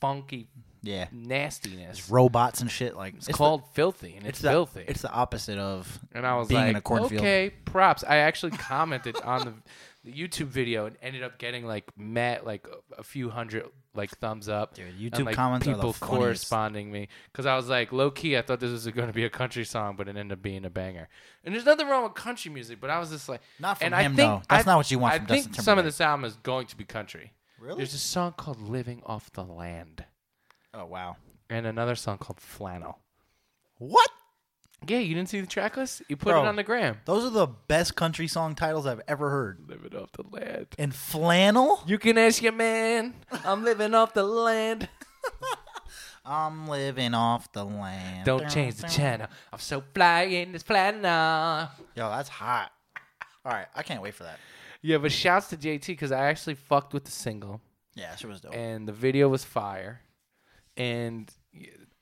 Speaker 2: funky
Speaker 1: yeah,
Speaker 2: nastiness.
Speaker 1: robots and shit. Like
Speaker 2: It's, called filthy and
Speaker 1: The,
Speaker 2: it's,
Speaker 1: it's the,
Speaker 2: filthy.
Speaker 1: It's the opposite of.
Speaker 2: And I was
Speaker 1: being
Speaker 2: like,
Speaker 1: in a cornfield.
Speaker 2: okay, props. I actually commented on the, the YouTube video and ended up getting like met like a, a few hundred like thumbs up.
Speaker 1: Dude,
Speaker 2: and,
Speaker 1: YouTube
Speaker 2: like,
Speaker 1: comments are the
Speaker 2: people
Speaker 1: funniest.
Speaker 2: corresponding me because I was like, low key, I thought this was going to be a country song, but it ended up being a banger. And there's nothing wrong with country music, but I was just like,
Speaker 1: Not from
Speaker 2: and
Speaker 1: him,
Speaker 2: I
Speaker 1: though.
Speaker 2: think,
Speaker 1: That's
Speaker 2: I-
Speaker 1: not what you want
Speaker 2: I
Speaker 1: from
Speaker 2: think
Speaker 1: Justin
Speaker 2: some of
Speaker 1: Timberlake.
Speaker 2: this album is going to be country.
Speaker 1: Really?
Speaker 2: There's a song called "Living Off the Land"
Speaker 1: Oh wow.
Speaker 2: and another song called "Flannel."
Speaker 1: What?
Speaker 2: Yeah, you didn't see the track list? You put
Speaker 1: Bro.
Speaker 2: it on the gram.
Speaker 1: Those are the best country song titles I've ever heard.
Speaker 2: Living off the land.
Speaker 1: And flannel.
Speaker 2: You can ask your man. I'm living off the land.
Speaker 1: I'm living off the land.
Speaker 2: Don't change the channel. I'm so fly in this platinum.
Speaker 1: Yo, that's hot. All right, I can't wait for that.
Speaker 2: Yeah, but shouts to JT because I actually fucked with the single
Speaker 1: Yeah, that shit was dope.
Speaker 2: and the video was fire. And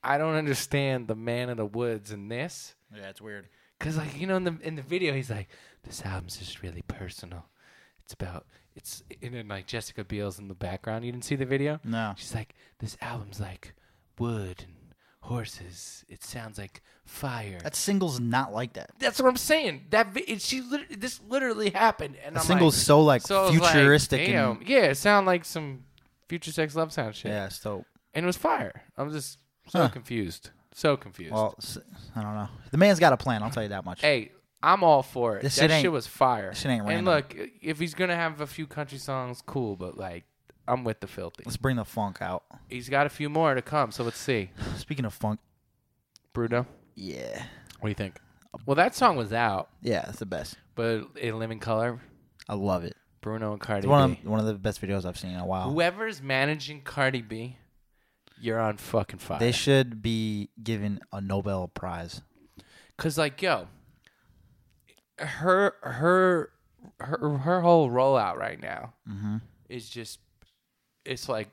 Speaker 2: I don't understand the man in the woods in this
Speaker 1: yeah, it's weird.
Speaker 2: because, like, you know, in the in the video, he's like, "This album's just really personal. It's about it's and then like Jessica Biel's in the background. You didn't see the video?
Speaker 1: No.
Speaker 2: She's like, this album's like wood and horses. It sounds like fire.
Speaker 1: That single's not like that.
Speaker 2: That's what I'm saying. That vi- it, she literally, this literally happened, and
Speaker 1: The
Speaker 2: I'm
Speaker 1: single's so like
Speaker 2: like, so I was like,
Speaker 1: futuristic
Speaker 2: damn.
Speaker 1: and
Speaker 2: yeah, it sounded like some future sex love sound shit.
Speaker 1: yeah, it's dope.
Speaker 2: and it was fire. I'm just so
Speaker 1: Huh.
Speaker 2: confused, so confused.
Speaker 1: Well, s- I don't know. The man's got a plan. I'll tell you that much.
Speaker 2: hey, I'm all for it.
Speaker 1: This
Speaker 2: that
Speaker 1: shit ain't-
Speaker 2: shit was fire.
Speaker 1: this shit ain't
Speaker 2: and
Speaker 1: random.
Speaker 2: look, if he's gonna have a few country songs, cool. But like, I'm with the filthy.
Speaker 1: Let's bring the funk out.
Speaker 2: He's got a few more to come, so let's see.
Speaker 1: Speaking of funk,
Speaker 2: Bruno,
Speaker 1: yeah,
Speaker 2: what do you think? Well, that song was out,
Speaker 1: Yeah, it's the best.
Speaker 2: but in Living Color,
Speaker 1: I love it.
Speaker 2: Bruno and Cardi
Speaker 1: It's one
Speaker 2: B.
Speaker 1: of one of the best videos I've seen in a while.
Speaker 2: Whoever's managing Cardi B, you're on fucking fire.
Speaker 1: They should be given a Nobel Prize.
Speaker 2: Cause like yo, her her her her whole rollout right now
Speaker 1: Mm-hmm.
Speaker 2: is just it's like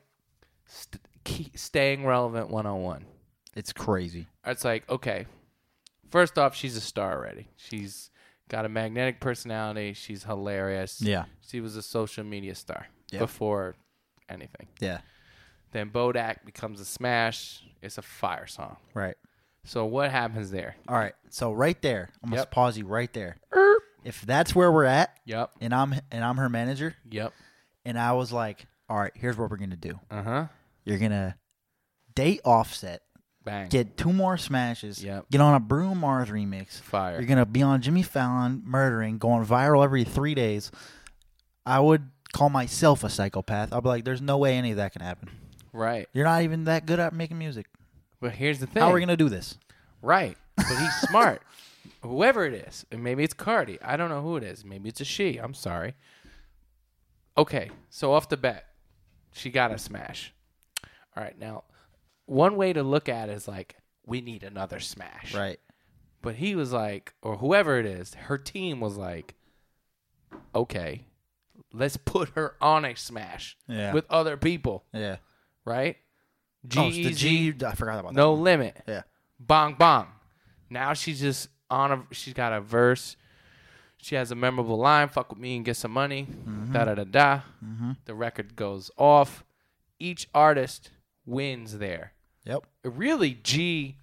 Speaker 2: st- key, staying relevant one on one.
Speaker 1: It's crazy.
Speaker 2: It's like okay, first off, she's a star already. She's got a magnetic personality. She's hilarious.
Speaker 1: Yeah.
Speaker 2: she was a social media star
Speaker 1: Yeah.
Speaker 2: before anything.
Speaker 1: Yeah.
Speaker 2: Then Bodak becomes a smash. It's a fire song.
Speaker 1: Right.
Speaker 2: So what happens there?
Speaker 1: All right. So right there, I'm gonna
Speaker 2: Yep.
Speaker 1: pause you right there. If that's where we're at,
Speaker 2: Yep.
Speaker 1: and I'm and I'm her manager,
Speaker 2: Yep.
Speaker 1: and I was like, all right, here's what we're gonna do.
Speaker 2: Uh huh.
Speaker 1: You're gonna date Offset,
Speaker 2: Bang.
Speaker 1: get two more smashes,
Speaker 2: Yep.
Speaker 1: get on a Bruno Mars remix,
Speaker 2: fire.
Speaker 1: You're gonna be on Jimmy Fallon, murdering, going viral every three days. I would call myself a psychopath. I'll be like, there's no way any of that can happen.
Speaker 2: Right.
Speaker 1: You're not even that good at making music.
Speaker 2: But here's the thing.
Speaker 1: How are we gonna do this?
Speaker 2: right. But he's smart. Whoever it is, and maybe it's Cardi. I don't know who it is. Maybe it's a she. I'm sorry. Okay. So off the bat, she got a smash. All right. Now, one way to look at it is like we need another smash.
Speaker 1: Right.
Speaker 2: But he was like, or whoever it is, her team was like, okay, let's put her on a smash
Speaker 1: Yeah.
Speaker 2: with other people,
Speaker 1: Yeah.
Speaker 2: right?
Speaker 1: oh, it's the
Speaker 2: G-Eazy,
Speaker 1: G. I forgot about
Speaker 2: no limit.
Speaker 1: that. Yeah.
Speaker 2: bong bong. Now she's just on a she's got a verse. She has a memorable line, fuck with me and get some money.
Speaker 1: Mm-hmm.
Speaker 2: Da da da da. The record goes off. Each artist wins there.
Speaker 1: Yep.
Speaker 2: Really G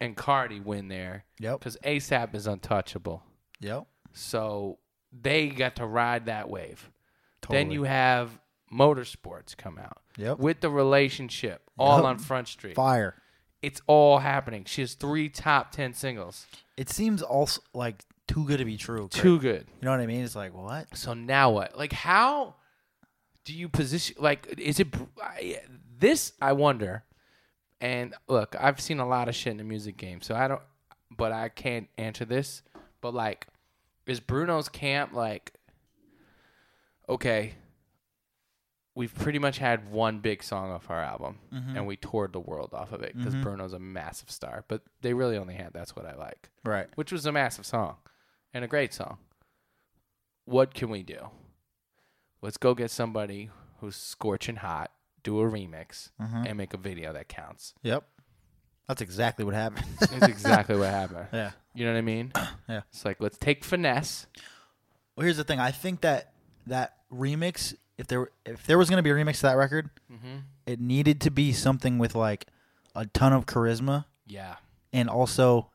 Speaker 2: and Cardi win there.
Speaker 1: Yep.
Speaker 2: Because ASAP is untouchable.
Speaker 1: Yep.
Speaker 2: So they got to ride that wave. Then
Speaker 1: Totally.
Speaker 2: you have motorsports come out.
Speaker 1: Yep.
Speaker 2: With the relationship all
Speaker 1: Yup.
Speaker 2: on Front Street
Speaker 1: Fire.
Speaker 2: it's all happening. She has three top ten singles.
Speaker 1: It seems also like too good to be true. Kurt.
Speaker 2: Too good.
Speaker 1: You know what I mean? It's like what?
Speaker 2: So now what? Like how do you position? Like is it I- this? I wonder. And look, I've seen a lot of shit in the music game, so I don't. But I can't answer this. But like, is Bruno's camp like? Okay, we've pretty much had one big song off our album, and we toured the world off of it because Bruno's a massive star. But they really only had "That's What I Like."
Speaker 1: Right.
Speaker 2: which was a massive song and a great song. What can we do? Let's go get somebody who's scorching hot, do a remix, and make a video that counts.
Speaker 1: Mm-hmm. Yep. That's exactly what happened.
Speaker 2: That's exactly what happened.
Speaker 1: yeah.
Speaker 2: You know what I mean?
Speaker 1: Yeah.
Speaker 2: It's like let's take finesse.
Speaker 1: Well, here's the thing. I think that that remix, if there if there was going to be a remix to that record,
Speaker 2: Mm-hmm.
Speaker 1: it needed to be something with like a ton of charisma,
Speaker 2: Yeah.
Speaker 1: and also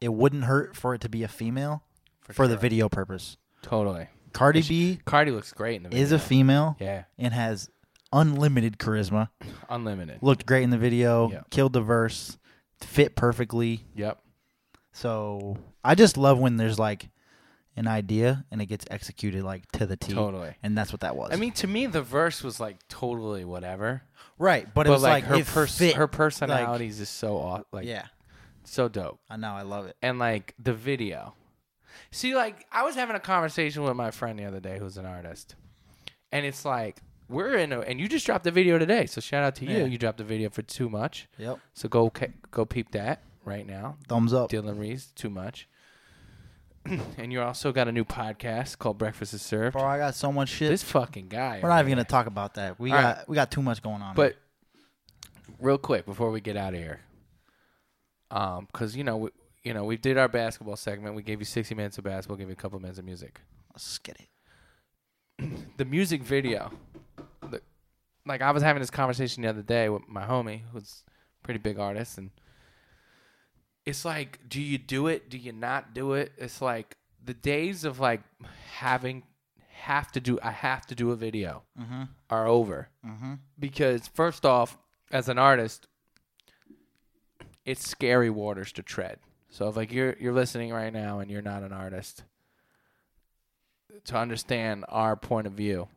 Speaker 1: it wouldn't hurt for it to be a female for, the
Speaker 2: sure.
Speaker 1: video purpose.
Speaker 2: Totally.
Speaker 1: Cardi B
Speaker 2: Cardi looks great in the video.
Speaker 1: is a female
Speaker 2: yeah.
Speaker 1: and has unlimited charisma.
Speaker 2: Unlimited.
Speaker 1: Looked great in the video.
Speaker 2: Yeah.
Speaker 1: Killed the verse. Fit perfectly.
Speaker 2: Yep.
Speaker 1: So I just love when there's like an idea and it gets executed like to the T.
Speaker 2: Totally.
Speaker 1: And that's what that was.
Speaker 2: I mean, to me, the verse was like totally whatever.
Speaker 1: right, but, it
Speaker 2: But
Speaker 1: was
Speaker 2: like,
Speaker 1: like,
Speaker 2: her
Speaker 1: it
Speaker 2: pers-
Speaker 1: fit.
Speaker 2: her personality is just so aw- like
Speaker 1: yeah,
Speaker 2: so dope.
Speaker 1: I know. I love it.
Speaker 2: and like the video. See, like I was having a conversation with my friend the other day who's an artist, and it's like we're in a and you just dropped the video today, so shout out to you.
Speaker 1: Yeah.
Speaker 2: You dropped the video for too much,
Speaker 1: Yep.
Speaker 2: so go ca- go peep that right now.
Speaker 1: Thumbs up.
Speaker 2: Dylan Reese, too much, and you also got a new podcast called Breakfast is Served.
Speaker 1: Bro, I got so much shit.
Speaker 2: This fucking guy.
Speaker 1: We're not even gonna talk about that. We
Speaker 2: All
Speaker 1: got we got too much going on.
Speaker 2: But real quick before we get out of here, um, because you know we, you know we did our basketball segment. We gave you sixty minutes of basketball. Gave you a couple minutes of music.
Speaker 1: let's get it.
Speaker 2: The music video, the, like I was having this conversation the other day with my homie, who's a pretty big artist, and it's like, do you do it? Do you not do it? It's like the days of like having have to do. I have to do a video are over because first off, as an artist, it's scary waters to tread. So if like you're you're listening right now and you're not an artist, to understand our point of view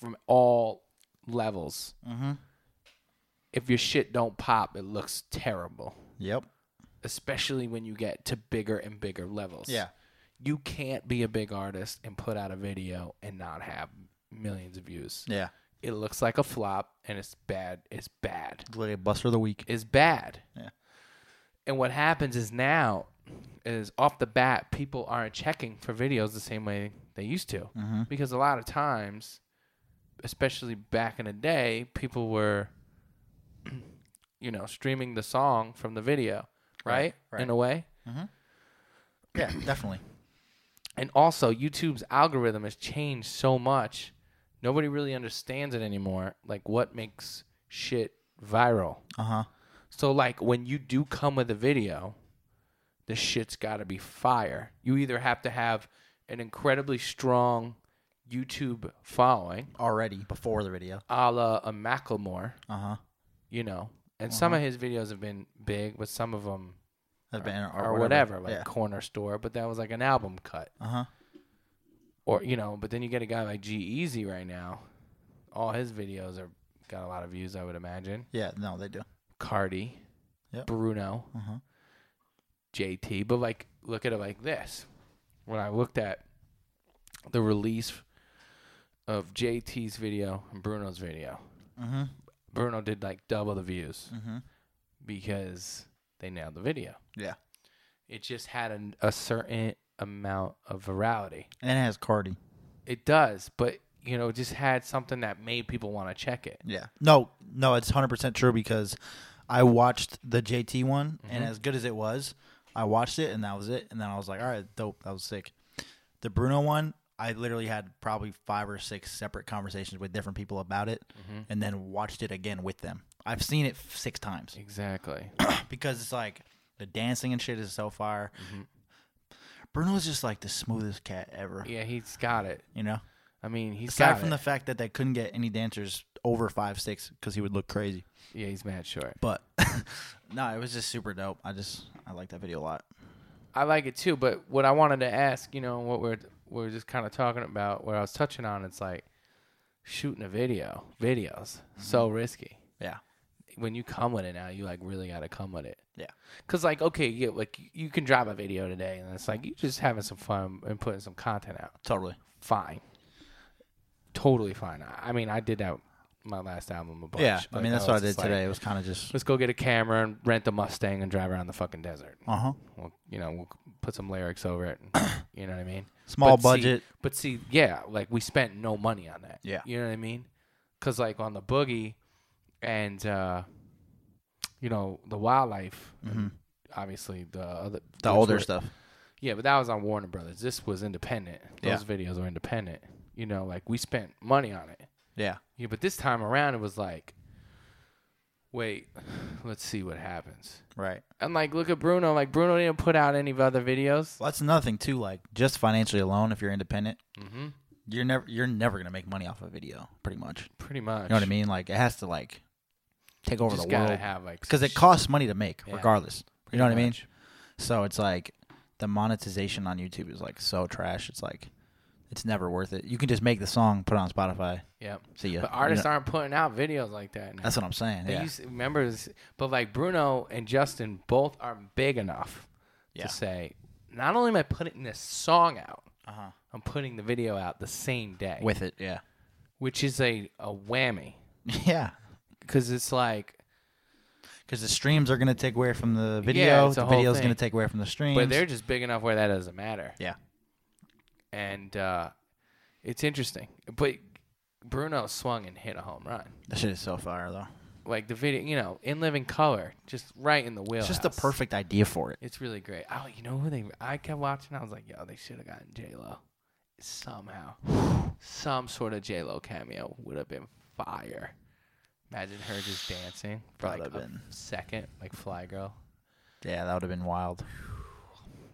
Speaker 2: from all levels,
Speaker 1: Mhm.
Speaker 2: if your shit don't pop, it looks terrible.
Speaker 1: Yep.
Speaker 2: especially when you get to bigger and bigger levels.
Speaker 1: Yeah.
Speaker 2: You can't be a big artist and put out a video and not have millions of views.
Speaker 1: Yeah.
Speaker 2: It looks like a flop and it's bad. It's bad.
Speaker 1: It's like a buster of the week.
Speaker 2: It's bad.
Speaker 1: Yeah.
Speaker 2: And what happens is now is off the bat people aren't checking for videos the same way they used to
Speaker 1: Mm-hmm.
Speaker 2: because a lot of times especially back in the day people were you know streaming the song from the video right,
Speaker 1: Right, right.
Speaker 2: in a way
Speaker 1: Yeah, definitely.
Speaker 2: and also youtube's algorithm has changed so much nobody really understands it anymore like what makes shit viral
Speaker 1: Uh huh.
Speaker 2: so like when you do come with a video the shit's got to be fire you either have to have an incredibly strong youtube following
Speaker 1: Already before the video.
Speaker 2: a la a Macklemore,
Speaker 1: Uh huh.
Speaker 2: you know. And some of his videos have been big, but some of them
Speaker 1: Have been
Speaker 2: or, whatever, like
Speaker 1: yeah.
Speaker 2: Corner Store. But that was like an album cut,
Speaker 1: Uh huh.
Speaker 2: or you know. But then you get a guy like G Easy right now. All his videos are got a lot of views, I would imagine.
Speaker 1: Yeah. No, they do.
Speaker 2: Cardi,
Speaker 1: Yep.
Speaker 2: Bruno,
Speaker 1: Uh huh.
Speaker 2: JT. But like, look at it like this. When I looked at the release of JT's video and Bruno's video,
Speaker 1: Mm
Speaker 2: Bruno did like double the views.
Speaker 1: hmm. Mm hmm.
Speaker 2: because they nailed the video.
Speaker 1: Yeah.
Speaker 2: It just had an, a certain amount of virality.
Speaker 1: And it has Cardi.
Speaker 2: It does, but you know, it just had something that made people want to check it.
Speaker 1: Yeah. No, no, it's 100% true because I watched the JT one,
Speaker 2: Mm-hmm.
Speaker 1: and as good as it was, I watched it, and that was it. And then I was like, all right, dope. That was sick. The Bruno one, I literally had probably five or six separate conversations with different people about it,
Speaker 2: Mm-hmm.
Speaker 1: and then watched it again with them. I've seen it f- six times
Speaker 2: Exactly.
Speaker 1: because it's like the dancing and shit is so fire.
Speaker 2: Mm-hmm.
Speaker 1: Bruno's just like the smoothest cat ever,
Speaker 2: yeah, he's got it.
Speaker 1: you know?
Speaker 2: I mean, he's
Speaker 1: Aside
Speaker 2: got
Speaker 1: from
Speaker 2: it.
Speaker 1: the fact that they couldn't get any dancers over five, six because he would look crazy.
Speaker 2: yeah, he's mad short.
Speaker 1: But no, it was just super dope. I just I like that video a lot.
Speaker 2: I like it too, but what I wanted to ask, you know, what we're we're just kind of talking about, what I was touching on, it's like shooting a video, videos,
Speaker 1: Mm-hmm.
Speaker 2: so risky.
Speaker 1: Yeah.
Speaker 2: when you come with it now, you like really got to come with it.
Speaker 1: Yeah.
Speaker 2: Cause like okay, yeah, like you can drop a video today, and it's like you just having some fun and putting some content out.
Speaker 1: Totally.
Speaker 2: Fine, totally fine. I, I mean, I did that with my last album a bunch.
Speaker 1: yeah. I
Speaker 2: Like,
Speaker 1: mean that's
Speaker 2: was
Speaker 1: what I did
Speaker 2: just like,
Speaker 1: today. It was kind of just
Speaker 2: Let's go get a camera and rent a Mustang and drive around the fucking desert.
Speaker 1: uh huh.
Speaker 2: We'll, you know, we'll put some lyrics over it. And, you know what I mean?
Speaker 1: Small
Speaker 2: But see-
Speaker 1: budget.
Speaker 2: but see, yeah, like we spent no money on that.
Speaker 1: Yeah.
Speaker 2: You know what I mean? Cause like on the boogie and uh you know, the wildlife and obviously the other
Speaker 1: Mm-hmm. The
Speaker 2: which
Speaker 1: older
Speaker 2: were-
Speaker 1: stuff.
Speaker 2: Yeah, but that was on Warner Brothers. This was independent.
Speaker 1: Yeah.
Speaker 2: Those videos were independent. You know, like we spent money on it.
Speaker 1: Yeah.
Speaker 2: Yeah, but this time around it was like wait, let's see what happens.
Speaker 1: Right.
Speaker 2: And like look at Bruno, like Bruno didn't put out any other videos.
Speaker 1: Well, that's another thing too. Like just financially alone, if you're independent,
Speaker 2: Mm-hmm.
Speaker 1: you're never you're never gonna make money off a video. Pretty much.
Speaker 2: Pretty much.
Speaker 1: You know what I mean? Like it has to like take over
Speaker 2: Just
Speaker 1: the
Speaker 2: gotta
Speaker 1: world
Speaker 2: have like
Speaker 1: because
Speaker 2: some
Speaker 1: it costs money to make
Speaker 2: Yeah.
Speaker 1: regardless. You know what I mean?
Speaker 2: much.
Speaker 1: So it's like the monetization on YouTube is like so trash. It's like it's never worth it. You can just make the song, put it on Spotify.
Speaker 2: Yep.
Speaker 1: See ya.
Speaker 2: But artists
Speaker 1: You know-
Speaker 2: aren't putting out videos like that. Now.
Speaker 1: That's what I'm saying.
Speaker 2: they
Speaker 1: Yeah.
Speaker 2: used remember, this- but like Bruno and Justin both are big enough
Speaker 1: Yeah.
Speaker 2: to say, not only am I putting this song out,
Speaker 1: uh-huh.
Speaker 2: I'm putting the video out the same day,
Speaker 1: With it, yeah.
Speaker 2: which is a a whammy
Speaker 1: Yeah.
Speaker 2: because it's like,
Speaker 1: Because the streams are going to take away from the video.
Speaker 2: it's a
Speaker 1: the
Speaker 2: whole
Speaker 1: video's
Speaker 2: thing.
Speaker 1: going to take away from the streams.
Speaker 2: but they're just big enough where that doesn't matter,
Speaker 1: yeah.
Speaker 2: and uh, it's interesting. But Bruno swung and hit a home run.
Speaker 1: That shit is so fire, though.
Speaker 2: Like the video, you know, in living color, just right in the wheel.
Speaker 1: It's just the perfect idea for it.
Speaker 2: It's really great. Oh, you know who they? I kept watching. I was like, yo, they should have gotten J Lo somehow. Some sort of J Lo cameo would have been fire. Imagine her just dancing for like
Speaker 1: Would've
Speaker 2: a
Speaker 1: been.
Speaker 2: second, like Fly Girl.
Speaker 1: Yeah, that would have been wild.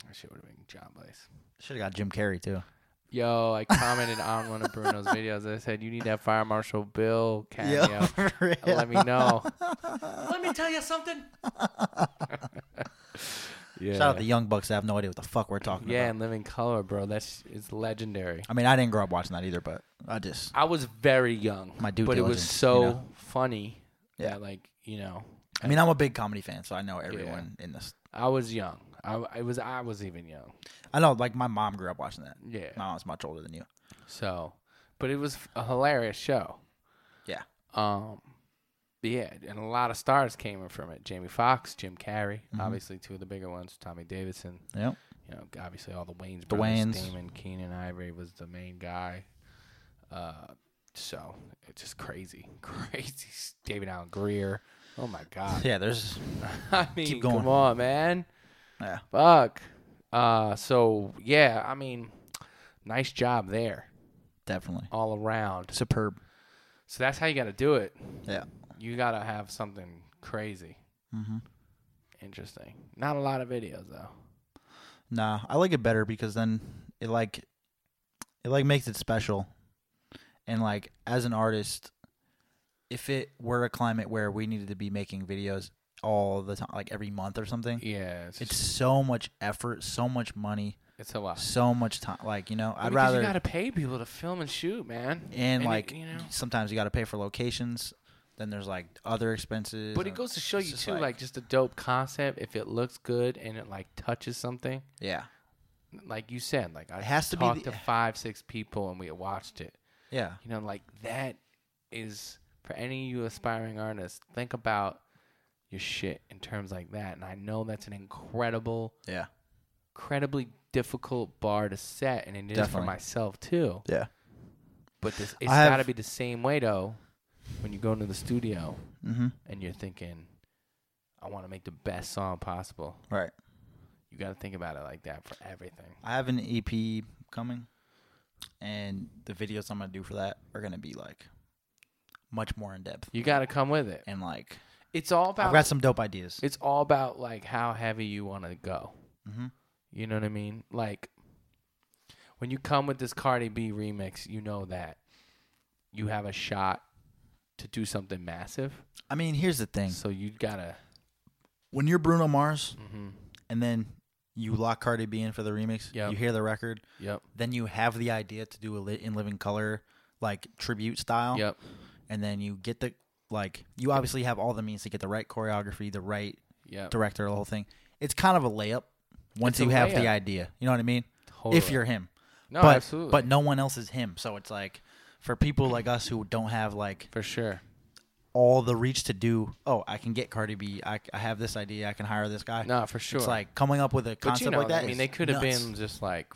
Speaker 2: That shit would have been John Blaze.
Speaker 1: Should have got Jim Carrey, too.
Speaker 2: Yo, I commented on one of Bruno's videos. I said, you need that Fire Marshal Bill cameo.
Speaker 1: for real.
Speaker 2: Let me know. Let me tell you something. yeah.
Speaker 1: Shout out to Young Bucks. I have no idea what the fuck we're talking
Speaker 2: yeah,
Speaker 1: about.
Speaker 2: and Living Color, bro. That's it's legendary.
Speaker 1: I mean, I didn't grow up watching that either, but I just.
Speaker 2: I was very young.
Speaker 1: My due
Speaker 2: But it was
Speaker 1: diligence,
Speaker 2: so
Speaker 1: you know?
Speaker 2: funny.
Speaker 1: Yeah.
Speaker 2: that, like, you know,
Speaker 1: I mean, I'm a big comedy fan, so I know everyone in this.
Speaker 2: I was young. I, w- I was I was even young.
Speaker 1: I know, like my mom grew up watching that.
Speaker 2: Yeah.
Speaker 1: My mom's much older than you.
Speaker 2: So, but it was a hilarious show.
Speaker 1: Yeah.
Speaker 2: Um, yeah, and a lot of stars came in from it. Jamie Foxx, Jim Carrey,
Speaker 1: Mm-hmm.
Speaker 2: obviously two of the bigger ones. Tommy Davidson,
Speaker 1: Yep.
Speaker 2: you know, obviously all the Wayne's brothers.
Speaker 1: Wayans.
Speaker 2: Damon Keenan Ivory was the main guy. Uh, so it's just crazy, crazy. David Allen Greer. Oh my God.
Speaker 1: Yeah. There's.
Speaker 2: I mean,
Speaker 1: going.
Speaker 2: come on, man.
Speaker 1: Yeah.
Speaker 2: Fuck. Uh, so yeah, I mean, nice job there,
Speaker 1: Definitely.
Speaker 2: all around.
Speaker 1: Superb.
Speaker 2: So that's how you got to do it.
Speaker 1: Yeah.
Speaker 2: You got to have something crazy,
Speaker 1: Mhm.
Speaker 2: interesting. Not a lot of videos though.
Speaker 1: Nah, I like it better because then it like it like makes it special. And like as an artist, if it were a climate where we needed to be making videos all the time, like every month or something,
Speaker 2: Yeah, it's
Speaker 1: it's
Speaker 2: it's,
Speaker 1: so much effort, so much money,
Speaker 2: it's a lot.
Speaker 1: so much time. Like you know, I'd
Speaker 2: Because
Speaker 1: rather
Speaker 2: you got to pay people to film and shoot, man.
Speaker 1: and
Speaker 2: it-
Speaker 1: like
Speaker 2: you know.
Speaker 1: sometimes you got to pay for locations. Then there's like other expenses.
Speaker 2: But it
Speaker 1: and
Speaker 2: goes to show
Speaker 1: it's
Speaker 2: you
Speaker 1: just
Speaker 2: too, like, just a dope concept. If it looks good and it like touches something,
Speaker 1: yeah,
Speaker 2: like you said, like I
Speaker 1: It has to be
Speaker 2: talked
Speaker 1: the-
Speaker 2: to five, six people and we watched it.
Speaker 1: yeah,
Speaker 2: You know, like that is for any of you aspiring artists, think about your shit in terms like that. And I know that's an incredible,
Speaker 1: yeah,
Speaker 2: incredibly difficult bar to set, and it is for
Speaker 1: Definitely.
Speaker 2: myself too.
Speaker 1: yeah.
Speaker 2: But this, it's
Speaker 1: have-
Speaker 2: got to be the same way though. When you go into the studio
Speaker 1: Mm-hmm.
Speaker 2: and you're thinking, "I want to make the best song possible,"
Speaker 1: Right.
Speaker 2: you got to think about it like that for everything.
Speaker 1: I have an EP coming, and the videos I'm gonna do for that are gonna be like much more in depth
Speaker 2: You got to come with it.
Speaker 1: and like
Speaker 2: It's all about
Speaker 1: I've got some dope ideas.
Speaker 2: it's all about like how heavy you want to go.
Speaker 1: Mhm.
Speaker 2: You know what I mean? Like when you come with this Cardi B remix, you know that you have a shot to do something massive.
Speaker 1: I mean, here's the thing:
Speaker 2: So you gotta
Speaker 1: when you're Bruno Mars,
Speaker 2: Mhm.
Speaker 1: and then you lock Cardi B in for the remix,
Speaker 2: Yep.
Speaker 1: you hear the record,
Speaker 2: Yep.
Speaker 1: then you have the idea to do a lit in living color like tribute style,
Speaker 2: Yep.
Speaker 1: and then you get the like you obviously have all the means to get the right choreography, the right
Speaker 2: Yep.
Speaker 1: director, the whole thing. It's kind of a layup once
Speaker 2: It's a
Speaker 1: you have
Speaker 2: layup.
Speaker 1: the idea. You know what I mean? If
Speaker 2: Totally.
Speaker 1: you're him.
Speaker 2: No,
Speaker 1: but
Speaker 2: Oh, absolutely.
Speaker 1: but no one else is him. So it's like for people like us who don't have like
Speaker 2: for sure.
Speaker 1: all the reach to do. Oh, I can get Cardi B. I, I have this idea. I can hire this guy.
Speaker 2: No, for sure.
Speaker 1: It's like coming up with a
Speaker 2: but
Speaker 1: concept
Speaker 2: you know,
Speaker 1: like that.
Speaker 2: I mean,
Speaker 1: is
Speaker 2: they could have
Speaker 1: nuts.
Speaker 2: been just like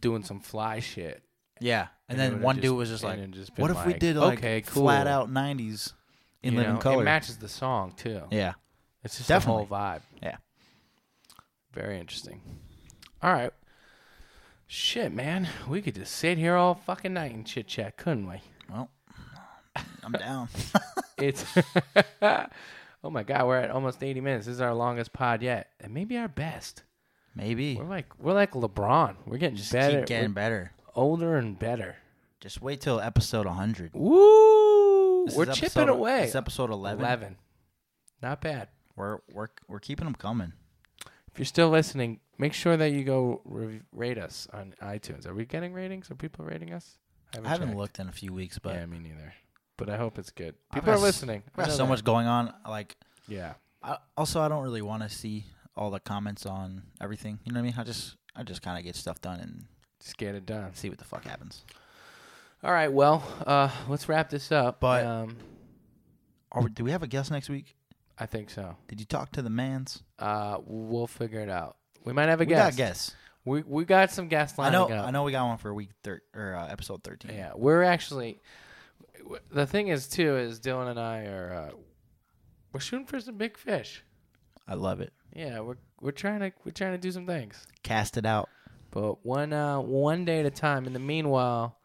Speaker 2: doing some fly shit.
Speaker 1: yeah. And,
Speaker 2: and it
Speaker 1: then
Speaker 2: would've
Speaker 1: one
Speaker 2: just-
Speaker 1: dude was just
Speaker 2: and
Speaker 1: like,
Speaker 2: it just been
Speaker 1: "What if we
Speaker 2: like,
Speaker 1: did like
Speaker 2: okay, cool."
Speaker 1: flat out '90s in
Speaker 2: you
Speaker 1: living
Speaker 2: know?
Speaker 1: color?"
Speaker 2: It matches the song too.
Speaker 1: yeah,
Speaker 2: It's just
Speaker 1: Definitely.
Speaker 2: the whole vibe.
Speaker 1: Yeah.
Speaker 2: Very interesting. All right. Shit, man. We could just sit here all fucking night and chit chat, couldn't we?
Speaker 1: I'm down.
Speaker 2: It's Oh my god, we're at almost eighty minutes. This is our longest pod yet. And maybe our best.
Speaker 1: Maybe
Speaker 2: We're like we're like LeBron. We're getting
Speaker 1: just
Speaker 2: better.
Speaker 1: keep getting
Speaker 2: we're
Speaker 1: better.
Speaker 2: older and better.
Speaker 1: Just wait till episode 100.
Speaker 2: Woo!
Speaker 1: This
Speaker 2: we're
Speaker 1: is
Speaker 2: chipping
Speaker 1: episode-
Speaker 2: away.
Speaker 1: This is episode 11.
Speaker 2: 11. Not bad.
Speaker 1: We're we're we're keeping them coming.
Speaker 2: If you're still listening, make sure that you go re- rate us on iTunes. Are we getting ratings? Are people rating us?
Speaker 1: I haven't
Speaker 2: checked.
Speaker 1: looked in a few weeks, but
Speaker 2: yeah, me neither. But I hope it's good.
Speaker 1: I've
Speaker 2: People are
Speaker 1: got s-
Speaker 2: listening. I
Speaker 1: I've got
Speaker 2: know
Speaker 1: so
Speaker 2: that.
Speaker 1: much going on. Like,
Speaker 2: Yeah.
Speaker 1: I, also, I don't really want to see all the comments on everything. You know what I mean? I just, I just kind of get stuff done and
Speaker 2: Just get it done.
Speaker 1: see what the fuck happens.
Speaker 2: All right. Well, uh, let's wrap this up.
Speaker 1: But-
Speaker 2: um,
Speaker 1: Are we, do we have a guest next week?
Speaker 2: I think so.
Speaker 1: Did you talk to the man's?
Speaker 2: Uh, we'll figure it out. We might have a
Speaker 1: we got
Speaker 2: guest.
Speaker 1: guests.
Speaker 2: We we got some guests
Speaker 1: I
Speaker 2: lining
Speaker 1: know.
Speaker 2: up.
Speaker 1: I know. We got one for week thir- or uh, episode thirteen.
Speaker 2: Yeah, we're actually. w- The thing is, too, is Dylan and I are uh, we're shooting for some big fish.
Speaker 1: I love it.
Speaker 2: Yeah, we're we're trying to we're trying to do some things.
Speaker 1: Cast it out.
Speaker 2: But one uh, one day at a time. In the meanwhile,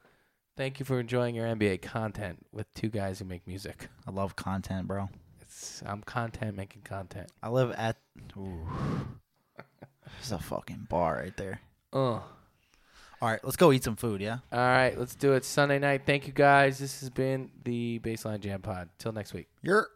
Speaker 2: thank you for enjoying your NBA content with two guys who make music.
Speaker 1: I love content, bro.
Speaker 2: It's I'm content making content.
Speaker 1: I live at. Ooh, there's a fucking bar right there.
Speaker 2: Ugh. All
Speaker 1: All right, let's go eat some food. Yeah.
Speaker 2: right, let's do it Sunday night. Thank you guys. This has been the Baseline Jam Pod. Till next week.
Speaker 1: You're.